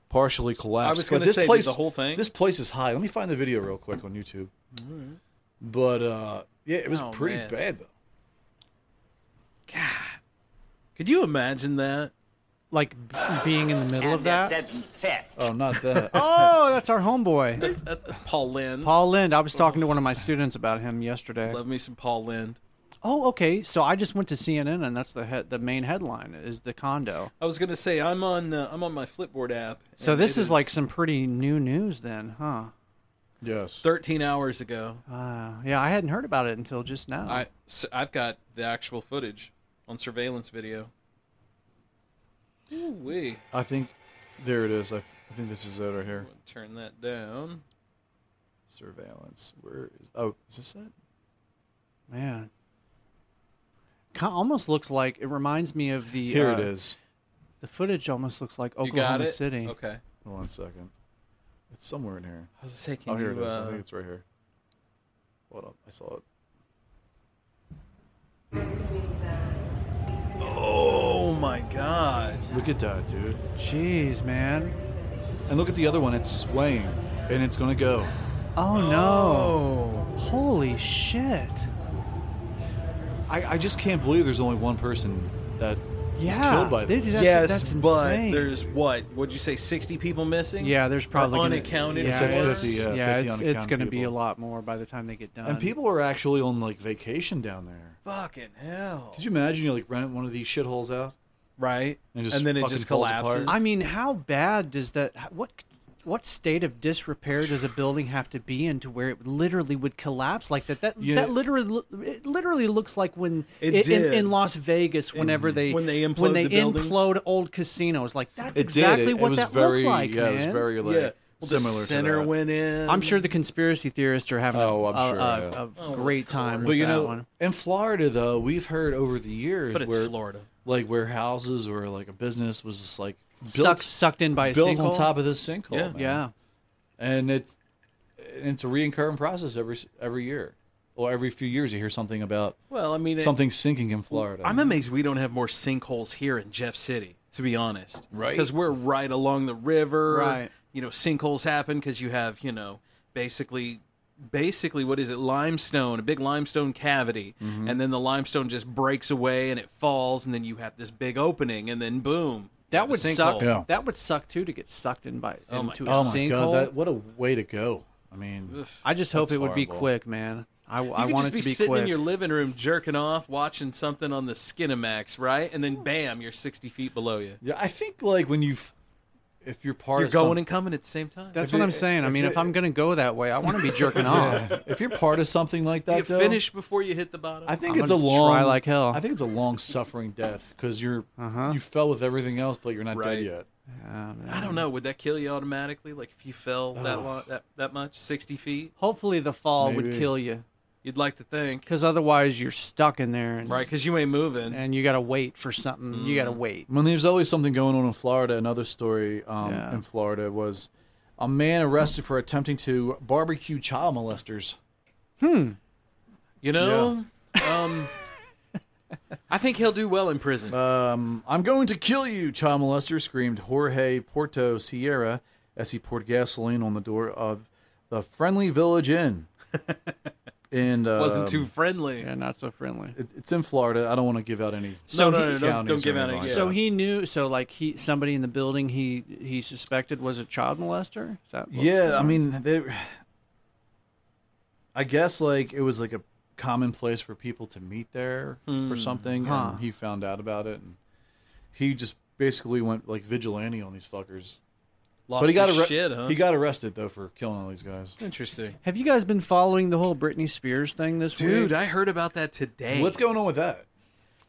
S3: partially collapsed.
S4: I
S3: But
S4: was gonna
S3: this
S4: say, did
S3: place
S4: the whole thing?
S3: This place is high. Let me find the video real quick on YouTube. But uh yeah, it was
S4: Oh,
S3: pretty
S4: man.
S3: bad though.
S4: Could you imagine that?
S5: like b- being in the middle of that
S3: Oh, not that.
S5: oh that's our homeboy
S4: That's, that's Paul Lynn.
S5: Paul Lind. I was talking to one of my students about him yesterday.
S4: Love me some Paul Lind.
S5: Oh, okay. So I just went to CNN, and that's the head, the main headline is the condo.
S4: I was gonna say I'm on uh, I'm on my Flipboard app.
S5: So
S4: and
S5: this
S4: it
S5: is, like some pretty new news, then, huh?
S3: Yes.
S4: 13 hours ago.
S5: Uh, yeah, I hadn't heard about it until just now.
S4: I so I've got the actual footage on surveillance video. Ooh-wee.
S3: I think there it is. I, I think this is it right here.
S4: Turn that down.
S3: Surveillance. Where is? Oh, is this it?
S5: Man, Ki- almost looks like it reminds me of the.
S3: Here it
S5: uh,
S3: is.
S5: The footage almost looks like
S4: You got
S5: Oklahoma
S4: it?
S5: City.
S4: Okay.
S3: Hold on a second. It's somewhere in here.
S4: I was gonna say,
S3: oh,
S4: can
S3: here
S4: you,
S3: it is.
S4: uh,
S3: I think it's right here. Hold up. I saw it.
S4: Oh my god.
S3: Look at that, dude.
S5: Jeez, man.
S3: And look at the other one. It's swaying, and it's gonna go.
S5: Oh no! Holy shit!
S3: I, I just can't believe there's only one person that was
S4: Yeah,
S3: killed by
S4: they-
S3: this.
S4: that's- Yes, that's
S3: but
S4: But there's what? Would you say 60 people missing?
S5: Yeah, there's
S4: Or
S5: probably gonna-
S4: unaccounted.
S5: Yeah,
S4: for?
S5: it's,
S3: uh,
S5: yeah,
S3: 50
S5: it's,
S3: unaccounted
S5: going to be a
S3: people.
S5: lot more by the time they get done.
S3: and people are actually on like vacation down there.
S4: Fucking hell.
S3: Could you imagine you like rent one of these shitholes out?
S4: Right.
S3: And just fucking falls apart?
S5: I mean, how bad does that? What what state of disrepair does a building have to be in to where it literally would collapse like that? That
S4: Yeah.
S5: that literally lo- it literally looks like when
S4: It
S5: i- in,
S4: did.
S5: in Las Vegas whenever they
S4: When they implode
S5: when they
S4: the buildings.
S5: implode old casinos like that's
S4: It did.
S5: exactly
S4: It- it
S5: what
S4: was
S5: that
S4: very-
S5: looked like.
S4: yeah, it was
S5: man.
S4: very, like, Yeah. Well, the similar to center that. went in.
S5: I'm sure the conspiracy theorists are having
S3: Oh,
S5: a,
S3: I'm sure,
S5: a,
S3: yeah.
S5: a
S4: Oh,
S5: great time.
S3: But
S5: with
S3: you
S5: that
S3: know,
S5: one.
S3: in Florida though, we've heard over the years,
S5: But it's
S3: where,
S5: Florida.
S3: like where houses or like a business was just like built,
S5: Sucked- sucked in by a
S3: built on
S5: sinkhole?
S3: top of this sinkhole.
S5: Yeah.
S3: man.
S5: Yeah.
S3: and it's it's a recurring process every every year. Or every few years, you hear something about
S4: Well, I mean, it-
S3: something sinking in Florida.
S4: I'm amazed we don't have more sinkholes here in Jeff City, to be honest. Right. Because we're right along the river.
S5: Right.
S4: You know, sinkholes happen because you have, you know, basically, basically, what is it? Limestone, a big limestone cavity.
S3: Mm-hmm.
S5: Mhm.
S4: And then the limestone just breaks away and it falls. And then you have this big opening. And then boom. you
S5: That
S4: have a
S5: would suck.
S4: sinkhole.
S5: That would suck too to get sucked in by
S4: Oh my
S5: into
S4: God.
S5: a
S4: Oh my
S5: sinkhole.
S4: God, that-
S3: what a way to go! I mean,
S5: I just hope
S4: that's
S5: it would be
S4: horrible.
S5: quick, man. I,
S4: You
S5: I
S4: could
S5: want
S4: just
S5: it to be
S4: sitting
S5: quick.
S4: in your living room jerking off, watching something on the Skinamax, right? And then bam, you're 60 feet below you.
S3: Yeah, I think like when you, f- if you're part
S4: You're
S3: of
S4: going
S3: some-
S4: and coming at the same time.
S5: That's
S3: If
S5: what
S3: you-
S5: I'm saying. I
S3: if
S5: mean,
S3: you-
S5: if I'm gonna go that way, I want to be jerking
S3: Yeah.
S5: off.
S3: If you're part of something like
S4: Do you
S3: that, though,
S4: finish before you hit the bottom?
S3: I think
S5: I'm
S3: it's a
S5: gonna try
S3: long,
S5: like hell.
S3: I think it's a long suffering death because you're you fell with everything else, but you're not
S4: Right.
S3: dead yet.
S4: I don't know. Would that kill you automatically? Like if you fell
S3: Oh.
S4: that
S5: Ugh.
S4: long, that that much, sixty feet?
S5: Hopefully, the fall would
S4: Maybe.
S5: kill you,
S4: You'd like to think,
S5: because otherwise you're stuck in there, and,
S4: right? Mm. Because you ain't moving.
S5: and you gotta wait for something. You gotta wait.
S3: I mean, there's always something going on in Florida. Another story um,
S5: Yeah.
S3: in Florida was a man arrested for attempting to barbecue child molesters.
S5: Hmm.
S4: You know, um, I think he'll do well in prison.
S3: Um, I'm going to kill you, child molester screamed Jorge Porto Sierra as he poured gasoline on the door of the Friendly Village Inn. and um,
S4: wasn't too friendly.
S5: Yeah, not so friendly.
S3: it- it's in Florida. I don't want to give out any.
S5: he-
S3: counties or anything like
S5: So
S3: that.
S5: he knew. So like he, somebody in the building he he suspected was a child molester. Is that what-
S3: Yeah, I mean, they, I guess like it was like a common place for people to meet there
S5: Hmm.
S3: or something,
S5: Huh.
S3: and he found out about it, and he just basically went like vigilante on these fuckers.
S4: Lost
S3: but he got
S4: his
S3: arre-
S4: shit, huh?
S3: He got arrested though for killing all these guys.
S4: Interesting,
S5: Have you guys been following the whole Britney Spears thing this week?
S4: dude. I heard about that today.
S3: What's going on with that?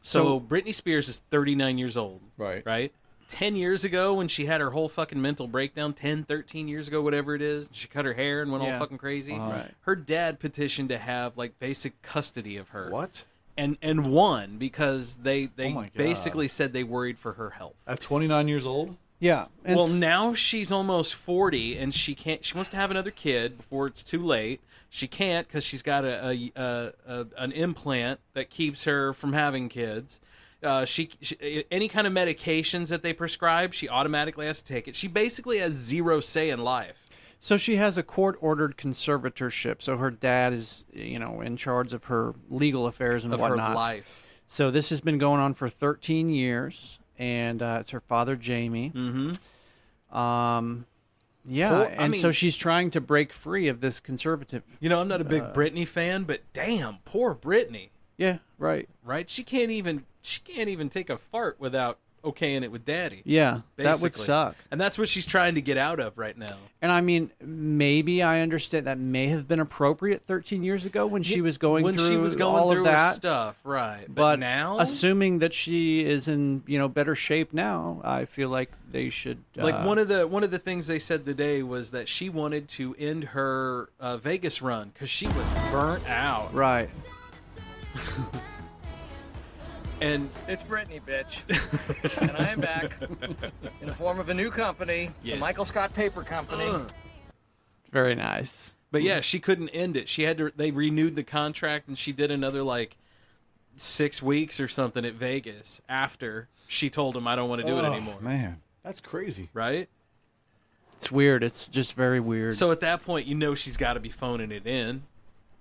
S4: So
S5: So-
S4: Britney Spears is 39 years old.
S3: Right.
S4: Right. 10 years ago when she had her whole fucking mental breakdown, 10, 13 years ago, whatever it is, she cut her hair and went
S5: Yeah.
S4: all fucking crazy.
S5: Uh-huh. Right.
S4: Her dad petitioned to have like basic custody of her.
S3: What? Oh
S4: And and won because they they
S3: my God.
S4: basically said they worried for her health.
S3: At 29 years old,
S5: Yeah.
S4: Well, now she's almost 40 and she can't she wants to have another kid before it's too late. She can't cuz she's got a, a, a, a an implant that keeps her from having kids. Uh, she, she any kind of medications that they prescribe, she automatically has to take it. She basically has zero say in life.
S5: So she has a court ordered conservatorship. So her dad is, you know, in charge of her legal affairs and
S4: Of her
S5: whatnot.
S4: life.
S5: So this has been going on for 13 years, and uh, it's her father, Jamie. Mm-hmm. Um, yeah,
S4: Cool. I
S5: and so
S4: mean-
S5: she's trying to break free of this conservative.
S4: You know, I'm not a big
S5: Uh,
S4: Britney fan, but damn, poor Britney,
S5: Yeah, right.
S4: right? She can't even she can't even take a fart without okaying it with daddy.
S5: Yeah, that would
S4: basically.
S5: suck.
S4: And that's what she's trying to get out of right now.
S5: And I mean, maybe I understand that may have been appropriate 13 years ago when she
S4: Yeah,
S5: was going
S4: when
S5: through
S4: she was going
S5: all
S4: through
S5: of
S4: her
S5: that
S4: stuff, right? But,
S5: but
S4: now,
S5: assuming that she is in you know better shape now i feel like they should
S4: like
S5: uh,
S4: one of the one of the things they said today was that she wanted to end her uh, Vegas run because she was burnt out,
S5: right
S4: and
S15: It's Brittany, bitch. and I am back in the form of a new company,
S4: Yes.
S15: the Michael Scott Paper Company.
S5: very nice.
S4: But yeah, she couldn't end it. She had to. They renewed the contract, and she did another like six weeks or something at Vegas after she told him, "I don't want to do it
S3: Oh,
S4: anymore."
S3: Man, that's crazy.
S4: Right.
S5: it's weird it's just very weird
S4: So at that point, you know she's got to be phoning it in.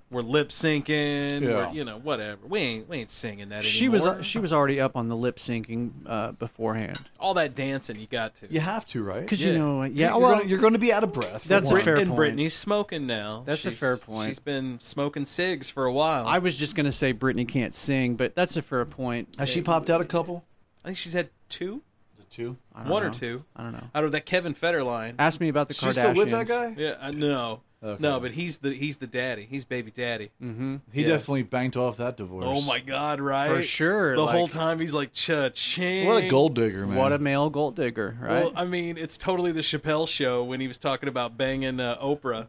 S4: we're lip syncing,
S5: Yeah.
S4: we're you know whatever. We ain't we ain't singing that anymore.
S5: She was uh, she was already up on the lip syncing uh, beforehand.
S4: all that dancing. You got to.
S3: You have to, right?
S5: 'Cause you know, yeah,
S3: Oh, You're,
S5: well-
S3: gonna, you're going to be out of breath. for
S5: That's a
S3: one.
S5: fair
S4: and
S5: point.
S4: Brittany's smoking now.
S5: That's a
S4: She's-
S5: fair point.
S4: She's been smoking cigs for a while.
S5: I was just gonna say Britney can't sing, but that's a fair point.
S4: Has she
S3: popped out a couple?
S4: I think she's had two,
S3: two,
S5: I don't
S4: one or
S5: know.
S4: two.
S5: I don't Ah. know.
S4: Out of that Kevin Fetter line.
S5: Ask me about the
S3: She's still with that Kardashians. guy?
S4: Yeah, I know. No, but he's the he's the daddy. He's baby daddy.
S5: Mm-hmm.
S3: He
S4: Yeah.
S3: definitely banked off that divorce.
S4: Oh my God! Right
S5: For sure,
S4: The
S5: like-
S4: whole time he's like cha-ching.
S3: What a gold digger, man.
S5: What a male gold digger, right?
S4: Well, I mean, it's totally the Chappelle show when he was talking about banging uh, Oprah.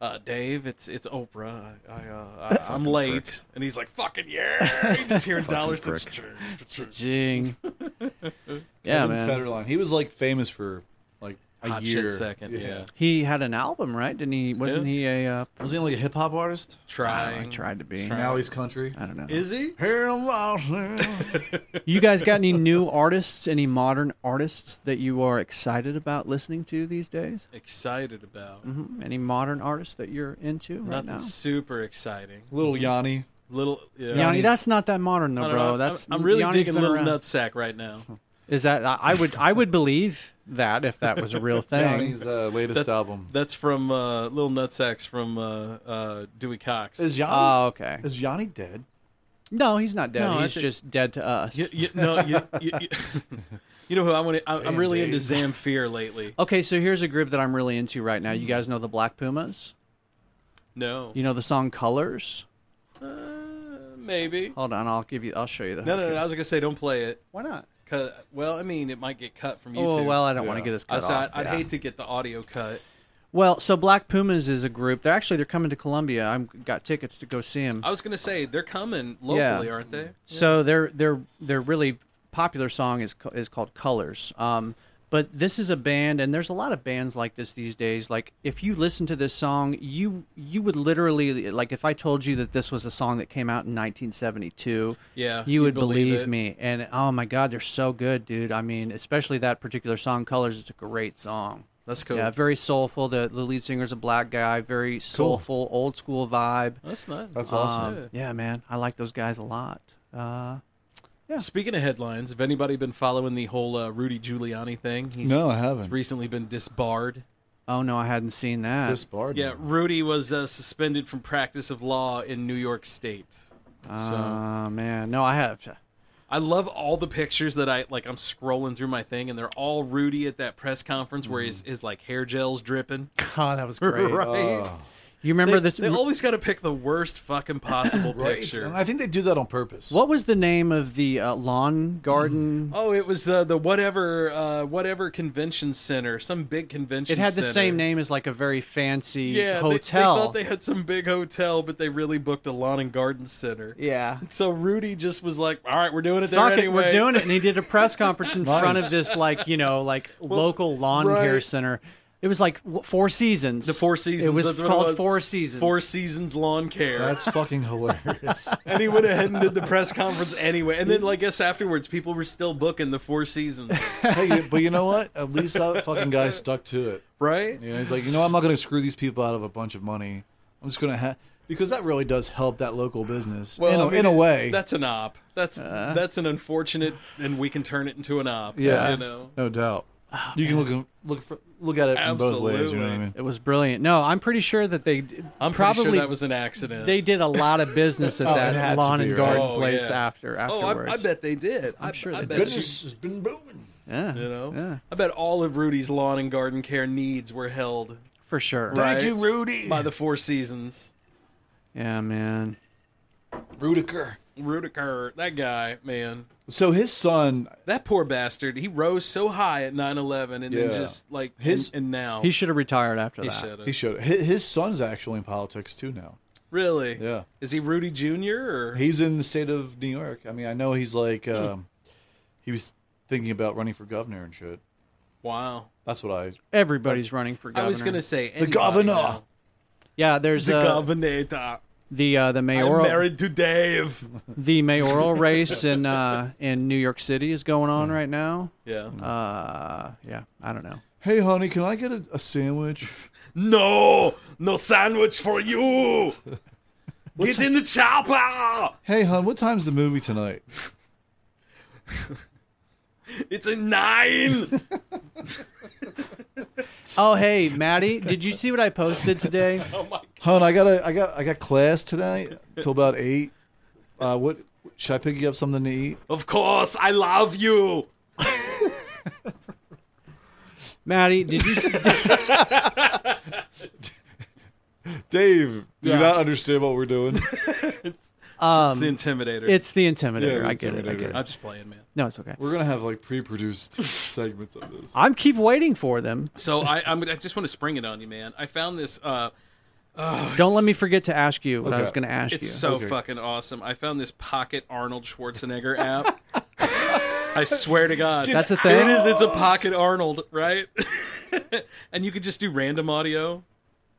S4: Uh, Dave, it's it's Oprah. I, I, uh, I I'm
S6: Fucking
S4: late, and he's like, "Fucking yeah!" You just hearing
S3: Fucking
S4: dollars.
S3: prick.
S5: Jing. yeah,
S3: Kevin
S5: man.
S3: Federline. He was like famous for like a
S4: Hot shit
S3: year.
S4: second, yeah.
S5: He had an album, right? Didn't he? Wasn't he a? Uh,
S3: was he like a hip hop artist?
S5: Trying, tried to be.
S3: Now he's country.
S5: I don't know.
S4: Is he?
S3: Here in Los Angeles.
S5: you guys got any new artists, any modern artists that you are excited about listening to these days?
S4: Excited about
S5: hmm Any modern artists that you're into right
S4: nothing
S5: now?
S4: super exciting.
S3: Little Yanni.
S4: Little yeah.
S5: Yanni, that's not that modern
S4: I
S5: though,
S4: don't
S5: bro.
S4: know.
S5: That's
S4: I'm, I'm really
S5: Yanni's
S4: digging
S5: been
S4: Little
S5: around.
S4: Nutsack right now.
S5: Is that I, I would I would believe that if that was a real thing.
S3: Yanni's uh, latest
S4: That-
S3: album.
S4: That's from uh, Little Nutsacks from uh, uh, Dewey Cox.
S3: Is Yanni?
S4: Uh,
S5: Oh, okay.
S3: Is Yanni dead?
S5: No, he's not dead.
S4: No, I
S5: he's
S4: think-
S5: just dead to us.
S4: You, you, no, you, you, you, you know who I want to? I'm
S5: Damn,
S4: really into
S5: dude.
S4: Zamfir lately.
S5: Okay, so here's a group that I'm really into right now. You
S4: Mm.
S5: guys know the Black Pumas?
S4: No,
S5: You know the song Colors?
S4: maybe.
S5: Hold on, I'll give you I'll show you the
S4: No, no, no. I was gonna say don't play it.
S5: Why not?
S4: Cause, well, I mean, it might get cut from
S5: Oh,
S4: YouTube.
S5: well, I don't wanna get us cut
S4: I said,
S5: off,
S4: I'd
S5: yeah.
S4: hate to get the audio cut.
S5: Well, so Black Pumas is a group. They're actually they're coming to Columbia. I've got tickets to go see them.
S4: I was gonna say they're coming locally,
S5: yeah.
S4: aren't they?
S5: So their their their really popular song is co- is called Colors. Um, but this is a band, and there's a lot of bands like this these days. Like if you listen to this song, you you would literally like if I told you that this was a song that came out in 1972.
S4: Yeah,
S5: you
S4: you'd
S5: would
S4: believe
S5: believe,
S4: it.
S5: me. And oh my God, they're so good, dude. I mean, especially that particular song, Colors. It's a great song.
S4: That's cool.
S5: Yeah, very soulful. The, the lead singer's a black guy. Very soulful, old school vibe.
S4: That's nice.
S3: That's awesome.
S5: Um, yeah, man, I like those guys a lot. Uh,
S4: Um, Speaking of headlines, have anybody been following the whole uh, Rudy Giuliani thing? He's,
S5: No, I haven't.
S4: He's recently been disbarred.
S5: oh no, I hadn't seen that.
S3: Disbarred.
S4: Yeah, Rudy was uh, suspended from practice of law in New York State.
S5: Oh man, no, I have.
S4: I love all the pictures that I like. I'm scrolling through my thing, and they're all Rudy at that press conference where his,
S5: Mm-hmm.
S4: his like hair gel's dripping.
S5: God, that was great.
S4: right?
S5: You Oh. remember
S4: they,
S5: this?
S4: They always got to pick the worst fucking possible picture.
S3: And I think they do that on purpose.
S5: What was the name of the uh, lawn garden?
S4: Oh, it was uh, the whatever uh, whatever convention center, some big convention.
S5: it had the
S4: center.
S5: same name as like a very fancy
S4: yeah, they-
S5: hotel.
S4: They, thought they had some big hotel, but they really booked a lawn and garden center.
S5: Yeah.
S4: And so Rudy just was like, "All right, we're doing it there
S5: Fuck it,
S4: anyway.
S5: we're doing it, and he did a press conference in front of
S4: Nice.
S5: this like you know like local lawn
S4: right.
S5: care center. It was like w- Four Seasons.
S4: The Four Seasons.
S5: It was
S4: that's what
S5: called
S4: it was.
S5: Four Seasons.
S4: Four Seasons Lawn Care.
S3: That's fucking hilarious.
S4: and he went ahead and did the press conference anyway. And then, I guess afterwards, people were still booking the Four Seasons.
S3: hey, you- but you know what? At least that fucking guy stuck to it,
S4: right?
S3: You know, he's like, you know, I'm not going to screw these people out of a bunch of money. I'm just going to have because that really does help that local business. in, a,
S4: I mean,
S3: in a way, Uh.
S4: that's an op. That's that's an unfortunate, and we can turn it into an op.
S3: yeah,
S4: you know.
S3: no doubt. you can look look for, look at it from both ways. You know what I mean?
S5: It was brilliant. No, I'm pretty sure that they. d-
S4: I'm pretty
S5: probably
S4: sure that was an accident.
S5: They did a lot of business at
S3: Oh, it had
S5: that
S3: to
S5: lawn
S3: be, right?
S5: and garden
S3: Oh,
S5: place
S4: yeah.
S5: after afterwards.
S4: Oh, I, I bet they did. I'm
S5: sure
S4: I
S5: they
S4: bet
S5: did.
S4: you-
S5: Business
S3: has been booming.
S5: yeah,
S4: You know,
S5: yeah,
S4: I bet all of Rudy's lawn and garden care needs were held.
S5: for sure.
S4: right,
S3: you, Rudy.
S4: By the Four Seasons.
S5: Yeah, man.
S3: Rudiker.
S4: Rudiker, that guy, man.
S3: So his son,
S4: That poor bastard. He rose so high at 9/11, and then
S3: Yeah.
S4: just like
S3: His-
S4: and, and now
S5: He should have retired after
S4: He
S5: that.
S4: should've.
S3: he showed his, his son's actually in politics too now.
S4: really.
S3: Yeah.
S4: Is he Rudy Junior or
S3: He's in the state of New York. I mean, I know he's like
S4: Hmm.
S3: um, he was thinking about running for governor and shit.
S4: wow?
S3: That's what I.
S5: Everybody's running for governor.
S4: I was gonna say
S3: The
S4: anybody
S3: governor.
S4: now.
S5: Yeah, there's
S4: the
S5: uh,
S4: governor.
S5: the uh, the
S4: I'm
S5: mayoral
S4: married to Dave.
S5: the mayoral race in uh, in New York City is going
S4: Hmm.
S5: on right now.
S4: Yeah.
S5: Uh, yeah. I don't know.
S3: Hey, honey, can I get a, a sandwich?
S4: No, no sandwich for you.
S16: Get in the chopper!
S3: Hey, hon, what time's the movie tonight?
S16: It's a nine.
S5: Oh hey, Maddie, did you see what I posted today?
S3: Hon, I got to I got I got class tonight till about eight. Uh, what should I pick you up something to eat?
S16: of course, I love you.
S5: Maddie, did you see
S3: Dave, do
S5: Yeah.
S3: you not understand what we're doing?
S5: Um,
S4: the Intimidator.
S5: It's the Intimidator. I get it. I get it.
S4: I'm just playing, man.
S5: No, it's okay.
S3: We're gonna have like pre-produced segments of this.
S5: I'm keep waiting for them.
S4: So I, I'm, I just want to spring it on you, man. I found this. Uh, uh,
S5: Don't let me forget to ask you what I was going to ask
S4: it's
S5: you.
S4: so fucking awesome. I found this pocket Arnold Schwarzenegger app. I swear to God,
S5: That's a thing?
S4: It is. It's a pocket Arnold, right? and you could just do random audio.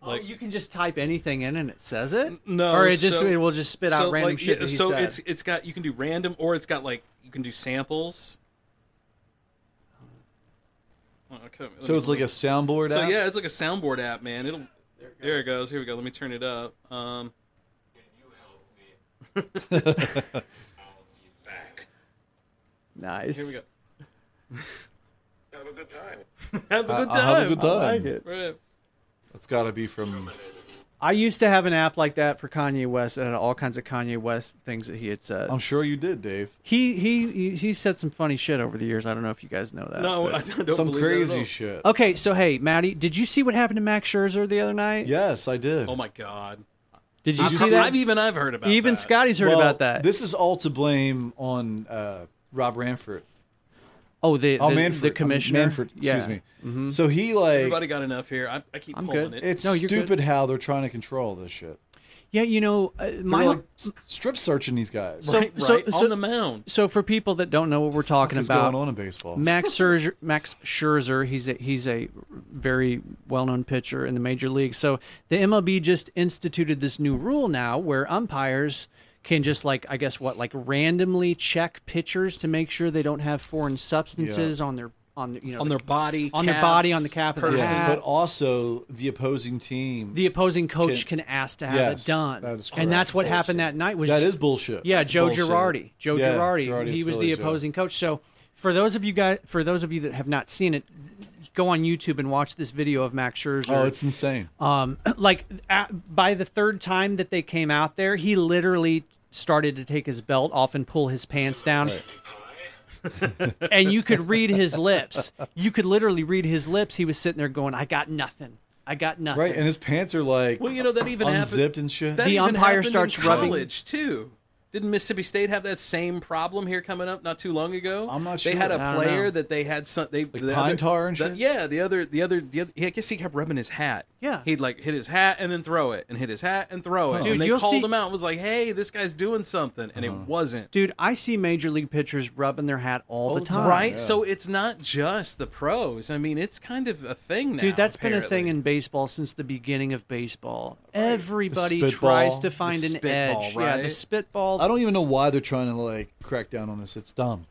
S4: Like
S5: Oh, you can just type anything in and it says it.
S4: No,
S5: or it just
S4: so-
S5: it will just spit
S4: so,
S5: out random
S4: like,
S5: shit.
S4: yeah,
S5: that he
S4: so
S5: said.
S4: it's it's got you can do random, or it's got like you can do samples. Oh, okay, let
S3: So
S4: me
S3: it's like a
S4: look.
S3: soundboard
S4: So
S3: app?
S4: yeah, it's like a soundboard app, man. It'll there it goes. Here we go. Let me turn it up. Um,
S5: nice.
S4: Here we go.
S17: Have a good time.
S4: Have
S3: I- I'll Uh, have a good time.
S5: I like it.
S4: Right.
S3: That's got to be from.
S5: I used to have an app like that for Kanye West and all kinds of Kanye West things that he had said.
S3: I'm sure you did, Dave.
S5: He he he- he said some funny shit over the years. I don't know if you guys know that. Oh.
S4: No,
S5: but-
S4: I don't- don't
S3: Some
S4: believe that at
S3: crazy
S4: all.
S3: shit.
S5: Okay, so hey, Maddie, did you see what happened to Max Scherzer the other night?
S3: Yes, I did.
S4: Oh my god.
S5: Did you
S4: I've-
S5: see that?
S4: I've even I've heard about.
S5: Even
S4: that.
S5: Scotty's heard
S3: Well,
S5: about that.
S3: This is all to blame on uh, Rob Ranford.
S5: Oh, the
S3: oh,
S5: the, the
S3: Manfred.
S5: commissioner.
S3: Manford, excuse
S5: Yeah. Mm-hmm.
S3: me. So he like
S4: Everybody got enough here. I, I keep pulling it.
S3: It's stupid how they're trying to control this shit.
S5: Yeah, you know, uh,
S3: They're
S5: my
S3: like s- strip searching these guys.
S5: so, so, so-
S4: mound.
S5: So for people that don't know what we're talking
S3: is
S5: about,
S3: going on in baseball?
S5: Max Scherzer, Max Scherzer, he's a, he's a very well-known pitcher in the major league. So the MLB just instituted this new rule now where umpires can just like I guess what like randomly check pitchers to make sure they don't have foreign substances on their on their, you know
S4: On
S5: the-
S4: their body,
S5: on their
S4: caps,
S5: body on the cap of their
S3: Yeah,
S5: hat.
S3: but also the opposing team.
S5: the opposing coach can, ask to have
S3: Yes,
S5: it done,
S3: that is correct.
S5: and that's what happened that night. Was
S3: That is bullshit.
S5: Yeah,
S3: That's
S5: Joe
S3: bullshit.
S5: Girardi. Joe
S3: Yeah,
S5: Girardi.
S3: Girardi uh,
S5: He
S3: of
S5: was
S3: Phillies,
S5: the
S3: yeah.
S5: opposing coach. So for those of you guys, for those of you that have not seen it, go on YouTube and watch this video of Max Scherzer.
S3: Oh, it's insane.
S4: Uh,
S5: Um, like at, by the third time that they came out there, he literally started to take his belt off and pull his pants down. and you could read his lips. You could literally read his lips. He was sitting there going, "I got nothing. I got nothing."
S3: Right, and his pants are like
S4: Well, you know that even happened-
S3: unzipped and shit.
S4: That
S5: The
S4: even
S5: umpire
S4: happened
S5: starts
S4: in
S5: rubbing-
S4: college too. Didn't Mississippi State have that same problem here coming up not too long ago? I'm not They
S3: sure.
S4: had a
S3: I don't
S4: player
S3: know.
S4: that they had some they the
S3: pine
S4: other-
S3: tar and
S4: the-
S3: shit?
S4: yeah, the other the other the other, I guess he kept rubbing his hat.
S5: Yeah,
S4: he'd like hit his hat and then throw it and hit his hat and throw it.
S5: Dude,
S4: and they
S5: you'll
S4: called
S5: see- Uh-huh.
S4: him out and was like, "Hey, this guy's doing something," and it wasn't.
S5: Dude, I see major league pitchers rubbing their hat all, the time.
S4: right? So it's not just the pros. I mean, it's kind of a thing now.
S5: Dude, that's been a
S4: apparently.
S5: thing in baseball since the beginning of baseball. Everybody
S3: The spitball.
S5: tries to find
S3: The
S5: an
S3: spitball,
S5: edge. Yeah, the
S3: right?
S5: spitball.
S3: I don't even know why they're trying to like crack down on this. It's dumb.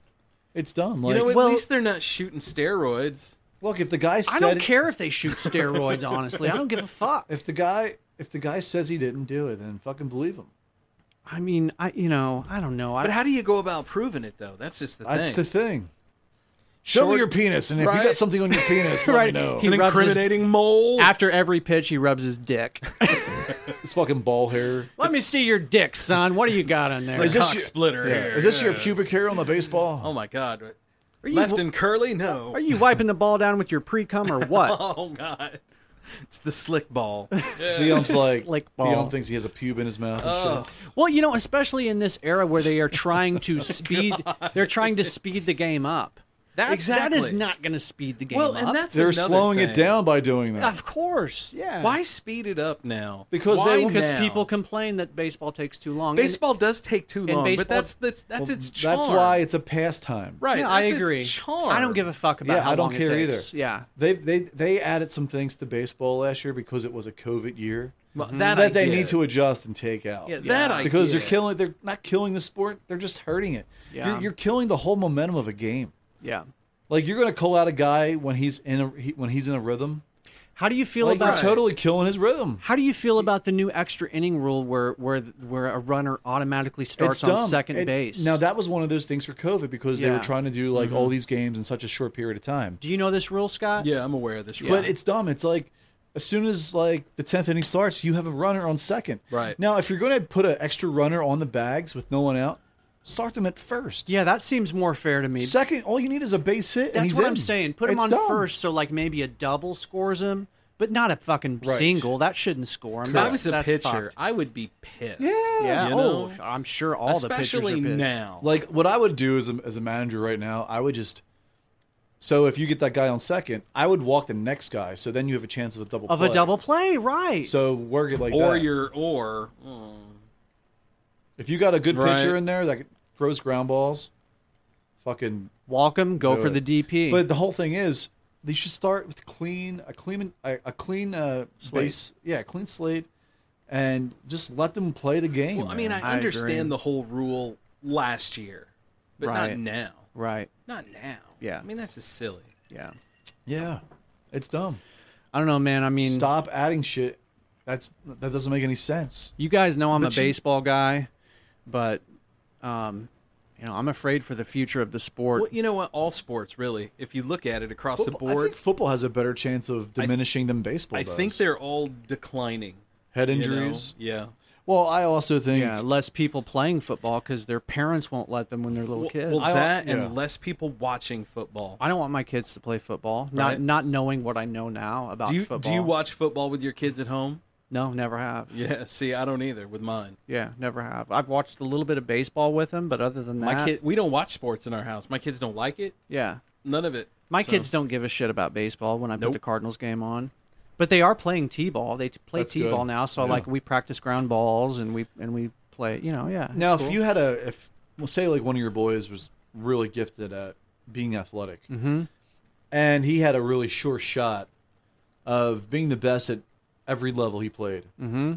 S3: It's dumb. Like,
S4: you know, at least they're not shooting steroids.
S3: Look, if the guy said
S5: I don't care if they shoot steroids, honestly. I don't give a fuck.
S3: If the guy if the guy says he didn't do it, then fucking believe him.
S5: I mean, I you know, I don't know. I,
S4: But how do you go about proving it though? That's just the thing.
S3: That's the thing. Show me
S4: Short-
S3: your penis, and if you
S4: Right.
S3: got something on your penis, let me know.
S4: mole.
S5: After every pitch, he rubs his dick.
S3: It's fucking ball hair.
S5: Let me see your dick, son. What do you got on there?
S3: Is this your- yeah. Is this your pubic hair on the baseball?
S4: Oh my god.
S5: you-
S4: Left and curly? No.
S5: Are you wiping the ball down with your pre cum or what?
S4: oh god. It's the slick ball.
S3: The ump's like,
S5: Slick
S3: the
S5: ball.
S3: ump thinks he has a pube in his mouth. And
S4: Oh.
S3: shit.
S5: Well, you know, especially in this era where they are trying to speed, they're trying to speed the game up. That that
S4: Exactly.
S5: is not going to speed the game
S4: Well,
S5: up.
S4: and that's
S3: They're
S4: another
S3: slowing
S4: thing. Ah,
S3: it down by doing that.
S5: of course, yeah.
S4: Why speed it up now?
S3: Because
S4: Why
S3: they-
S5: Because
S4: now?
S5: people complain that baseball takes too long. And-
S4: baseball does take too
S5: and
S4: long,
S5: baseball-
S4: but that's that's that's
S3: Well,
S4: its charm.
S3: That's why it's a pastime.
S4: Right.
S5: Yeah,
S4: that's
S5: I
S4: its
S5: agree.
S4: charm.
S5: I don't give a fuck about
S3: yeah,
S5: how
S3: I don't
S5: long it
S3: care
S5: takes.
S3: either.
S5: Yeah.
S3: They they they added some things to baseball last year because it was a COVID year.
S4: Well, that I
S3: they
S4: get.
S3: need to adjust and take out.
S4: Yeah, that I
S3: because
S4: get.
S3: they're killing. They're not killing the sport. They're just hurting it.
S5: Yeah.
S3: You're, you're killing the whole momentum of a game.
S5: Yeah.
S3: Like you're going to call out a guy when he's in a he, when he's in a rhythm.
S5: How do you feel
S3: Like,
S5: about
S3: you're totally killing his rhythm?
S5: How do you feel about the new extra inning rule where where where a runner automatically
S3: It's
S5: starts
S3: dumb.
S5: on second
S3: It-
S5: base?
S3: Now that was one of those things for COVID because they were
S5: Yeah.
S3: trying to do like all
S5: Mhm.
S3: these games in such a short period of time.
S5: do you know this rule, Scott?
S4: Yeah, I'm aware of this.
S3: But it's dumb. It's like as soon as like the tenth inning starts, you have a runner on second.
S4: Right.
S3: Now, if you're going to put an extra runner on the bags with no one out, start them at first.
S5: Yeah, that seems more fair to me.
S3: Second, all you need is a base hit. and
S5: That's
S3: he's
S5: what
S3: in.
S5: I'm saying. Put him
S3: It's
S5: on
S3: dumb.
S5: first, so like maybe a double scores him, but not a fucking
S4: Right.
S5: single. That shouldn't score him.
S4: If I was a
S5: that's
S4: pitcher,
S5: fucked.
S4: I would be pissed.
S5: Yeah.
S4: you
S5: oh,
S4: know?
S5: I'm sure all
S4: Especially
S5: the pitchers are pissed.
S4: now.
S3: Like what I would do as a, as a manager right now, I would just. So if you get that guy on second, I would walk the next guy. So then you have a chance of a double
S5: Of
S3: play.
S5: a double play, right?
S3: So work it like
S4: or
S3: that.
S4: your or mm,
S3: If you got a good
S4: Right.
S3: pitcher in there that throws ground balls, fucking
S5: walk him, go
S3: do
S5: for
S3: it.
S5: the DP.
S3: But the whole thing is, they should start with clean a clean a, a clean uh,
S5: Slate.
S3: base, yeah, clean slate, and just let them play the game.
S4: Well, I mean,
S3: man.
S4: I understand the whole rule last year, but
S3: Right.
S4: not now.
S5: right.
S4: Not now.
S5: Yeah.
S4: I mean, that's just silly.
S5: Yeah.
S3: Yeah, it's dumb.
S5: I don't know, man. I mean,
S3: Stop adding shit. That's that doesn't make any sense.
S5: You guys know I'm
S3: But
S5: a
S3: you-
S5: baseball guy, but um, you know I'm afraid for the future of the sport.
S4: Well, you know what? All sports, really, if you look at it across
S3: Football-
S4: the
S3: I
S4: board,
S3: think football has a better chance of
S4: I th-
S3: diminishing than baseball.
S4: I
S3: does.
S4: think they're all declining.
S3: head
S4: you know?
S3: injuries.
S4: Yeah.
S3: Well, I also think
S5: yeah, less people playing football because their parents won't let them when they're little
S4: Well,
S5: kids.
S4: well, that
S5: I,
S4: and less people watching football.
S5: I don't want my kids to play football.
S4: Right.
S5: Not not knowing what I know now about
S4: do you
S5: football.
S4: do you watch football with your kids at home?
S5: No, never have.
S4: Yeah. See, I don't either with mine.
S5: Yeah, never have. I've watched a little bit of baseball with them, but other than that,
S4: My kid, we don't watch sports in our house. My kids don't like it.
S5: yeah,
S4: None of it.
S5: my
S4: So-
S5: kids don't give a shit about baseball when I put
S4: Nope.
S5: the Cardinals game on. But they are playing t-ball. They t- play
S3: That's good.
S5: t-ball now, so
S3: Yeah.
S5: like we practice ground balls and we and we play. You know, yeah. it's
S3: Now,
S5: cool.
S3: if you had a, if well, say like one of your boys was really gifted at being athletic,
S5: Mhm.
S3: and he had a really sure shot of being the best at every level he played,
S5: Mm-hmm.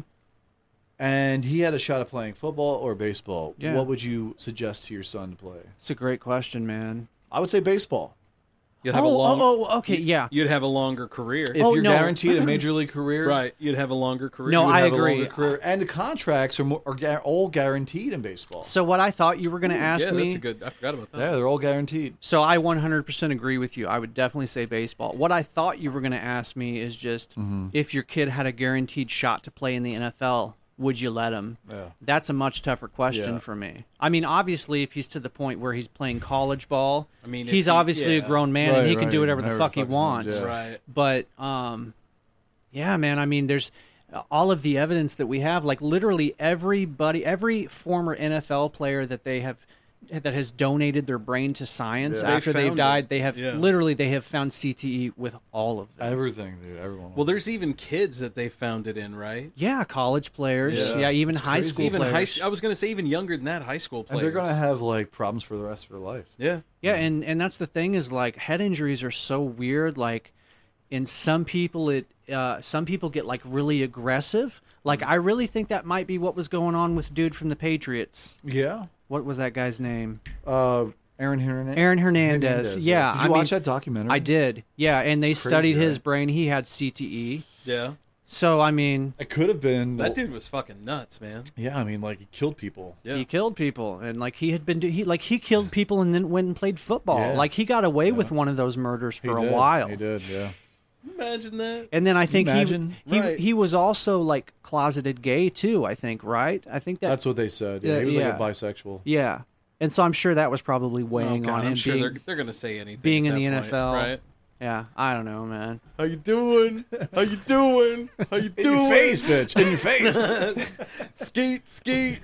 S3: and he had a shot at playing football or baseball,
S5: Yeah.
S3: what would you suggest to your son to play?
S5: It's a great question, man.
S3: I would say baseball.
S4: You'd have
S5: oh,
S4: a long,
S5: oh, oh, okay,
S4: you-
S5: yeah.
S4: You'd have a longer career.
S3: If
S5: Oh,
S3: you're
S5: no.
S3: guaranteed a major league career,
S4: right, you'd have a longer career.
S5: No,
S3: you would
S5: I
S3: have a
S5: agree.
S3: longer career, and the contracts are more, are gu- all guaranteed in baseball.
S5: So what I thought you were going to
S4: Ooh,
S5: ask
S4: yeah,
S5: me.
S4: that's a good. I forgot about that.
S3: Yeah, they're all guaranteed.
S5: So I 100% agree with you. I would definitely say baseball. What I thought you were going to ask me is just
S3: Mm-hmm.
S5: if your kid had a guaranteed shot to play in the NFL, would you let him?
S3: Yeah.
S5: That's a much tougher question
S4: Yeah.
S5: for me. I mean, obviously, if he's to the point where he's playing college ball,
S4: I mean, if
S5: he's
S4: he-
S5: obviously
S4: yeah.
S5: a grown man
S3: Right,
S5: and he can
S3: right,
S5: do whatever the
S3: whatever
S5: fuck he
S3: the fuck he wants,
S5: wants.
S3: yeah.
S4: Right.
S5: But um, yeah, man. I mean, there's uh, all of the evidence that we have. Like literally everybody, every former NFL player that they have that has donated their brain to science
S4: Yeah. They
S5: after they've
S4: found
S5: died,
S4: it.
S5: they have
S4: Yeah.
S5: literally they have found CTE with all of them.
S3: Everything, dude. Everyone.
S4: Well, there's even kids that they found it in, right?
S5: Yeah, college players. Yeah,
S4: Yeah.
S5: even
S3: It's
S5: high
S3: crazy.
S5: school
S4: even
S5: players.
S4: high. I was gonna say even younger than that, high school
S3: and
S4: players.
S3: they're gonna have like problems for the rest of their life.
S4: Yeah.
S5: Yeah,
S3: Mm-hmm.
S5: and and that's the thing is like head injuries are so weird. Like, in some people, it uh, some people get like really aggressive. Like,
S3: Mm-hmm.
S5: I really think that might be what was going on with dude from the Patriots.
S3: Yeah.
S5: What was that guy's name?
S3: Uh, Aaron Hernandez.
S5: Aaron Hernandez. Yeah,
S3: Did you
S5: I
S3: watch
S5: mean,
S3: that documentary?
S5: I did. Yeah, and they
S3: Crazy,
S5: studied his
S3: right?
S5: brain. He had CTE.
S4: Yeah.
S5: So I mean,
S3: It could have been
S4: That dude was fucking nuts, man.
S3: Yeah, I mean, like he killed people.
S4: Yeah.
S5: he killed people, and like he had been do- he like he killed people and then went and played football.
S3: Yeah.
S5: Like he got away with one of those murders
S3: He
S5: for a
S3: did.
S5: while.
S3: He did. Yeah.
S4: Imagine that.
S5: And then I think
S3: Imagine.
S5: he he,
S4: Right.
S5: he was also like closeted gay too. I think right. I think that
S3: That's what they said. Yeah. he was
S5: Yeah.
S3: like a bisexual.
S5: yeah. And so I'm sure that was probably
S4: Oh,
S5: weighing
S4: God,
S5: on him
S4: I'm sure
S5: being,
S4: they're, they're gonna say anything.
S5: being in
S4: at
S5: the
S4: that point,
S5: NFL.
S4: right?
S5: Yeah, I don't know, man.
S3: How you doing? How you doing? How you doing? In your face, bitch. In your face.
S4: skeet, skeet.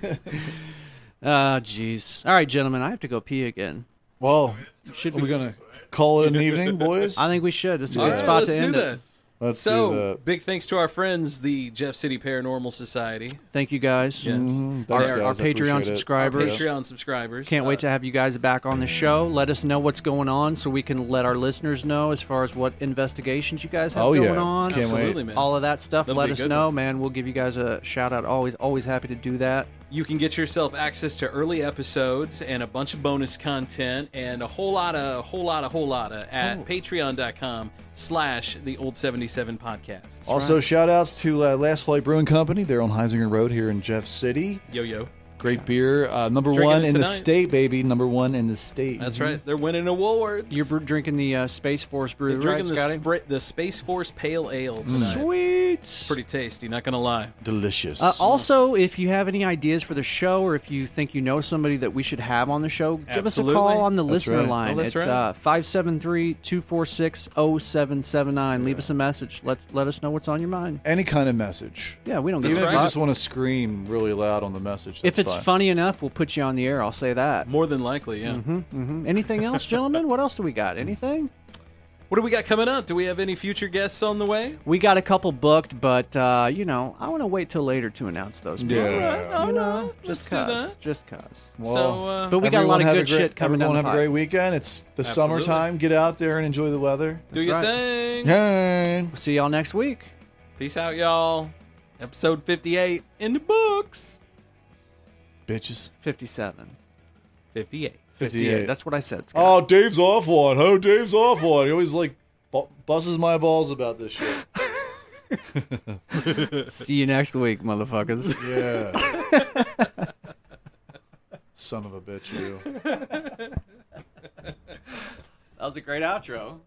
S5: Oh, jeez. All right, gentlemen, I have to go pee again.
S3: well,
S5: Should
S3: are we
S5: we?
S3: gonna call it an evening, boys?
S5: I think we should. It's a
S3: All
S5: good
S3: right,
S5: spot
S4: let's
S5: to
S4: do
S5: end
S4: that.
S5: it.
S3: Let's do
S4: So
S3: that.
S4: big thanks to our friends, the Jeff City Paranormal Society,
S5: Thank you guys.
S4: Yes.
S3: Mhm.
S5: Our,
S3: Thanks,
S5: our
S3: guys. I appreciate
S5: Patreon
S3: it.
S4: our
S5: subscribers.
S4: Patreon subscribers.
S5: Mm-hmm. Can't wait
S4: Uh,
S5: to have you guys back on the show. Let us know what's going on so we can let our listeners know as far as what investigations you guys have
S3: Oh,
S5: going
S3: yeah.
S5: on.
S3: Can't wait.
S4: Absolutely, man.
S5: All of that stuff.
S4: That'll
S5: let
S4: be a
S5: us
S4: good
S5: know,
S4: one.
S5: man. We'll give you guys a shout out. Always, always happy to do that.
S4: You can get yourself access to early episodes and a bunch of bonus content and a whole lot of a whole lot of whole lot of at
S5: Oh.
S4: patreon.com slash the old 77 podcast.
S3: Also, shout outs to uh, Last Flight Brewing Company. They're on Heisinger Road here in Jeff City.
S4: Yo yo.
S3: Great beer. Uh, number
S4: Drinking
S3: one
S4: it
S3: in the
S4: tonight.
S3: state, baby. Number one in the state.
S4: That's right. They're winning awards.
S5: Mm-hmm. You're br- drinking the uh, Space Force
S4: They're
S5: brew, right,
S4: drinking the,
S5: Scotty? Mm.
S4: spri- the Space Force Pale Ale tonight.
S5: Sweet.
S4: Pretty tasty, not gonna lie.
S3: Delicious.
S5: Uh, also, if you have any ideas for the show, or if you think you know somebody that we should have on the show, give us a
S4: Absolutely.
S5: call on the
S4: That's
S5: listener
S4: right.
S5: line.
S4: Oh, that's right.
S5: it's uh, 573-246-0779. Leave us a message. Let let us know what's on your mind.
S3: Any kind of message.
S5: Yeah, we don't
S3: Even
S5: give a
S3: if you
S5: fuck.
S3: just want to scream really loud on the message.
S5: If
S3: that's
S5: it's
S3: fine.
S5: funny enough, we'll put you on the air. I'll say that.
S4: More than likely, yeah.
S5: hmm
S4: Mm-hmm.
S5: hmm Anything else, gentlemen? What else do we got? Anything?
S4: What do we got coming up? Do we have any future guests on the way?
S5: We got a couple booked, but uh, you know, I want to wait till later to announce those.
S3: Yeah.
S4: All right,
S5: you
S4: all
S5: know,
S4: right.
S5: just
S4: Let's do
S5: cause,
S4: that.
S5: just cause.
S3: Well,
S4: uh,
S5: but uh, we got a
S3: everyone
S5: lot of
S3: have
S5: good
S3: great-
S5: shit coming down
S3: Everyone
S5: the
S3: have a
S5: pipe.
S3: great weekend. It's the
S5: Absolutely.
S3: summertime. Get out there and enjoy the weather.
S4: Do your thing.
S3: Yay.
S5: We'll see y'all next week.
S4: Peace out, y'all. Episode 58 in the books.
S3: Bitches.
S5: 57.
S4: 58.
S5: 58. That's what I said.
S3: Oh, Dave's off one. Oh, Dave's off one. He always like bu- busses my balls about this shit.
S5: see you next week, motherfuckers.
S3: Yeah. Son of a bitch, you.
S5: That was a great outro.